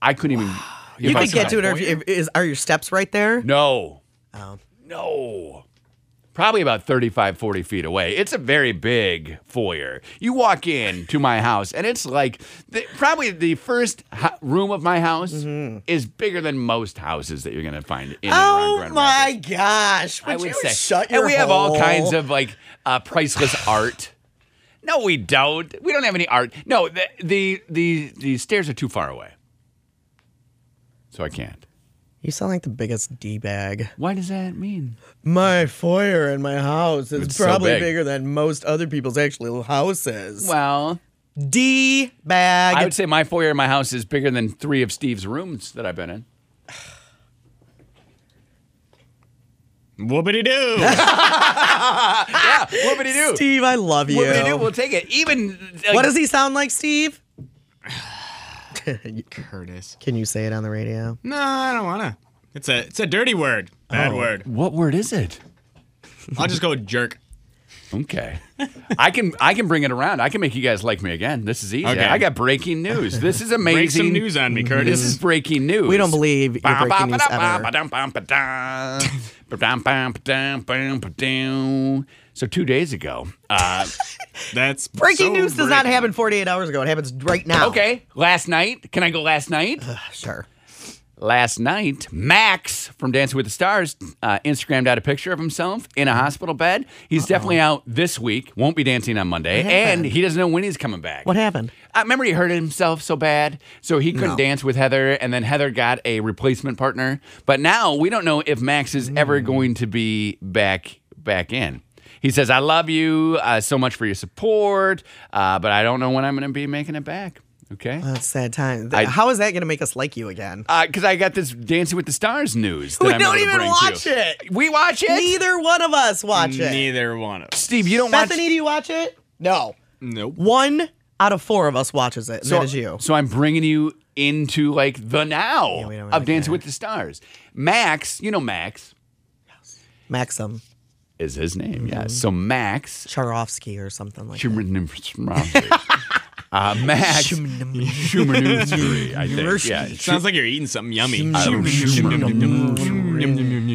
I couldn't even. you if I could get to tried. it. If, if, is, are your steps right there? No. Oh. No. Probably about 35, 40 feet away. It's a very big foyer. You walk in to my house, and it's like the, probably the first ho- room of my house is bigger than most houses that you're going to find in and around Mm-hmm. Oh Grand Rapids. my gosh! Would I would you say. shut your and we have all hole? kinds of like uh, priceless art. No, we don't. We don't have any art. No, the the the, the stairs are too far away, so I can't. You sound like the biggest d bag. Why does that mean? My foyer in my house is It's so probably big. bigger than most other people's actual houses. Well, D bag. I would say my foyer in my house is bigger than three of Steve's rooms that I've been in. Whoopity doo. Ah, yeah, whoopity do. Steve, I love you. Whoopity do. We'll take it. Even like, What does he sound like, Steve? Curtis. Can you say it on the radio? No, I don't wanna. It's a it's a dirty word. Bad word. what word is it? I'll just go with jerk. Okay. I can I can bring it around. I can make you guys like me again. This is easy. Okay. I got breaking news. This is amazing. Break some news on me, Curtis. This is breaking news. We don't believe you're breaking news ever. So two days ago, uh, That's Breaking so news does not breaking. happen 48 hours ago. It happens right now. okay, last night. Can I go last night? Sure. last night, Max from Dancing with the Stars uh, Instagrammed out a picture of himself in Mm-hmm. a hospital bed. He's definitely out this week. Won't be dancing on Monday, and he doesn't know when he's coming back. What happened? I remember he hurt himself so bad, so he couldn't dance with Heather, and then Heather got a replacement partner. But now we don't know if Max is ever Mm. going to be back back in. He says, "I love you uh, so much for your support, uh, but I don't know when I'm going to be making it back." Okay. That's sad time. Th- I- How is that going to make us like you again? because Uh, I got this Dancing with the Stars news. That We I'm don't able to even bring watch to. you. it. We watch it. Neither one of us watch it. Neither one of us. Steve, you don't watch. Bethany, do you watch it? No. Nope. One out of four of us watches it. And So, that is you. so I'm bringing you into like the now we don't of really Dancing care. with the Stars. Max, you know Max Maxim is his name. Mm-hmm. Yeah. So Max. Charovsky or something like that. uh, Max Schumann, I think. Yeah, Sounds like you're eating something yummy.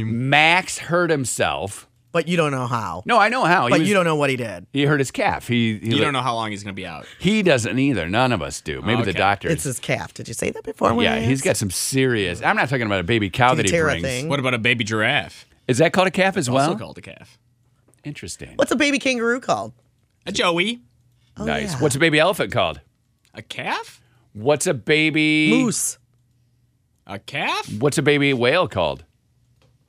Max hurt himself. But you don't know how. No, I know how. He But was- you don't know what he did. He hurt his calf. He, he You don't know how long he's gonna be out. He doesn't either. None of us do. Maybe the Okay. doctors. Oh, It's his calf. Did you say that before? when Yeah, I he's asked? got some serious. I'm not talking about a baby cow that he Terra brings. thing. What about a baby giraffe? Is that called a calf as Mm. well? Also called a calf. Interesting. What's a baby kangaroo called? A joey. nice. Oh, yeah. What's a baby elephant called? A calf? What's a baby Moose. A calf? What's a baby whale called?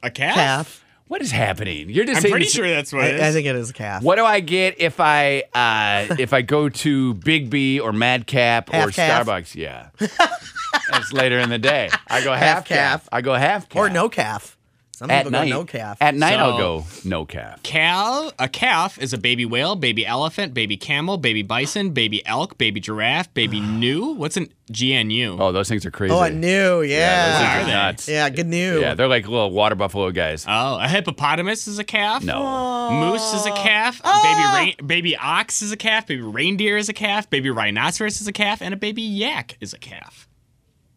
A calf? Calf. What is happening? You're just I'm saying pretty this- sure that's what it is. I, I think it is a calf. What do I get if I uh, if I go to Big B or Mad Cap or Half calf. Starbucks? Yeah, that's later in the day. I go half, Half calf. I go half calf Or no calf. Some at people night. go no calf. At night, I'll So- go no calf. Cal, a calf is a baby whale, baby elephant, baby camel, baby bison, baby elk, baby giraffe, baby new. What's an GNU? Oh, those things are crazy. oh, I knew. Those Yeah. Yeah, things Are are they? nuts. Yeah, good new. Yeah, they're like little water buffalo guys. Oh, a hippopotamus is a calf. No. Moose is a Oh. calf. Ah! Baby rain, baby ox is a calf. Baby reindeer is a calf. Baby rhinoceros is a calf, and a baby yak is a calf.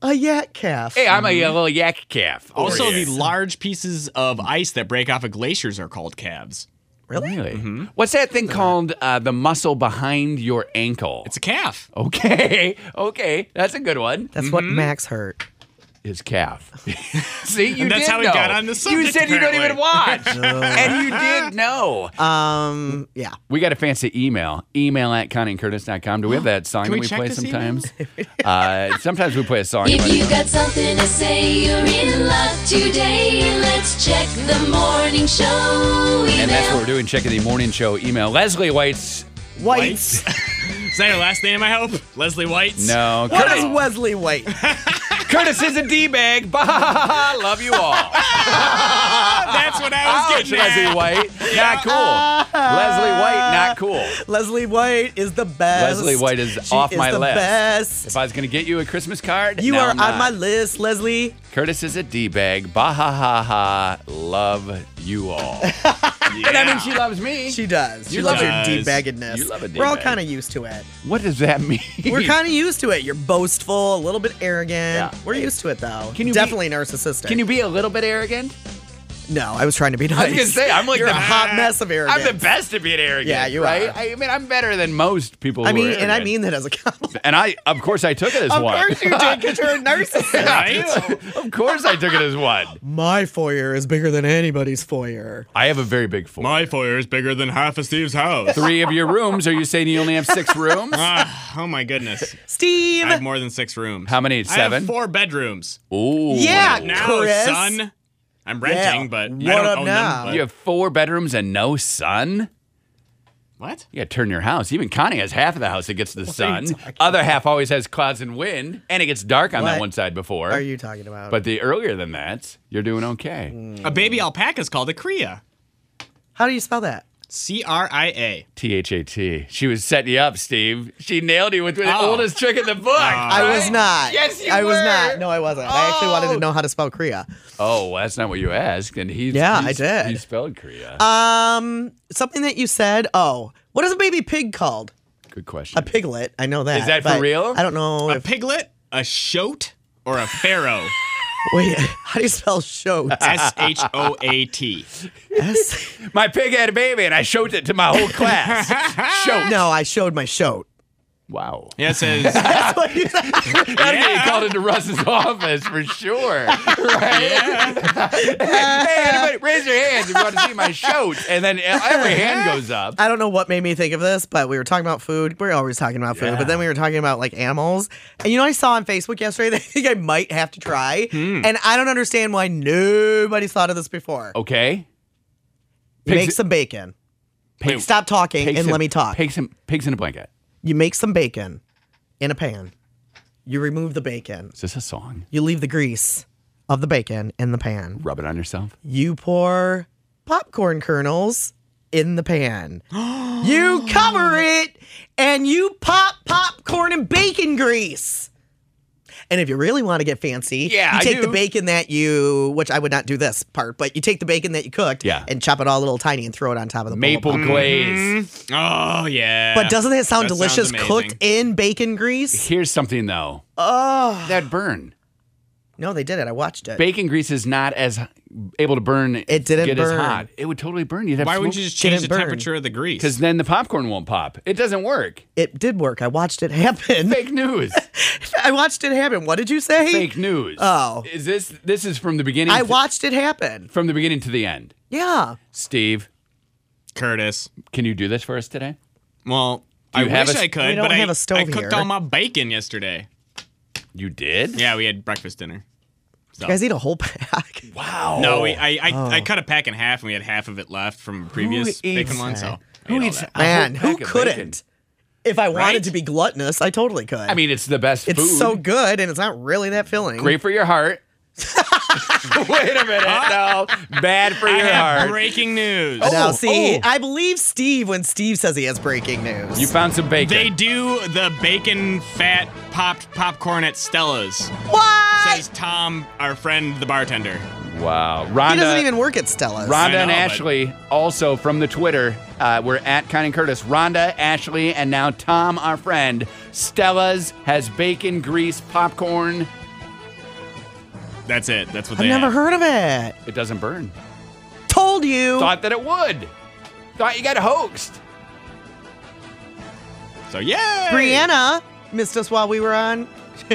A yak calf. Hey, I'm a little yak calf. over mm-hmm. Also, here. the large pieces of ice that break off of glaciers are called calves. really? Really? Mm-hmm. What's that thing called? Uh, the muscle behind your ankle. It's a calf. okay, okay, that's a good one. That's what Max heard. His calf. See, you And that's did how we know. got on the You subject, said you don't even apparently. watch, and you did know. Uh, Um, yeah. we got a fancy email. Email at ConnieandCurtis.com. Do we have that song Can that we we check play this sometimes? uh, sometimes we play a song. If you got something to say, you're in luck today. Let's check the morning show email. and that's what we're doing. Checking the morning show email. Leslie White's. Whites. Is that her last name? I hope Leslie White's. No, What Curtis, is Wesley White? Curtis is a d bag. Love you all. that's what I was Ouch, getting at. Oh, Leslie White, not cool. Leslie White, not cool. Leslie White is the best. Leslie White is She off is my the list. Best. If I was going to get you a Christmas card, You now are I'm not. on my list, Leslie. Curtis is a d bag. Bah ha ha ha. Love you all. And I mean, she loves me. She does. She You loves does. your debaggedness. You love a We're all D-bag. kind of used to it. what does that mean? We're kind of used to it. You're boastful, a little bit arrogant. Yeah. We're used to it though. Can you be- Definitely narcissistic. Can you be a little bit arrogant? No, I was trying to be nice. I was gonna say I'm like You're the a hot mess of I'm arrogance. the best at being arrogant. Yeah, you right? are. I mean, I'm better than most people. I who are mean, and I arrogant. mean that as a compliment. and I of course I took it as Of one. course you did, because you're a narcissist. Right? of course I took it as one. My foyer is bigger than anybody's foyer. I have a very big four. My foyer is bigger than half of Steve's house. three of your rooms. Are you saying you only have six rooms? Ah, oh my goodness. Steve. I have more than six rooms. How many? I Seven? have four bedrooms. Ooh. Yeah, Now, Chris. son, I'm renting, Yeah. but What I don't up own now? them. but- You have four bedrooms and no sun? What? You got to turn your house. Even Connie has half of the house that gets the sun. Other half always has clouds and wind, and it gets dark on that What one side before. Are you talking about? But the earlier than that, you're doing okay. Hmm. A baby alpaca is called a cria. How do you spell that? C R I A. T H A T. She was setting you up, Steve. She nailed you with the Oh. oldest trick in the book. I was not. Yes, you I was were. not. No, I wasn't. I actually wanted Oh. to know how to spell Korea. Oh, well, that's not what you asked. And he's Yeah, he's- I did. He spelled Korea. Um, something that you said. Oh, what is a baby pig called? Good question. A piglet. I know that. Is that for but real? I don't know. A If, piglet, a shoat, or a pharaoh. wait, how do you spell show? S H O A T. S. My pig had a baby, and I showed it to my whole class. Showed. No, I showed my show. Wow. Yeah, it says. That's what you called into Russ's office for sure. Right? hey, anybody, raise your hands if you want to see my show. And then e, every hand goes up. I don't know what made me think of this, but we were talking about food. We're always talking about food, but then we were talking about like animals. And you know, I saw on Facebook yesterday that I think I might have to try. Hmm. And I don't understand why nobody's thought of this before. Oh, Okay. make some bacon. pigs- Stop talking pigs and in- let me talk. Pigs in, pigs in a blanket. You make some bacon in a pan. You remove the bacon. Is this a song? You leave the grease of the bacon in the pan. Rub it on yourself. You pour popcorn kernels in the pan. you cover it and you pop popcorn and bacon grease. And if you really want to get fancy, Yeah, you I take the do. bacon that you, which I would not do this part, but you take the bacon that you cooked Yeah. and chop it all little tiny and throw it on top of the bowl of Maple Mm-hmm. glaze. Oh, yeah. But doesn't that sound That sounds delicious amazing. cooked in bacon grease? Here's something though. Oh. That burn. No, they did it. I watched it. Bacon grease is not as able to burn. It didn't get as burn. hot. It would totally burn. You'd have Why wouldn't you just change Didn't the burn. temperature of the grease? Because then the popcorn won't pop. It doesn't work. it did work. I watched it happen. Fake news. I watched it happen. What did you say? Fake news. Oh. Is this this is from the beginning? I to- watched it happen. from the beginning to the end. Yeah. Steve, Curtis. can you do this for us today? Well, Do you I have wish a- I could, We don't but I- have a stove I cooked here. all my bacon yesterday. You did? Yeah, we had breakfast dinner. You guys eat a whole pack. Wow. No, we, I I, I cut a pack in half, and we had half of it left from previous bacon one. So I who ate all eats that. a Man, whole who pack of couldn't? bacon? If I wanted Right? to be gluttonous, I totally could. I mean, it's the best it's food. so good and it's not really that filling. great for your heart. Wait a minute. No, bad for I your have heart. breaking news. Now, see, oh. I believe Steve when Steve says he has breaking news. You found some bacon. They do the bacon fat popped popcorn at Stella's. what? Says Tom, our friend, the bartender. wow. He doesn't Rhonda, even work at Stella's. Rhonda I know, and but- Ashley, also from the Twitter, uh, we're at Con and Curtis. Rhonda, Ashley, and now Tom, our friend. Stella's has bacon, grease, popcorn. That's it. That's what I've they never have. heard of it. It doesn't burn. Told you. Thought that it would. Thought you got hoaxed. So yeah, Brianna missed us while we were on.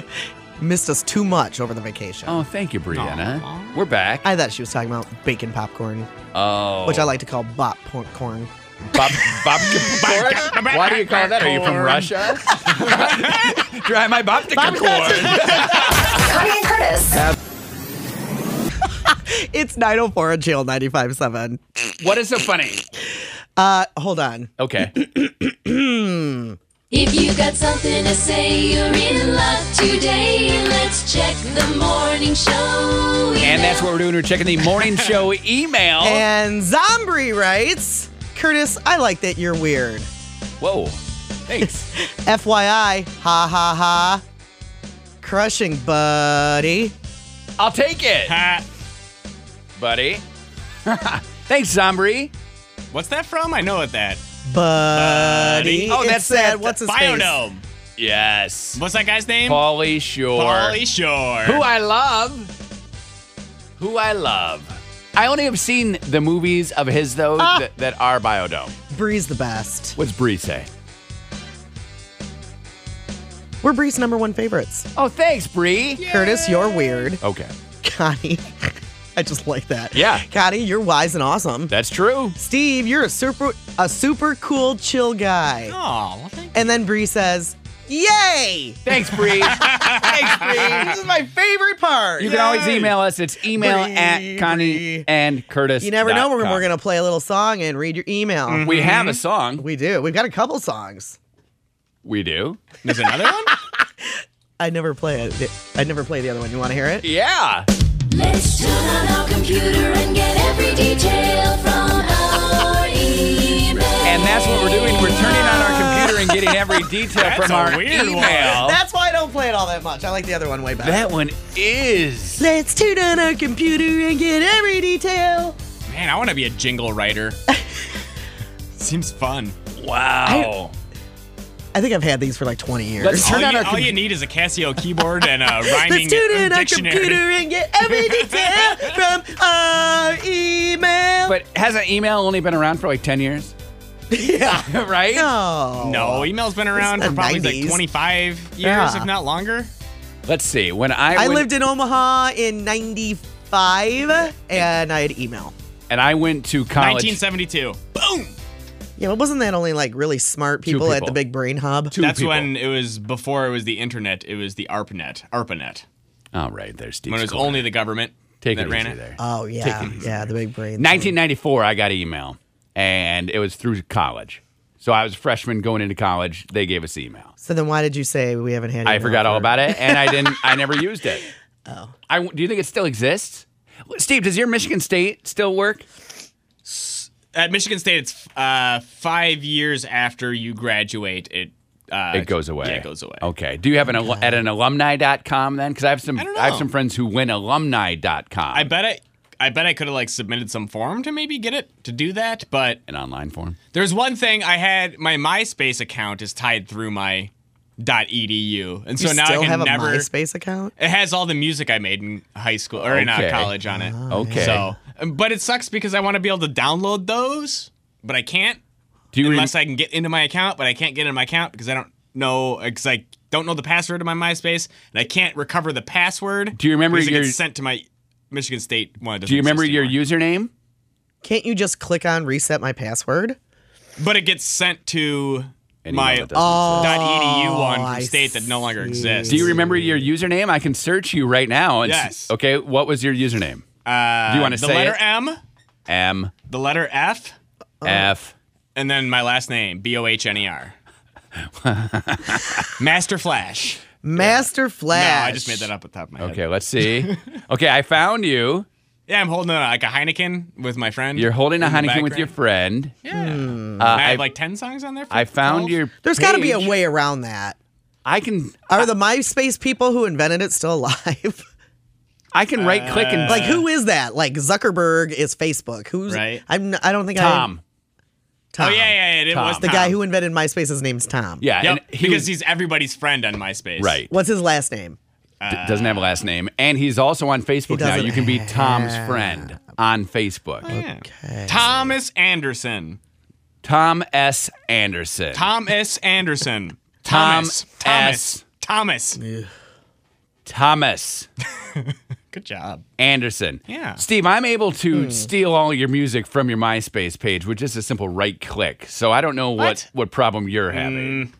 missed us too much over the vacation. Oh, thank you, Brianna. We're back. I thought she was talking about bacon popcorn, oh, which I like to call bop popcorn. Bob, Bob, popcorn? Why do you call that? Are you from Russia? Try my Bob corn. Connie and Curtis. It's 904 on Channel 95.7. What is so funny? Uh, hold on. Okay. If you got something to say, you're in luck today. Let's check the morning show. And that's email. what we're doing. We're checking the morning show email. And Zombri writes, Curtis, I like that you're weird. Whoa. Thanks. FYI, ha ha ha. Crushing, buddy. I'll take it, Ha. buddy. Thanks, Zombri. What's that from? I know it. That Buddy. Buddy. Oh, It's that's that. that- What's his face? biodome. Yes. What's that guy's name? Paulie Shore. Pauly Shore. Who I love. Who I love. I only have seen the movies of his, though, that, that are Biodome. Bree's the best. What's Bree say? We're Bree's number one favorites. Oh, thanks, Bree. Curtis, you're weird. Okay. Connie, I just like that. Yeah. Connie, you're wise and awesome. That's true. Steve, you're a super a super cool chill guy. Oh, well, thank- And then Bree says, "Yay!" Thanks, Bree. Thanks, Bree. this is my favorite part. You can always email us. It's email Bree, at Connie Bree. and Curtis. You never know when dot com. we're Mm-hmm. going to play a little song and read your email. We have a song. We do. We've got a couple songs. We do. There's another one? I never play it. I never play the other one. You want to hear it? Yeah. Let's turn on our computer and get every detail from our email. And that's what we're doing. We're turning on our computer and getting every detail That's from a our weird one. email. That's why I don't play it all that much. I like the other one way better. that one is. Let's turn on our computer and get every detail. Man, I want to be a jingle writer. Seems fun. Wow. I think I've had these for like 20 years. Let's turn all on you, our all you computer. need is a Casio keyboard and a rhyming Let's tune in our dictionary. computer and get every detail from our email. But hasn't email only been around for like 10 years? yeah, Right? no, No, email's been around Oh. the for probably like 90s. 25 years, Yeah. Oh, if not longer. Let's see. When I, I went- lived in Omaha in '95, and I had email. and I went to college. 1972. Yeah, but wasn't that only like really smart people, at people. the Big Brain Hub? Two That's people. when it was before it was the internet. It was the ARPANET. ARPANET. All right, there's Steve. When it was only the government Take that it ran easy it. there. Oh yeah, yeah, the Big Brain. 1994, I got an email, and it was through college. So I was a freshman going into college. They gave us email. So then, why did you say we haven't had? I email forgot all for- about it, and I didn't. I never used it. Oh. I, do you think it still exists? Steve, does your Michigan State still work? At Michigan State, it's uh, five years after you graduate. It uh, It goes away. Yeah, it goes away. Okay. Do you have an al- at an alumni.com then? Because I have some. I don't have know. some friends who win alumni.com. I bet I, I bet I could have like submitted some form to maybe get it to do that. But an online form. there's one thing I had my MySpace account is tied through my .edu, and so you now still I can have a never. MySpace account. It has all the music I made in high school or in Okay. Ah. uh, college on it. Okay. So, but it sucks because I want to be able to download those, but I can't Do you rem- unless I can get into my account. But I can't get into my account because I don't know because I don't know the password to my MySpace, and I can't recover the password. Do you remember because it your- gets sent to my Michigan State one? do you remember your username? Can't you just click on reset my password? But it gets sent to An email my that doesn't Oh, .edu one from I state that no longer see. exists. Do you remember your username? I can search you right now. And s- Yes. okay. What was your username? Uh, Do you wanna the say letter it? M, M the letter F, Uh, F. and then my last name B O H N E R. Master Flash. Master Flash. No, I just made that up at the top of my head. Okay, let's see. okay, I found you. Yeah, I'm holding a, like a Heineken with my friend. You're holding a in the Heineken with your friend. background. Yeah. Hmm. Uh, I I, have like 10 songs on there. For I found 12? your. There's got to be a page. way around that. I can Are the MySpace people who invented it still alive? I can right click Uh, and like who is that? Like Zuckerberg is Facebook. Who's Right. I'm I don't think Tom. I Tom. Oh, yeah, yeah, yeah. It Tom. was The guy who invented MySpace, his name's Tom. Yeah, Yep, and he because was- he's everybody's friend on MySpace. right. What's his last name? D- doesn't have a last name, and he's also on Facebook now. doesn't You can be Tom's have- friend on Facebook. Yeah. Thomas Anderson. Tom S. Anderson. Thomas Anderson. Tom Thomas. S. Thomas. Thomas Thomas. Good job. Anderson. Yeah. Steve, I'm able to Hmm. steal all your music from your MySpace page with just a simple right click. So I don't know what what, What? Mm-hmm. problem you're having.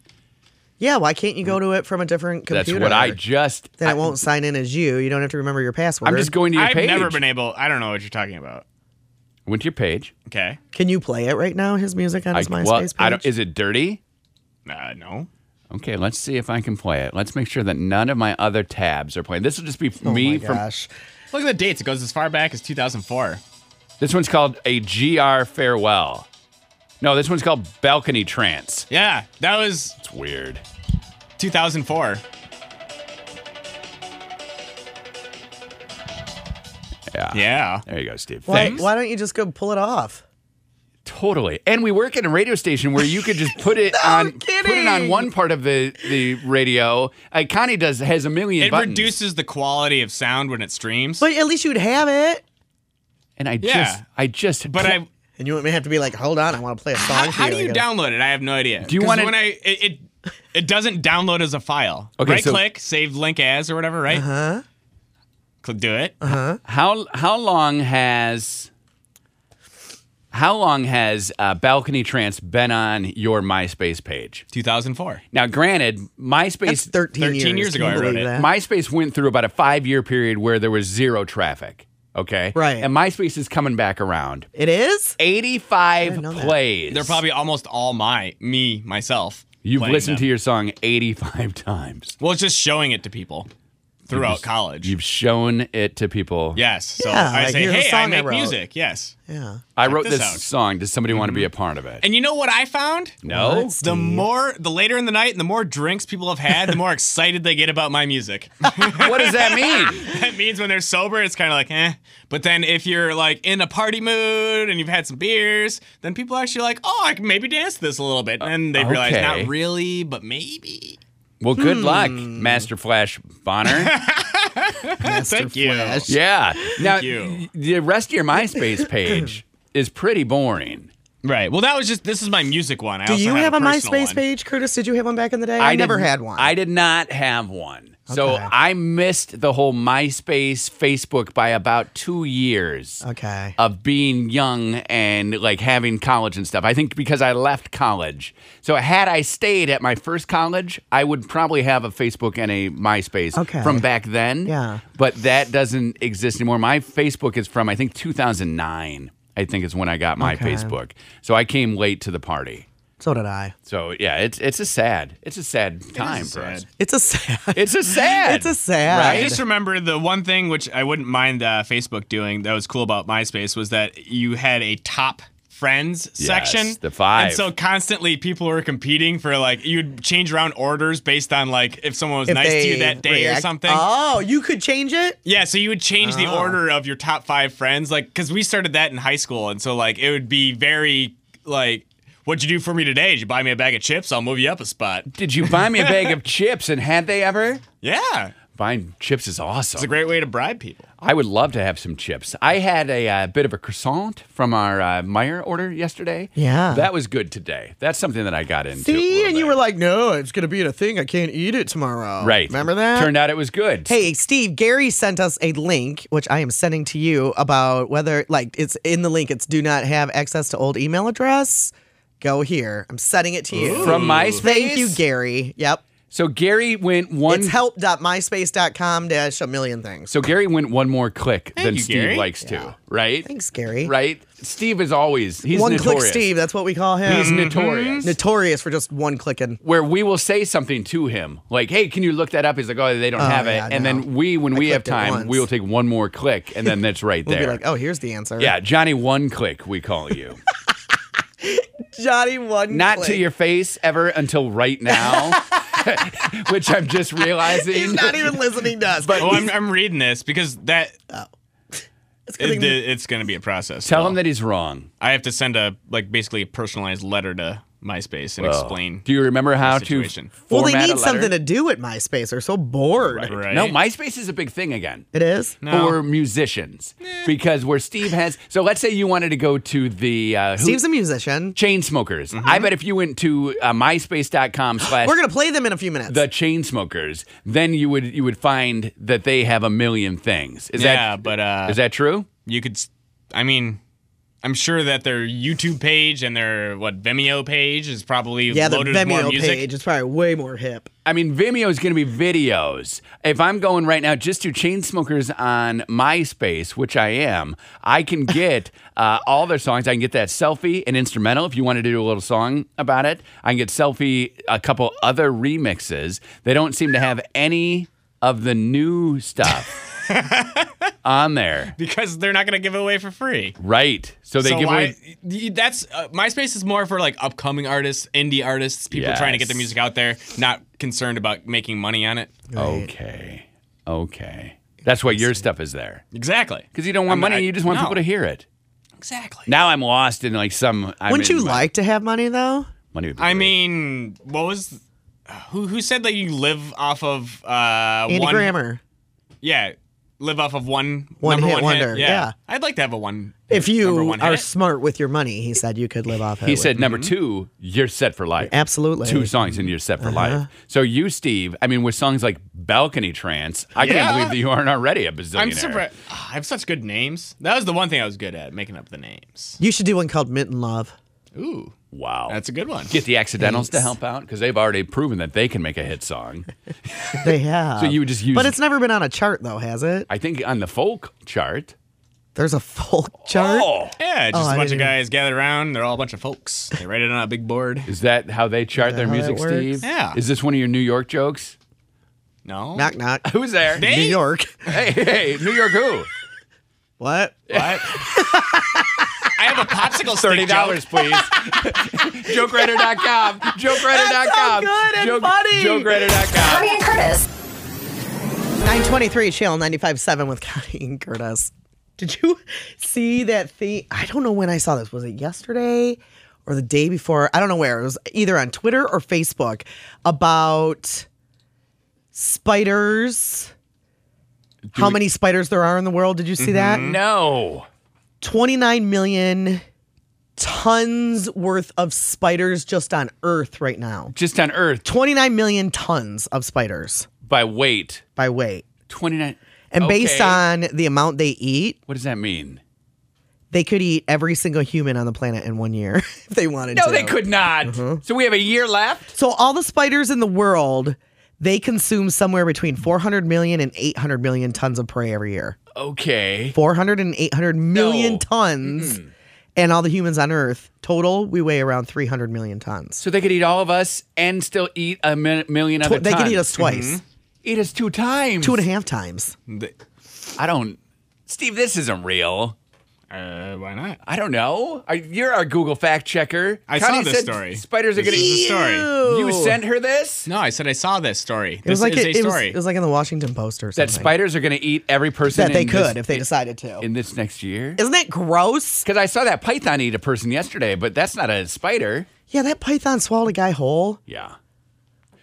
Yeah, why can't you go to it from a different That's computer? what I just. Then I- it won't sign in as you. You don't have to remember your password. I'm just going to your I've page. never been able. I don't know what you're talking about. Went to your page. Okay. Can you play it right now? His music on his I, MySpace well, page. I don't, is it dirty? Uh, no. Okay, let's see if I can play it. Let's make sure that none of my other tabs are playing. This will just be oh me my from. gosh. Look at the dates. It goes as far back as 2004. This one's called a GR farewell. No, this one's called balcony trance. Yeah, that was It's weird. 2004. Yeah. Yeah. There you go, Steve. Why, Thanks. why don't you just go pull it off? Totally. And we work at a radio station where you could just put it on put it on kidding. one part of the the radio. Uh, Connie does has a million It buttons. reduces the quality of sound when it streams. But at least you'd have it. and I Yeah. just I just but I And you wouldn't have to be like, hold on, I want to play a song. How, for how do I you gotta- download it? I have no idea. Do you 'Cause wanna- when I it, it it doesn't download as a file. Okay, right so- click, save link as or whatever, right? Uh-huh. Uh-huh. Click do it. how how long has How long has uh, Balcony Trance been on your MySpace page? 2004. Now, granted, That's MySpace 13, 13 years ago Can you I wrote believe it. that? MySpace went through about a five year period where there was zero traffic. Okay, Right. And MySpace is coming back around. it is? Eighty five didn't know that. plays. They're probably almost all my me myself. You've playing listened them. to your song 85 times. Well, it's just showing it to people throughout college. You've shown it to people. yes. So Yeah, I like, say, here's a hey, song I I make wrote." music. Yes. Yeah. I wrote this this out. Mm-hmm. song. Does somebody want to be a part of it? And you know what I found? no. What? The more, the later in the night, and the more drinks people have had, the more excited they get about my music. what does that mean? that means when they're sober, it's kind of like, eh. But then if you're like in a party mood and you've had some beers, then people are actually like, oh, I can maybe dance to this a little bit. And they realize, Uh, okay. not really, but maybe. Well, good Hmm. luck, Master Flash Bonner. Thank you. Flash. yeah. Now, you. the rest of your MySpace page is pretty boring. Right. Well, that was just, this is my music one. I Do also you had have a, personal MySpace one. page, Curtis? Did you have one back in the day? I, never didn't- had one. I did not have one. So Okay. I missed the whole MySpace, Facebook by about two years. okay. of being young and like having college and stuff. I think because I left college. So had I stayed at my first college, I would probably have a Facebook and a MySpace Okay. from back then. Yeah. But that doesn't exist anymore. My Facebook is from I think 2009. I think is when I got my Okay. Facebook. So I came late to the party. so did I. So yeah, it's it's a sad. It's a sad time for sad. us. It's a sad. It's a sad. It's a sad. I just remember the one thing which I wouldn't mind uh, Facebook doing that was cool about MySpace was that you had a top friends section. the five. And so constantly people were competing for like you'd change around orders based on like if someone was If nice to you they that day or react- something. Oh, you could change it? Yeah, so you would change the order of your top five friends, like because we started that in high school, and so like it would be very like, "What'd you do for me today? Did you buy me a bag of chips? I'll move you up a spot." Did you buy me a bag of chips? And had they ever? Yeah, Buying chips is awesome. it's a great way to bribe people. I would love to have some chips. I had a uh, bit of a croissant from our uh, Meyer order yesterday. Yeah. That was good today. That's something that I got into. a See, little and you bit. were like, no, it's going to be in a thing. I can't eat it tomorrow. right. Remember that? Turned out it was good. Hey, Steve, Gary sent us a link, which I am sending to you about whether, like, it's in the link. It's do not have access to old email address. Go here. I'm sending it to you. From MySpace? Thank you, Gary. Yep. So Gary went one. It's help.myspace.com dash a million things. so Gary went one more click than you, Steve Gary. likes to. Right. Thanks, Gary. Right. Steve is always he's one notorious. click Steve, that's what we call him. Mm-hmm. He's notorious. notorious for just one clicking. Mm-hmm. where we will say something to him, like, "Hey, can you look that up?" He's like, "Oh, they don't have yeah, it." And no. then we, when we have clicked it time, once. we will take one more click, and then that's right We'll there. be like, oh, here's the answer. yeah, Johnny, one click, we call you. Johnny one not to click. your face ever until right now, which I'm just realizing. He's not even listening to us. But Oh, I'm, I'm reading this because that Oh. it's it, getting- it's going to be a process. Tell Well, him that he's wrong. I have to send a like basically a personalized letter to MySpace and explain. Do you remember how to situation. well, they format need a letter? something to do at MySpace. They're so bored. right? No, MySpace is a big thing again It is. for musicians because where Steve has. So let's say you wanted to go to the uh, who- Steve's a musician. chain smokers. I bet if you went to uh, MySpace.com slash Mm-hmm. We're gonna play them in a few minutes. the chain smokers, then you would you would find that they have a million things. Is yeah, that but uh, is that true? you could. s- I mean, I'm sure that their YouTube page and their what Vimeo page is probably yeah, the loaded with more Vimeo music. page is probably way more hip. I mean, Vimeo is going to be videos. If I'm going right now just to Chainsmokers on MySpace, which I am, I can get uh, all their songs. I can get that selfie and instrumental if you wanted to do a little song about it. I can get selfie, a couple other remixes. They don't seem to have any of the new stuff on there. Because they're not going to give it away for free. Right. So they so give why, away. y- That's uh, MySpace is more for like upcoming artists, indie artists, people trying to get their Yes. music out there, not concerned about making money on it. Okay. Okay. That's why your stuff is there. Exactly. Because you don't want I'm money, not- you just want no. people to hear it. Exactly. Now I'm lost in like some. I'm Wouldn't in you my- like to have money though? Money would be I great. mean, what was who who said that you live off of uh Andy one Grammer. Yeah. live off of one One number hit one wonder, Hit. Yeah. yeah. I'd like to have a one. If number you one are hit. smart with your money, he said you could live off it. He said number two, you're set for life. Mm-hmm. absolutely. Uh-huh. Two songs and you're set for life. So you, Steve, I mean, with songs like Balcony Trance, I can't Yeah. believe that you aren't already a bazillionaire. I'm surprised. Ah, I have such good names. That was the one thing I was good at making up the names. You should do one called Mitten Love. Ooh, Wow. that's a good one. Get the accidentals to Thanks. help out because they've already proven that they can make a hit song. They have. So you would just use- But it's never been on a chart though, has it? I think on the folk chart. There's a folk chart. Oh, yeah, Oh, just I a didn't bunch of even- guys gathered around. They're all a bunch of folks. They write it on a big board. is that how they chart their how that music, works? Steve? Yeah. Is this one of your New York jokes? No, Knock knock. Who's there? New York. Hey, hey, New York who? What? What? I have a popsicle stick. Thirty dollars, joke. please. JokeWriter.com. JokeWriter.com. That's so good and Joke, funny. JokeWriter.com. Connie and Curtis. 923 Channel 95.7 with Connie and Curtis. Did you see that thing? I don't know when I saw this. Was it yesterday or the day before? I don't know where. It was either on Twitter or Facebook about spiders. how many spiders there are in the world? Did you see that? Mm-hmm. No. 29 million tons worth of spiders just on Earth right now. Just on Earth 29 million tons of spiders by weight. by weight. Twenty nine. And based Okay. on the amount they eat, What does that mean? they could eat every single human on the planet in one year if they wanted to. No, they could not. Uh-huh. So we have a year left. So all the spiders in the world, they consume somewhere between 400 million and 800 million tons of prey every year. Okay. 400 and 800 million No. tons. And all the humans on Earth, total, we weigh around 300 million tons. So they could eat all of us and still eat a Mm-hmm. mi- million other. Tw- they could eat tons. us twice, Eat us two times. two and a half times. I don't. Steve, this isn't real. Uh, why not? I don't know. Are- You're our Google fact checker. I Connie saw this said story. Spiders are This going to is a eat. story. You sent her this? No, I said I saw this story. It was this like is it, a it was, story. it was like in the Washington Post or something. That spiders are going to eat every person Oh that they in could this, if they decided to. in this next year. Isn't that gross? Because I saw that python eat a person yesterday, but that's not a spider. Yeah, that python swallowed a guy whole. Yeah.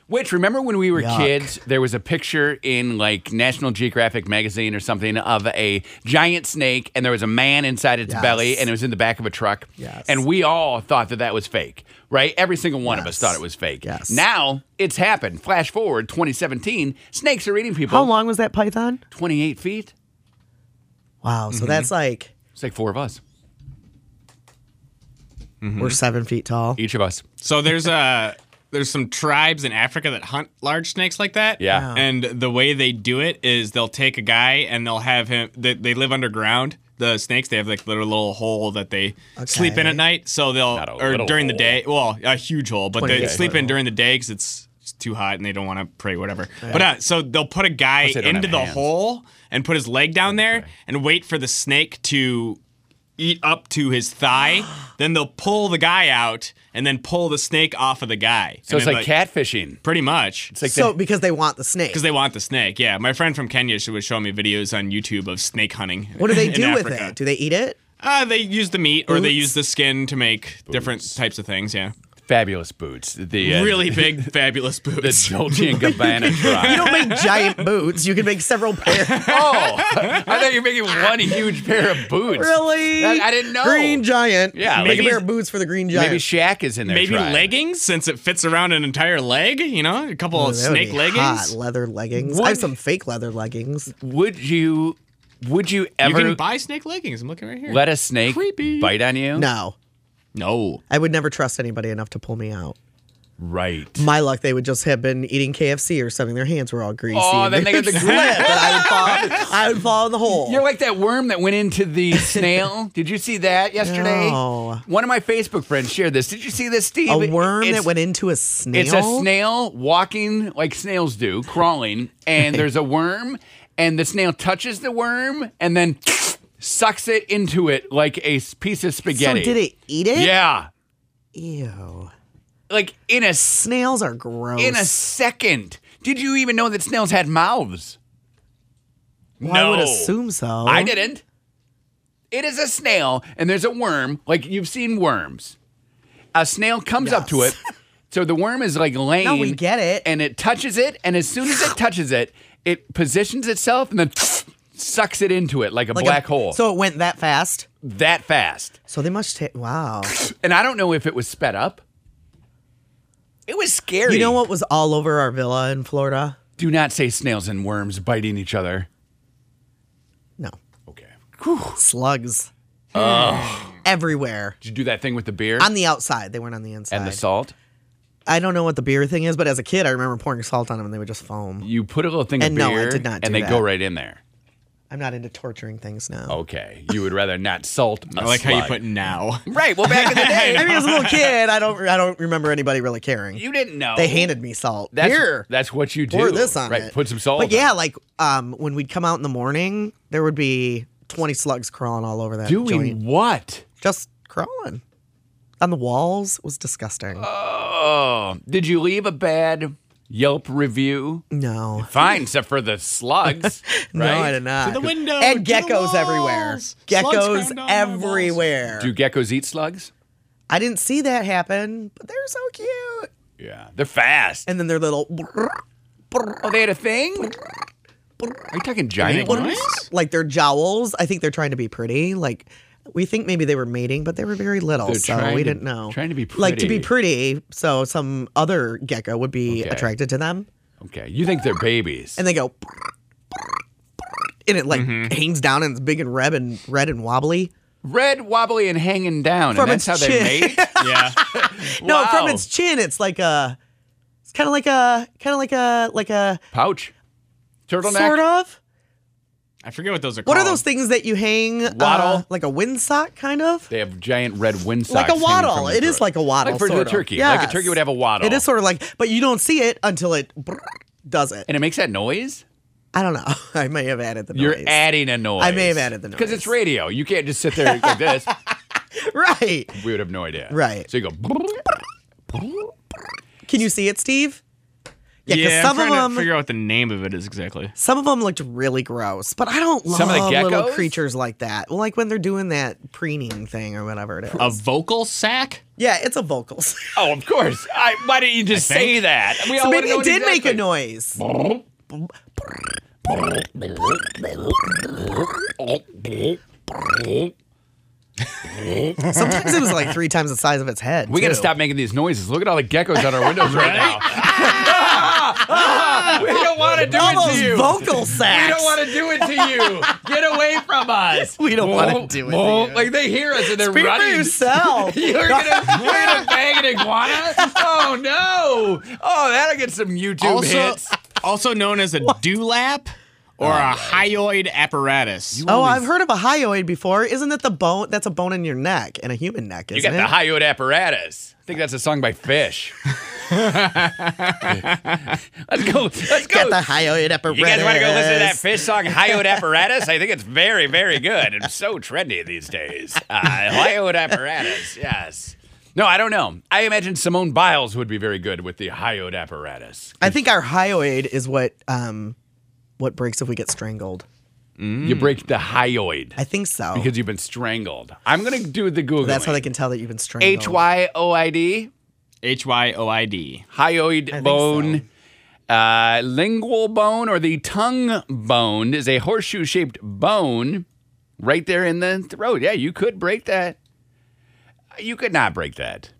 Which remember when we were Yuck. kids, there was a picture in like National Geographic magazine or something of a giant snake, and there was a man inside its Yes. belly, and it was in the back of a truck. Yes. And we all thought that that was fake, right? Every single one of us Yes. thought it was fake. Yes. Now it's happened. Flash forward 2017, snakes are eating people. How long was that python? 28 feet. Wow. Mm-hmm. So that's like It's like four of us, Mm-hmm. we're seven feet tall. each of us. So there's a there's some tribes in Africa that hunt large snakes like that. Yeah. Wow. And the way they do it is they'll take a guy and they'll have him. They, they live underground. The snakes they have like their little hole that they sleep in Okay. at night. So they'll Not a or little during the hole. day. Well, a huge hole, but they 28 sleep foot in during the day because it's. it's Too hot and they don't want to pray, whatever. But uh, so they'll put a guy Plus they don't into have the hands. hole and put his leg down there and wait for the snake to eat up to his thigh. then they'll pull the guy out and then pull the snake off of the guy. So And it's it, like, catfishing. pretty much It's like so the- because they want the snake. because they want the snake. Yeah, my friend from Kenya she would show me videos on YouTube of snake hunting. what do they in do with Africa. it? Do they eat it? Uh, they use the meat or they Boots? use the skin to make different types of things. Yeah, fabulous boots. The uh, really big, fabulous the boots. Dolce and Gabbana drop. You don't make giant boots. You can make several pairs. Oh, I thought you were making one huge pair of boots. really? That- I didn't know. Green giant. Yeah, Make maybe- a pair of boots for the green giant. Maybe Shaq is in there. Maybe trying. leggings since it fits around an entire leg. You know, a couple Oh, of that would snake be leggings. Hot leather leggings. I Would- have some fake leather leggings. Would you? Would you You ever can buy snake leggings. I'm looking right here. let a snake Creepy. bite on you? No. no. I would never trust anybody enough to pull me out. Right. My luck, they would just have been eating KFC or something. Their hands were all greasy. Oh, and then they would get the slip, and I would fall. I would fall in the hole. You're like that worm that went into the snail. Did you see that yesterday? No. One of my Facebook friends shared this. Did you see this, Steve? a worm It's- that went into a snail. It's a snail walking like snails do, crawling, and there's a worm, and the snail touches the worm and then sucks it into it like a s- piece of spaghetti. So did it eat it? Yeah, Ew. like in a s- Snails are gross. in a second. Did you even know that snails had mouths? Well, I would assume so. I didn't. It is a snail, and there's a worm. Like you've seen worms. A snail comes up to it. So the worm is like laying. No, we get it. And it touches it, and as soon as it touches it, it positions itself and then sucks it into it like a Like a- black hole So it went that fast. that fast. So they must hit. Wow. And I don't know if it was sped up. It was scary. You know what was all over our villa in Florida? Do not say snails and worms biting each other. No, Okay. slugs. Everywhere Did you do that thing with the beer on the outside. They weren't on the inside. and the salt? I don't know what the beer thing is, but as a kid, I remember pouring salt on them and they would just foam. You put a little thing And of no, I beer did not do and they that. go right in there. I'm not into torturing things now. Oh. Okay. You would rather not salt a I like how you slug. put now. Right. Well, back in the day, I mean, as a little kid, I don't, I don't remember anybody really caring. you didn't know. they handed me salt. that's, Here, That's what you do. pour this on right. it. Put some salt. But on yeah, it. like um, when we'd come out in the morning, there would be 20 slugs crawling all over that doing joint. what? just crawling on the walls was disgusting. Uh, Oh, did you leave a bad Yelp review? no, Fine, except for the slugs. Right? no, I did not. the window, and to the geckos everywhere. walls. Slugs crammed Geckos down my walls. everywhere. Do geckos eat slugs? I didn't see that happen, but they're so cute. Yeah, they're fast. And then their little oh, they had a thing. Are you talking giant What? ones? like their jowls. I think they're trying to be pretty. Like we think maybe they were mating, but they were very little, They're so trying we to- didn't know. trying to be like to be pretty. pretty, so some other gecko would be Okay. attracted to them, Okay, you think they're babies? and they go, and it like Mm-hmm. hangs down and it's big and red and red and wobbly. Red, wobbly, and hanging down, From and that's its how they chin. mate. Yeah. No, from Wow. its chin, it's like a, it's kind of like a, kind of like a, like a Pouch, turtleneck. Oh. sort of. I forget what those are What called. are those things that you hang? uh, Waddle. like a windsock, kind of. They have giant red wind like socks a hanging from waddle. their It is throat. like a waddle. Like for sort the of. turkey. Like a Yes. turkey would have a waddle. It is sort of like, but you don't see it until it does it. and it makes that noise. I don't know. I may have added the noise. You're adding a noise. I may have added the because noise. it's radio. You can't just sit there like this. right. We would have no idea. Right. So you go. Can you see it, Steve? Yeah, because Yeah, some I'm of trying to them, figure out what the name of it is exactly. some of them looked really gross. But I don't love Some of the little geckos? creatures like that. Well, like when they're doing that preening thing or whatever it is. A vocal sack? yeah, it's a vocals. Oh, of course. I, why didn't you just think. say that? We so all maybe it would've known did make a Oh, exactly. noise. Sometimes it was like three times the size of its head. We got to too. stop making these noises. Look at all the geckos out our windows right now. we don't want to do All it to those you. vocal we sacks. don't want to do it to you. Get away from us. We don't wanna Whoa, do it to whoa. you. Like they hear us and they're Speak for running. yourself. You're gonna, you're gonna bang an iguana? Oh no! Oh, that'll get some YouTube Also, hits. also known as a dewlap or a hyoid apparatus. Oh, I've heard of a hyoid before. Isn't that the bone? That's a bone in your neck and a human neck, You isn't got it? the hyoid apparatus. I think that's a song by Fish. let's go. Let's go. Got the hyoid apparatus. you guys want to go listen to that Fish song, Hyoid Apparatus? I think it's very, very good and so trendy these days. Uh, hyoid Apparatus, yes. No, I don't know. I imagine Simone Biles would be very good with the Hyoid Apparatus. I think our hyoid is what um, what breaks if we get strangled. Mm. You break the hyoid I think so. because you've been strangled. I'm going to do the Google. that's how they can tell that you've been strangled. H Y O I D. H Y O I D. hyoid think bone, uh, lingual bone, or the tongue bone is a horseshoe shaped bone right there in the throat. Yeah, you could break that. You could not break that.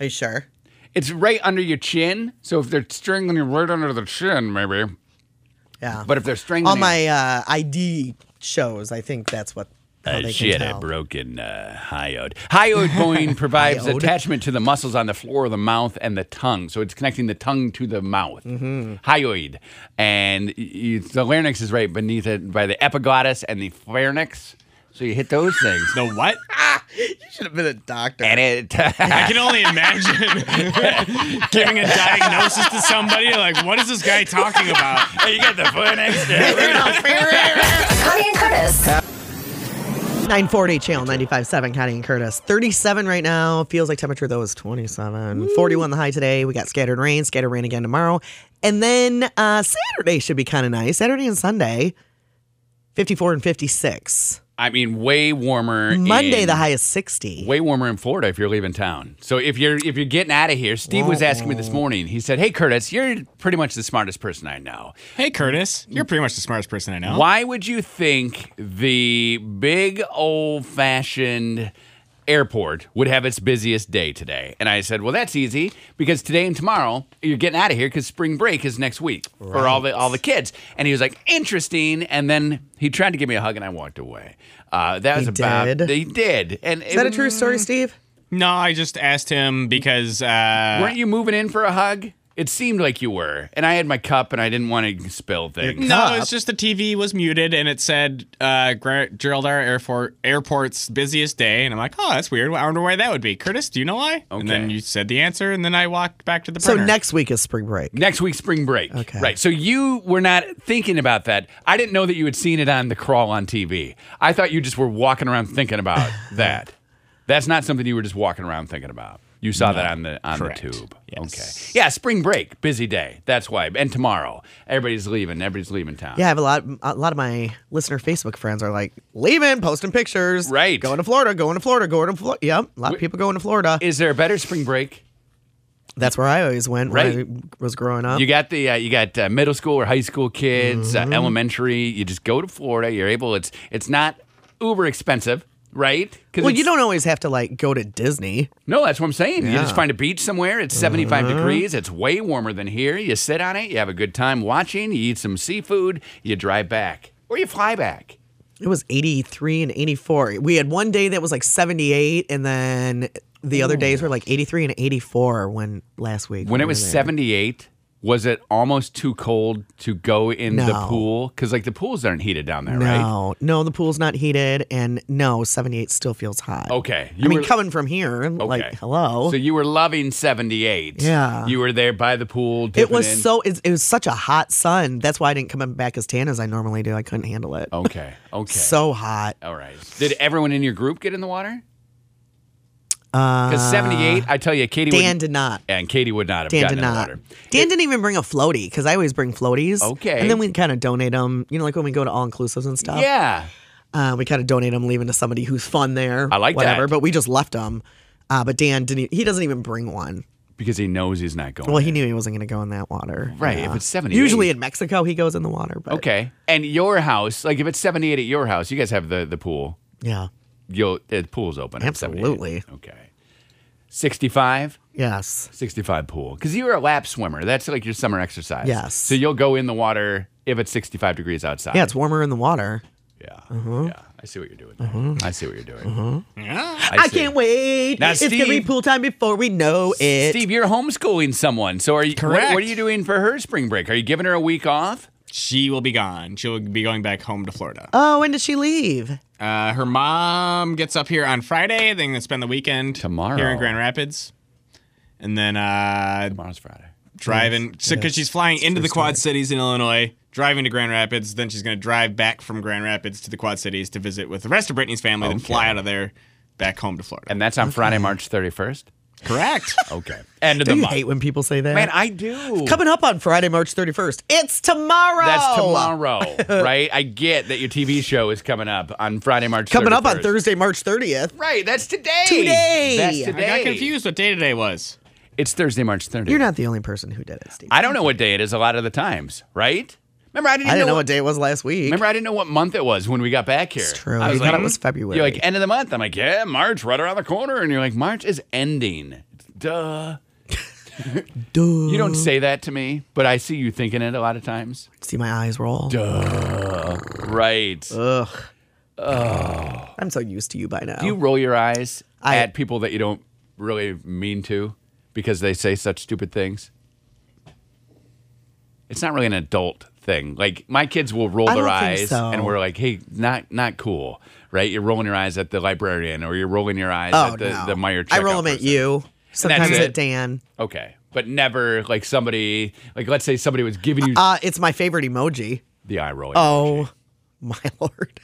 Are you sure? It's right under your chin. So if they're strangling you right under the chin, maybe. Yeah. But if they're strangling on you- my uh, ID shows, I think that's what. How Uh, they she can had a tell. broken uh, hyoid. Hyoid bone provides Hyoid. attachment to the muscles on the floor of the mouth and the tongue. So it's connecting the tongue to the mouth. Mm-hmm. Hyoid. And y- y the larynx is right beneath it by the epiglottis and the pharynx. So you hit those things. The what? You should have been a doctor. And it. I can only imagine giving a diagnosis to somebody like, what is this guy talking about? you got the pharynx. there. Connie and Curtis. 940 channel 95.7, Connie and Curtis. 37 right now. Feels like temperature though is 27. 41 the high today. We got scattered rain, scattered rain again tomorrow. And then uh, Saturday should be kind of nice. Saturday and Sunday, 54 and 56. I mean, way warmer. Monday, in- the high is 60. Way warmer in Florida if you're leaving town. So if you're if you're getting out of here, Steve was asking me this morning. He said, "Hey Curtis, you're pretty much the smartest person I know. Hey, Curtis, you're pretty much the smartest person I know. Why would you think the big old fashioned airport would have its busiest day today?" And I said, "Well, that's easy because today and tomorrow you're getting out of here because spring break is next week for all the all the kids." And he was like, "Interesting." And then he tried to give me a hug, and I walked away. Uh, that was about did? he did. And Is that a true story, Steve? No, I just asked him because uh, Weren't you moving in for a hug? It seemed like you were. And I had my cup and I didn't want to spill things. no, it's just the TV was muted and it said uh, Gra- Gerald R. Airport Airport's busiest day, and I'm like, oh, that's weird. I wonder why that would be. Curtis, do you know why? And then Okay. you said the answer, and then I walked back to the So printer. next week is spring break. Next week's spring break. Okay. Right. So you were not thinking about that. I didn't know that you had seen it on the crawl on TV. I thought you just were walking around thinking about that. That's not something you were just walking around thinking about. You saw that on the on Correct. the tube. Yes. Okay. Yeah, spring break, busy day. That's why. And tomorrow, everybody's leaving. Everybody's leaving town. Yeah, I have a lot. A lot of my listener Facebook friends are like leaving, posting pictures, Right. Going to Florida, going to Florida, going to Florida. Yep, a lot of people going to Florida. Is there a better spring break? That's where I always went Right. when I was growing up. You got the uh, you got uh, middle school or high school kids, Mm-hmm. uh, elementary. You just go to Florida. You're able. It's it's not uber expensive, right? 'Cause well, it's- you don't always have to like go to Disney. No, that's what I'm saying. You Yeah. Mm-hmm. just find a beach somewhere. It's 75 degrees. It's way warmer than here. You sit on it. You have a good time watching. You eat some seafood. You drive back or you fly back. It was 83 and 84. We had one day that was like 78, and then the other days were like 83 and 84 when last week. When we it were was there. 78, was it almost too cold to go in the No. pool? Because like the pools aren't heated down there, right? No, no, the pool's not heated, and no, 78 still feels hot. Okay, I you mean, were- coming from here, like, hello. So you were loving 78. Yeah. You were there by the pool. It was dipping in. so it, it was such a hot sun. That's why I didn't come back as tan as I normally do. I couldn't handle it. Okay. Okay. So hot. all right. Did everyone in your group get in the water? Because 78, I tell you, Katie Uh, Dan would, did not. and Katie would not have Dan gotten did in the not. water. Dan didn't even bring a floaty because I always bring floaties. Okay. And then we kind of donate them. You know, like when we go to all inclusives and stuff. Yeah. Uh, we kind of donate them, leave 'em to somebody who's fun there. I like that. whatever. But we just left them. Uh, but Dan didn't. e- He doesn't even bring one. Because he knows he's not going. Well, in. he knew he wasn't going to go in that water. Right, if it's 78. Usually in Mexico, he goes in the water. But Okay. And your house, like if it's 78 at your house, you guys have the, the pool. Yeah. You'll, the pool's open. at 78. Absolutely. Okay. 65? Yes. 65 pool. Because you're a lap swimmer. That's like your summer exercise. Yes. So you'll go in the water if it's 65 degrees outside. Yeah, it's Uh-huh. warmer in the water. Yeah. Yeah. I see what you're doing. there. I see what you're doing. Yeah. Mm-hmm. I, see. can't wait. Now, it's gonna be Steve- pool time before we know it. Steve, you're homeschooling someone. So are you, what, Correct. what are you doing for her spring break? Are you giving her a week off? She will be gone. She'll be going back home to Florida. Oh, when did she leave? Uh, her mom gets up here on Friday. They're gonna spend the weekend Tomorrow. here in Grand Rapids, and then uh, Tomorrow's Friday. driving because she's flying into the Quad Cities in Illinois, driving to Grand Rapids. Then she's gonna drive back from Grand Rapids to the Quad Cities to visit with the rest of Brittany's family, then fly out of there back home to Florida. And that's on Friday, March 31st? correct. Okay. End of Do the you month. hate when people say that? Man, I do. Coming up on Friday, March 31st. It's tomorrow. That's tomorrow, right? I get that your TV show is coming up on Friday, March. Coming up on 31st. Thursday, March 30th. Right, that's today. Today. That's I got today. I got confused what day today was. It's Thursday, March 30th. You're not the only person who did it, Steve. I don't know what day it is a lot of the times, right? Remember, I didn't, I didn't know what what day it was last week. Remember, I didn't know what month it was when we got back here. It's true. I I was thought like, it was February. You're like, end of the month. I'm like, yeah, March, right around the corner. And you're like, March is ending. Duh. Duh. You don't say that to me, but I see you thinking it a lot of times. See my eyes roll. Right. Ugh. Oh. I'm so used to you by now. Do you roll your eyes I- at people that you don't really mean to because they say such stupid things? It's not really an adult thing. Like my kids will roll I their don't think eyes so. and we're like, "Hey, not not cool." Right? You're rolling your eyes at the librarian or you're rolling your eyes oh, at the no. the Meyer I roll checkout them at person. you. Sometimes it. at Dan. Okay. But never like somebody like let's say somebody was giving you Uh, it's my favorite emoji. the eye roll. Oh my lord.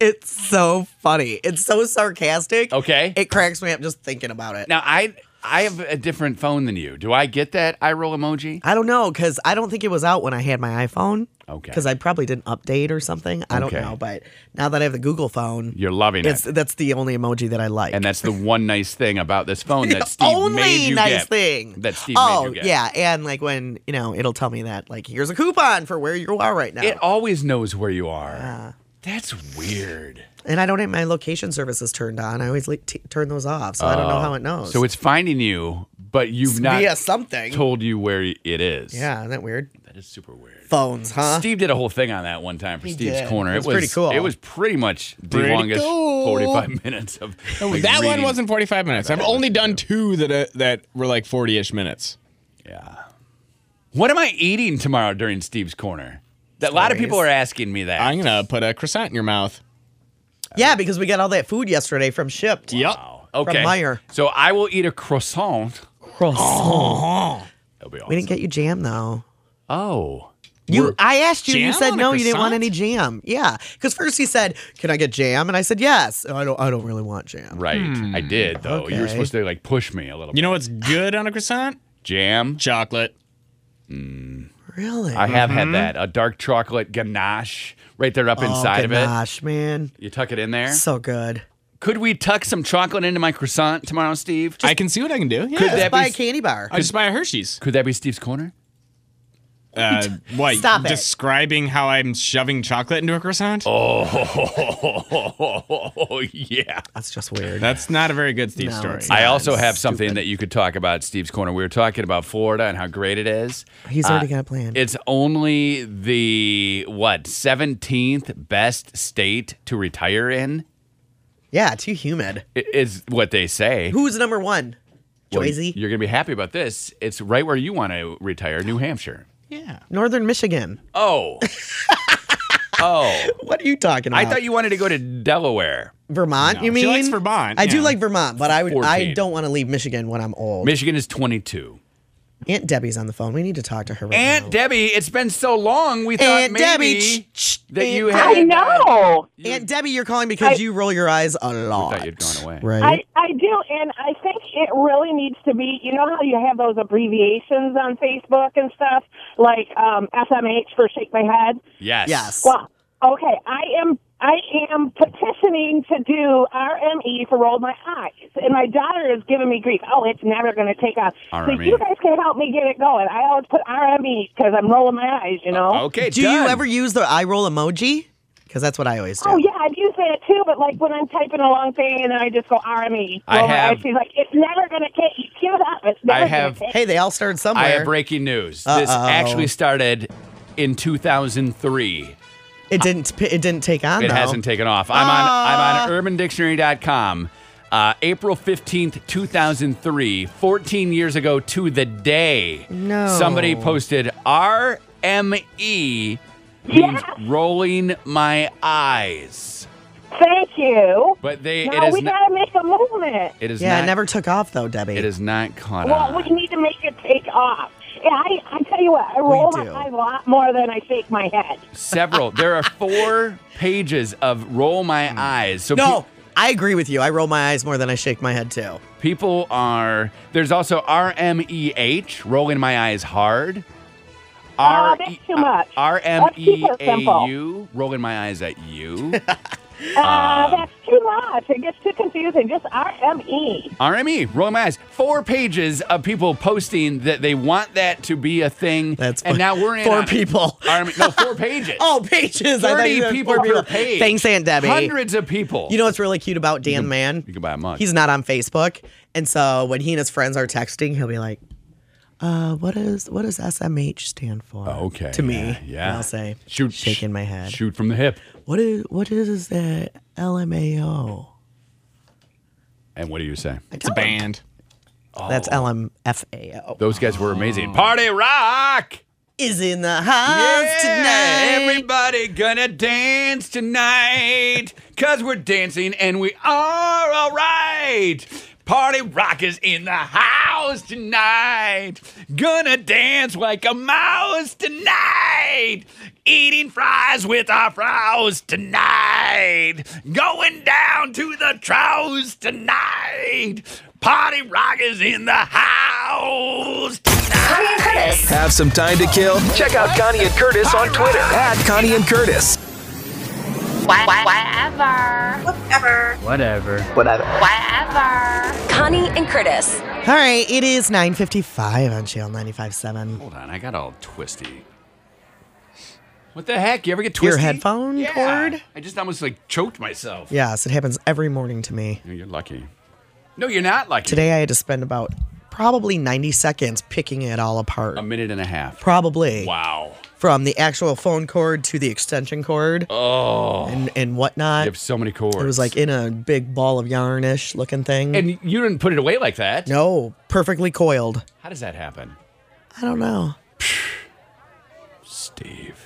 It's so funny. It's so sarcastic. Okay. It cracks me up just thinking about it. Now I I have a different phone than you. Do I get that eye roll emoji? I don't know because I don't think it was out when I had my iPhone. Okay. Because I probably didn't update or something. I don't Okay. know. But now that I have the Google phone, You're loving it's, it. that's the only emoji that I like. And that's the one nice thing about this phone that Steve only made you nice get. thing That Steve oh made you get. yeah, and like when you know it'll tell me that like here's a coupon for where you are right now, It always knows where you are. That's weird. and I don't have my location services turned on. I always like, t- turn those off, so I don't know how it knows. Oh. So it's finding you, but you've not via something. told you where it is. yeah, isn't that weird? That is super weird. Phones, huh? Steve did a whole thing on that one time for Steve's did. Corner. It was pretty cool. It was pretty much the Pretty longest cool. 45 minutes of like, that one reading. wasn't 45 minutes. I've only done two that uh, that were like 40-ish minutes. Yeah. What am I eating tomorrow during Steve's Corner? That a lot of people are Stories. asking me that. I'm gonna put a croissant in your mouth. Yeah, because we got all that food yesterday from shipped. Wow. Okay. Meyer. So I will eat a croissant. That'll be awesome. We didn't get you jam though. oh. You, I asked you. You Jam said on a no. You didn't want croissant? any jam. Yeah, because first he said, "Can I get jam?" And I said, "Yes." Oh, I don't. I don't really want jam. Right. I did though. You were Hmm. Okay. supposed to like push me a little You bit. know what's good on a croissant? Jam. Chocolate. Really? I have had that. A dark chocolate ganache right there up inside mm-hmm. oh, of gosh, man, it. You tuck it in there. so good. Could we tuck some chocolate into my croissant tomorrow, Steve? I can see what I can do. Yeah. Could that- Buy be a s- candy bar. I just buy a Hershey's. Could that be Steve's corner? Uh, what? Stop it. Describing how I'm shoving chocolate into a croissant? Oh. Oh yeah. That's just weird. That's not a very good Steve No, story. it's I Yeah, also it's have something stupid. that you could talk about Steve's Corner. We were talking about Florida and how great it is. He's Uh, already got a plan. It's only the what 17th best state to retire in yeah, too humid. i- is what they say. Who's number one? Well, Joyzy, you're gonna be happy about this. It's right where you want to retire, New Hampshire. yeah. Northern Michigan. Oh, oh! What are you talking about? I thought you wanted to go to Delaware. Vermont. You mean? She likes Vermont, I yeah. do like Vermont, but I would. I 14. don't want to leave Michigan when I'm old. Michigan is 22. Aunt Debbie's on the phone. We need to talk to her. Right Aunt now. Debbie, it's been so long. We thought Aunt maybe Debbie, shh, shh, that you Aunt had. I know. Aunt Debbie, you're calling because you roll your eyes a lot. thought you'd gone away. Right. I, I do, and I think it really needs to be. You know how you have those abbreviations on Facebook and stuff, like um, SMH for shake my head. Yes. yes. Well, okay, I am I am petitioning to do RME for roll my eyes, and my daughter is giving me grief. Oh, it's never going to take off. So RME. you guys can help me get it going. I always put RME because I'm rolling my eyes. You know. Okay. do done. you ever use the eye roll emoji? Because that's what I always do. Oh yeah, I've used that too. But like when I'm typing a long thing and then I just go RME. I roll my have- eyes, She's like, it's never gonna take. You give it up. It's never I have- Gonna take. Hey, they all started somewhere. I have breaking news. This Uh-oh. actually started in 2003. It didn't. It didn't take on. It though. hasn't taken off. I'm Ah. on I'm on urbandictionary.com. Uh, April 15th, 2003, 14 years ago to the day. No. Somebody posted RME means rolling my eyes. Thank you. But they No, it we is not gotta make a movement. it is Yeah, not it never took off though, Debbie. it is not caught Well, on. we need to make it take off. Yeah, I, I tell you what, I roll my do. eyes a lot more than I shake my head. Several. There are four pages of roll my eyes. So Hmm. No, pe- I agree with you. I roll my eyes more than I shake my head too. People are. There's also RMEH, rolling my eyes hard. E Oh, that's too much. Let's keep it RMEAU, simple. E rolling my eyes at you. Uh, that's too much. It gets too confusing. Just E. RME. RME, E, rolling my eyes. Four pages of people posting that they want that to be a thing. That's and fu- now we're in four on- people. RME, E, no, four pages. Oh, pages. I thought you Thirty said people four per page. Thanks, Aunt Debbie. Hundreds of people. You know what's really cute about Dan Mann? you can buy a mug. He's not on Facebook, and so when he and his friends are texting, he'll be like, "Uh, what is what does SMH stand for?" Oh, okay, To me, yeah, yeah. And I'll say, Shoot, shaking my head. shoot from the hip. What is what is that LMAO? And what do you say? It's a band. That's Oh. LMFAO. Those guys were amazing. Oh. Party rock. Is in the house tonight. Everybody gonna dance tonight. Cause we're dancing and we are alright. Party rock is in the house tonight. Gonna dance like a mouse tonight. Eating fries with our frows tonight. Going down to the trows tonight. Party rock is in the house. Connie and Curtis. Have some time to kill? Check out Connie and Curtis on Twitter at Connie and Curtis. Whatever. Connie and Curtis. All right, it is 9.55 on Channel 95.7. Hold on, I got all twisty. What the heck? You ever get twisty? Your headphone Yeah. cord? I just almost like choked myself. Yes, it happens every morning to me. You're lucky. No, you're not lucky. Today I had to spend about probably 90 seconds picking it all apart. a minute and a half. probably. Wow. From the actual phone cord to the extension cord Oh, and, and whatnot. you have so many cords. It was like in a big ball of yarnish looking thing. and you didn't put it away like that. no, perfectly coiled. How does that happen, I don't know. Steve?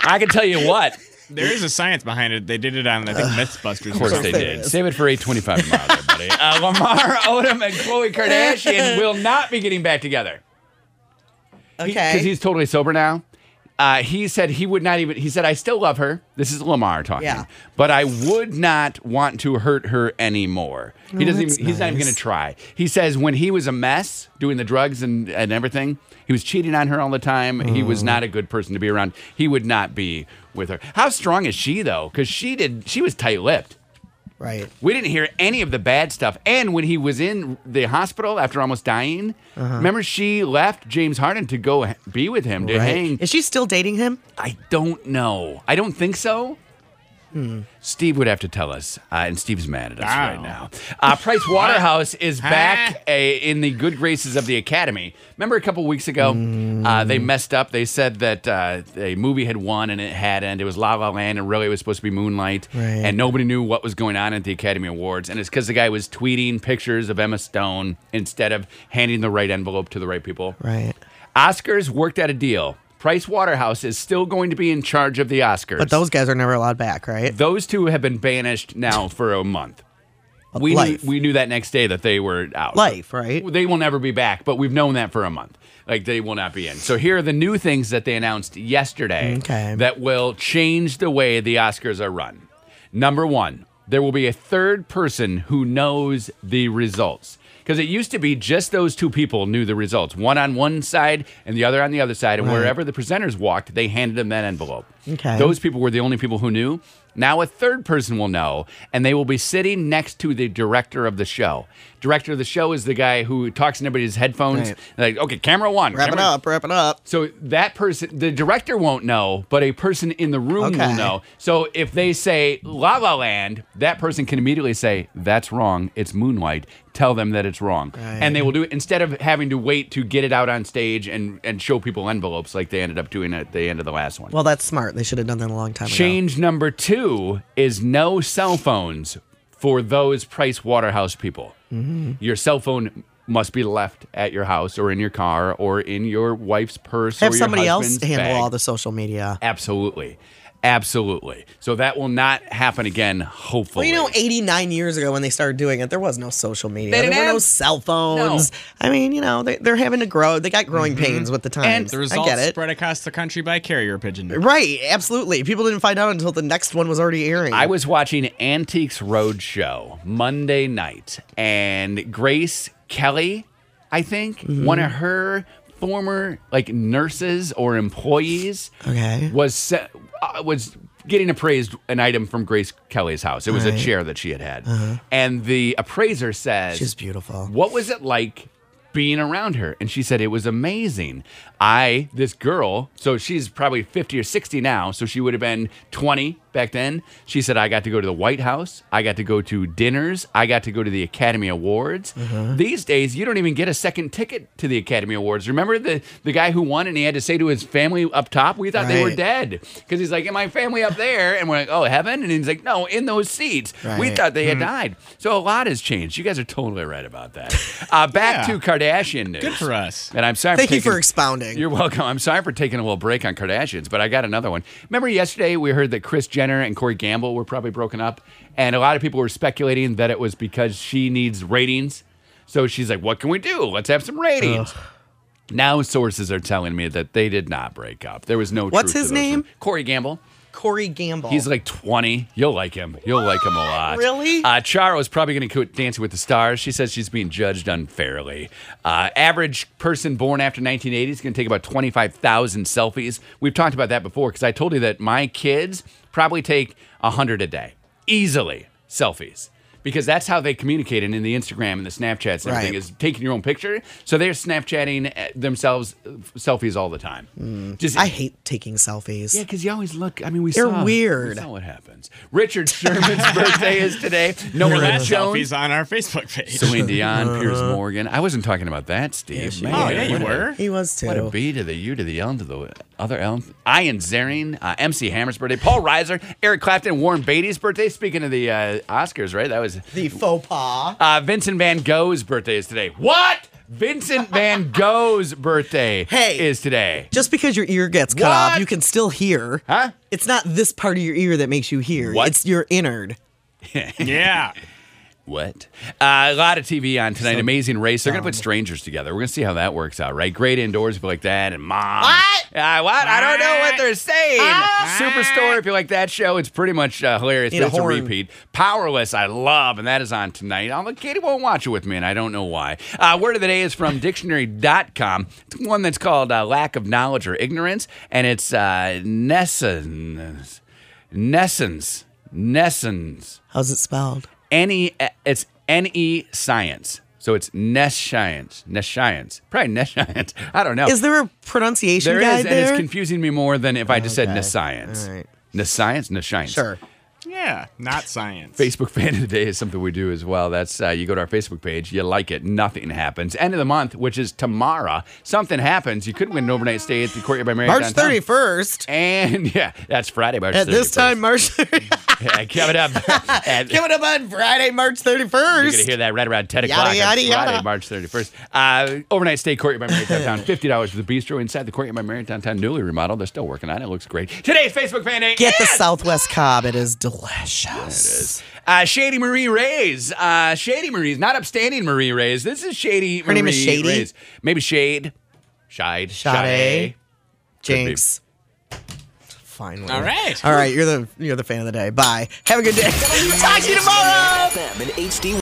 I can tell you what. There is a science behind it. They did it on, I think, Mythbusters. Of course they there did. is. Save it for 825 tomorrow, everybody. Uh, Lamar Odom and Khloe Kardashian will not be getting back together. Because Okay. he's totally sober now. Uh, he said he would not even, he said, I still love her. This is Lamar talking. Yeah. But I would not want to hurt her anymore. he doesn't Oh, that's even, he's not even nice. going to try. He says when he was a mess doing the drugs and, and everything, he was cheating on her all the time. He was Mm. not a good person to be around. He would not be with her. How strong is she though? Because she did, she was tight lipped. right. We didn't hear any of the bad stuff. And when he was in the hospital after almost dying, remember she left James Harden to go h- be with him to hang. Right. Is she still dating him? I don't know. I don't think so. Steve would have to tell us, uh, and Steve's mad at us Wow. right now. Uh, Price Waterhouse is back uh, in the good graces of the Academy. Remember a couple weeks ago, uh, they messed up. They said that uh, a movie had won and it hadn't. It was La La Land, and really it was supposed to be Moonlight, Right. and nobody knew what was going on at the Academy Awards. And it's because the guy was tweeting pictures of Emma Stone instead of handing the right envelope to the right people. Right. Oscars worked out a deal. Price Waterhouse is still going to be in charge of the Oscars. But those guys are never allowed back, right? Those two have been banished now for a month. We knew, Life. we knew that next day that they were out. Life, right? They will never be back, but we've known that for a month. Like they will not be in. So here are the new things that they announced yesterday Okay. that will change the way the Oscars are run. Number one, there will be a third person who knows the results. Because it used to be just those two people knew the results, one on one side and the other on the other side. And wherever the presenters walked, they handed them that envelope. Okay. Those people were the only people who knew. Now a third person will know, and they will be sitting next to the director of the show. Director of the show is the guy who talks in everybody's headphones. Right. Like, okay, camera one. Wrap it camera- up, wrap it up. So that person, the director won't know, but a person in the room will Okay. know. So if they say La La Land, that person can immediately say, that's wrong. It's Moonlight. Tell them that it's wrong. And they will do it instead of having to wait to get it out on stage and, and show people envelopes like they ended up doing at the end of the last one. Well, that's smart. They should have done that a long time ago. Change number two is no cell phones for those Price Waterhouse people. Mm-hmm. Your cell phone must be left at your house or in your car or in your wife's purse Have or your somebody else husband's handle bag. all the social media. Absolutely. Absolutely. So that will not happen again, Well, hopefully. you know, 89 years ago when they started doing it, there was no social media. They didn't there were no have- cell phones. I mean, you know, they, they're having to grow. They got Mm-hmm. growing pains with the times. The I results get it. spread across the country by carrier pigeon. Right, absolutely. People didn't find out until the next one was already airing. I was watching Antiques Roadshow Monday night, and Grace Kelly, I think, Mm-hmm. one of her former like nurses or employees, Okay. was se- uh, was getting appraised an item from Grace Kelly's house. It was a Right. Uh-huh. chair that she had had, and the appraiser says She's beautiful. what was it like being around her? And she said it was amazing. I, this girl, so she's probably 50 or 60 now, so she would have been 20 back then. She said, I got to go to the White House. I got to go to dinners. I got to go to the Academy Awards. Uh-huh. These days, you don't even get a second ticket to the Academy Awards. Remember the, the guy who won and he had to say to his family up top, We thought they were Right. dead. Because he's like, And my family up there. And we're like, Oh, heaven? And he's like, No, in those seats. We Right. thought they Hmm. had died. So a lot has changed. You guys are totally right about that. Uh, back Yeah. to Kardashian news. Good for us. And I'm sorry. Thank for you for taking- expounding. You're welcome. I'm sorry for taking a little break on Kardashians, but I got another one. Remember yesterday we heard that Chris Jenner and Corey Gamble were probably broken up, and a lot of people were speculating that it was because she needs ratings. So she's like, "What can we do? Let's have some ratings." Now sources are telling me that they did not break up. There was no. What's truth to his those name? rumors. Corey Gamble. Corey Gamble. He's like 20. You'll like him. You'll like him a lot. Really? Uh, Charo is probably going to quit Dancing with the Stars. She says she's being judged unfairly. Uh, average person born after 1980 is going to take about 25,000 selfies. We've talked about that before because I told you that my kids probably take 100 a day, easily, selfies. Because that's how they communicate, and in the Instagram and the Snapchats and everything Right. is taking your own picture. So they're Snapchatting uh, themselves uh, selfies all the time. Just Mm. I hate taking selfies. yeah, because you always look. I mean, we They're saw. weird. We saw what happens. Richard Sherman's birthday is today. No one That else selfie's Jones. on our Facebook page. Celine Dion, Piers Morgan. I wasn't talking about that, Steve. Man, oh, yeah, you what a- were. He was too. What a B to the U to the L to the other L. Ian Zarin, uh, MC Hammer's birthday, Paul Reiser, Eric Clapton, Warren Beatty's birthday. Speaking of the uh, Oscars, right? That was the faux pas. uh, Vincent Van Gogh's birthday is today. What? Vincent Van Gogh's birthday Hey. is today. Just because your ear gets cut off, What? you can still hear. Huh? It's not this part of your ear that makes you hear. What? It's your innard. Yeah. What? Uh, a lot of TV on tonight. Amazing Race. They're going to put strangers together. We're going to see how that works out, right? Great indoors if you like that, and mom. What? Uh, what? I don't know what they're saying. Superstore if you like that show. It's pretty much uh, hilarious. Need but a it's a horn. repeat. Powerless, I love, and that is on tonight. Although Katie won't watch it with me, and I don't know why. Uh, word of the day is from dictionary.com. It's one that's called uh, lack of knowledge or ignorance, and it's uh, nessens. Nessens. Nessens. How's it spelled? NE, it's NE science. So it's Nesh science, Nesh science, probably Nesh science. I don't know. Is there a pronunciation there guide is, and there? it's confusing me more than if I just said Okay. Nesh science. All right. Nesh science, Nesh science. Sure. Yeah. Not science. Facebook fan of the day is something we do as well. That's uh, you go to our Facebook page, you like it, nothing happens. End of the month, which is tomorrow, something happens. You could win an overnight stay at the Courtyard by Marriott. March downtown. 31st. And yeah, that's Friday, March At this 31st. time, March 31st. Yeah, coming up. at- Coming up on Friday, March 31st. You're going to hear that right around 10 Yada, o'clock yada, on Friday, yada. March 31st. Uh, overnight stay, Courtyard by Marriott Downtown. $50 for the bistro inside the Courtyard by Marriott Downtown. Newly remodeled. They're still working on it. Looks great. Today's Facebook fan day. Get the is, Southwest Cobb. It is delicious. Uh, Shady Marie Ray's. Uh, Shady Marie's, not upstanding Marie Ray's. This is Shady Her Marie name is Shady? Ray's. Maybe Shade. Shide. Sade. Jinx. Finally. All right. All right. You're the you're the fan of the day. Bye. Have a good day. Talk to you tomorrow. FM and HD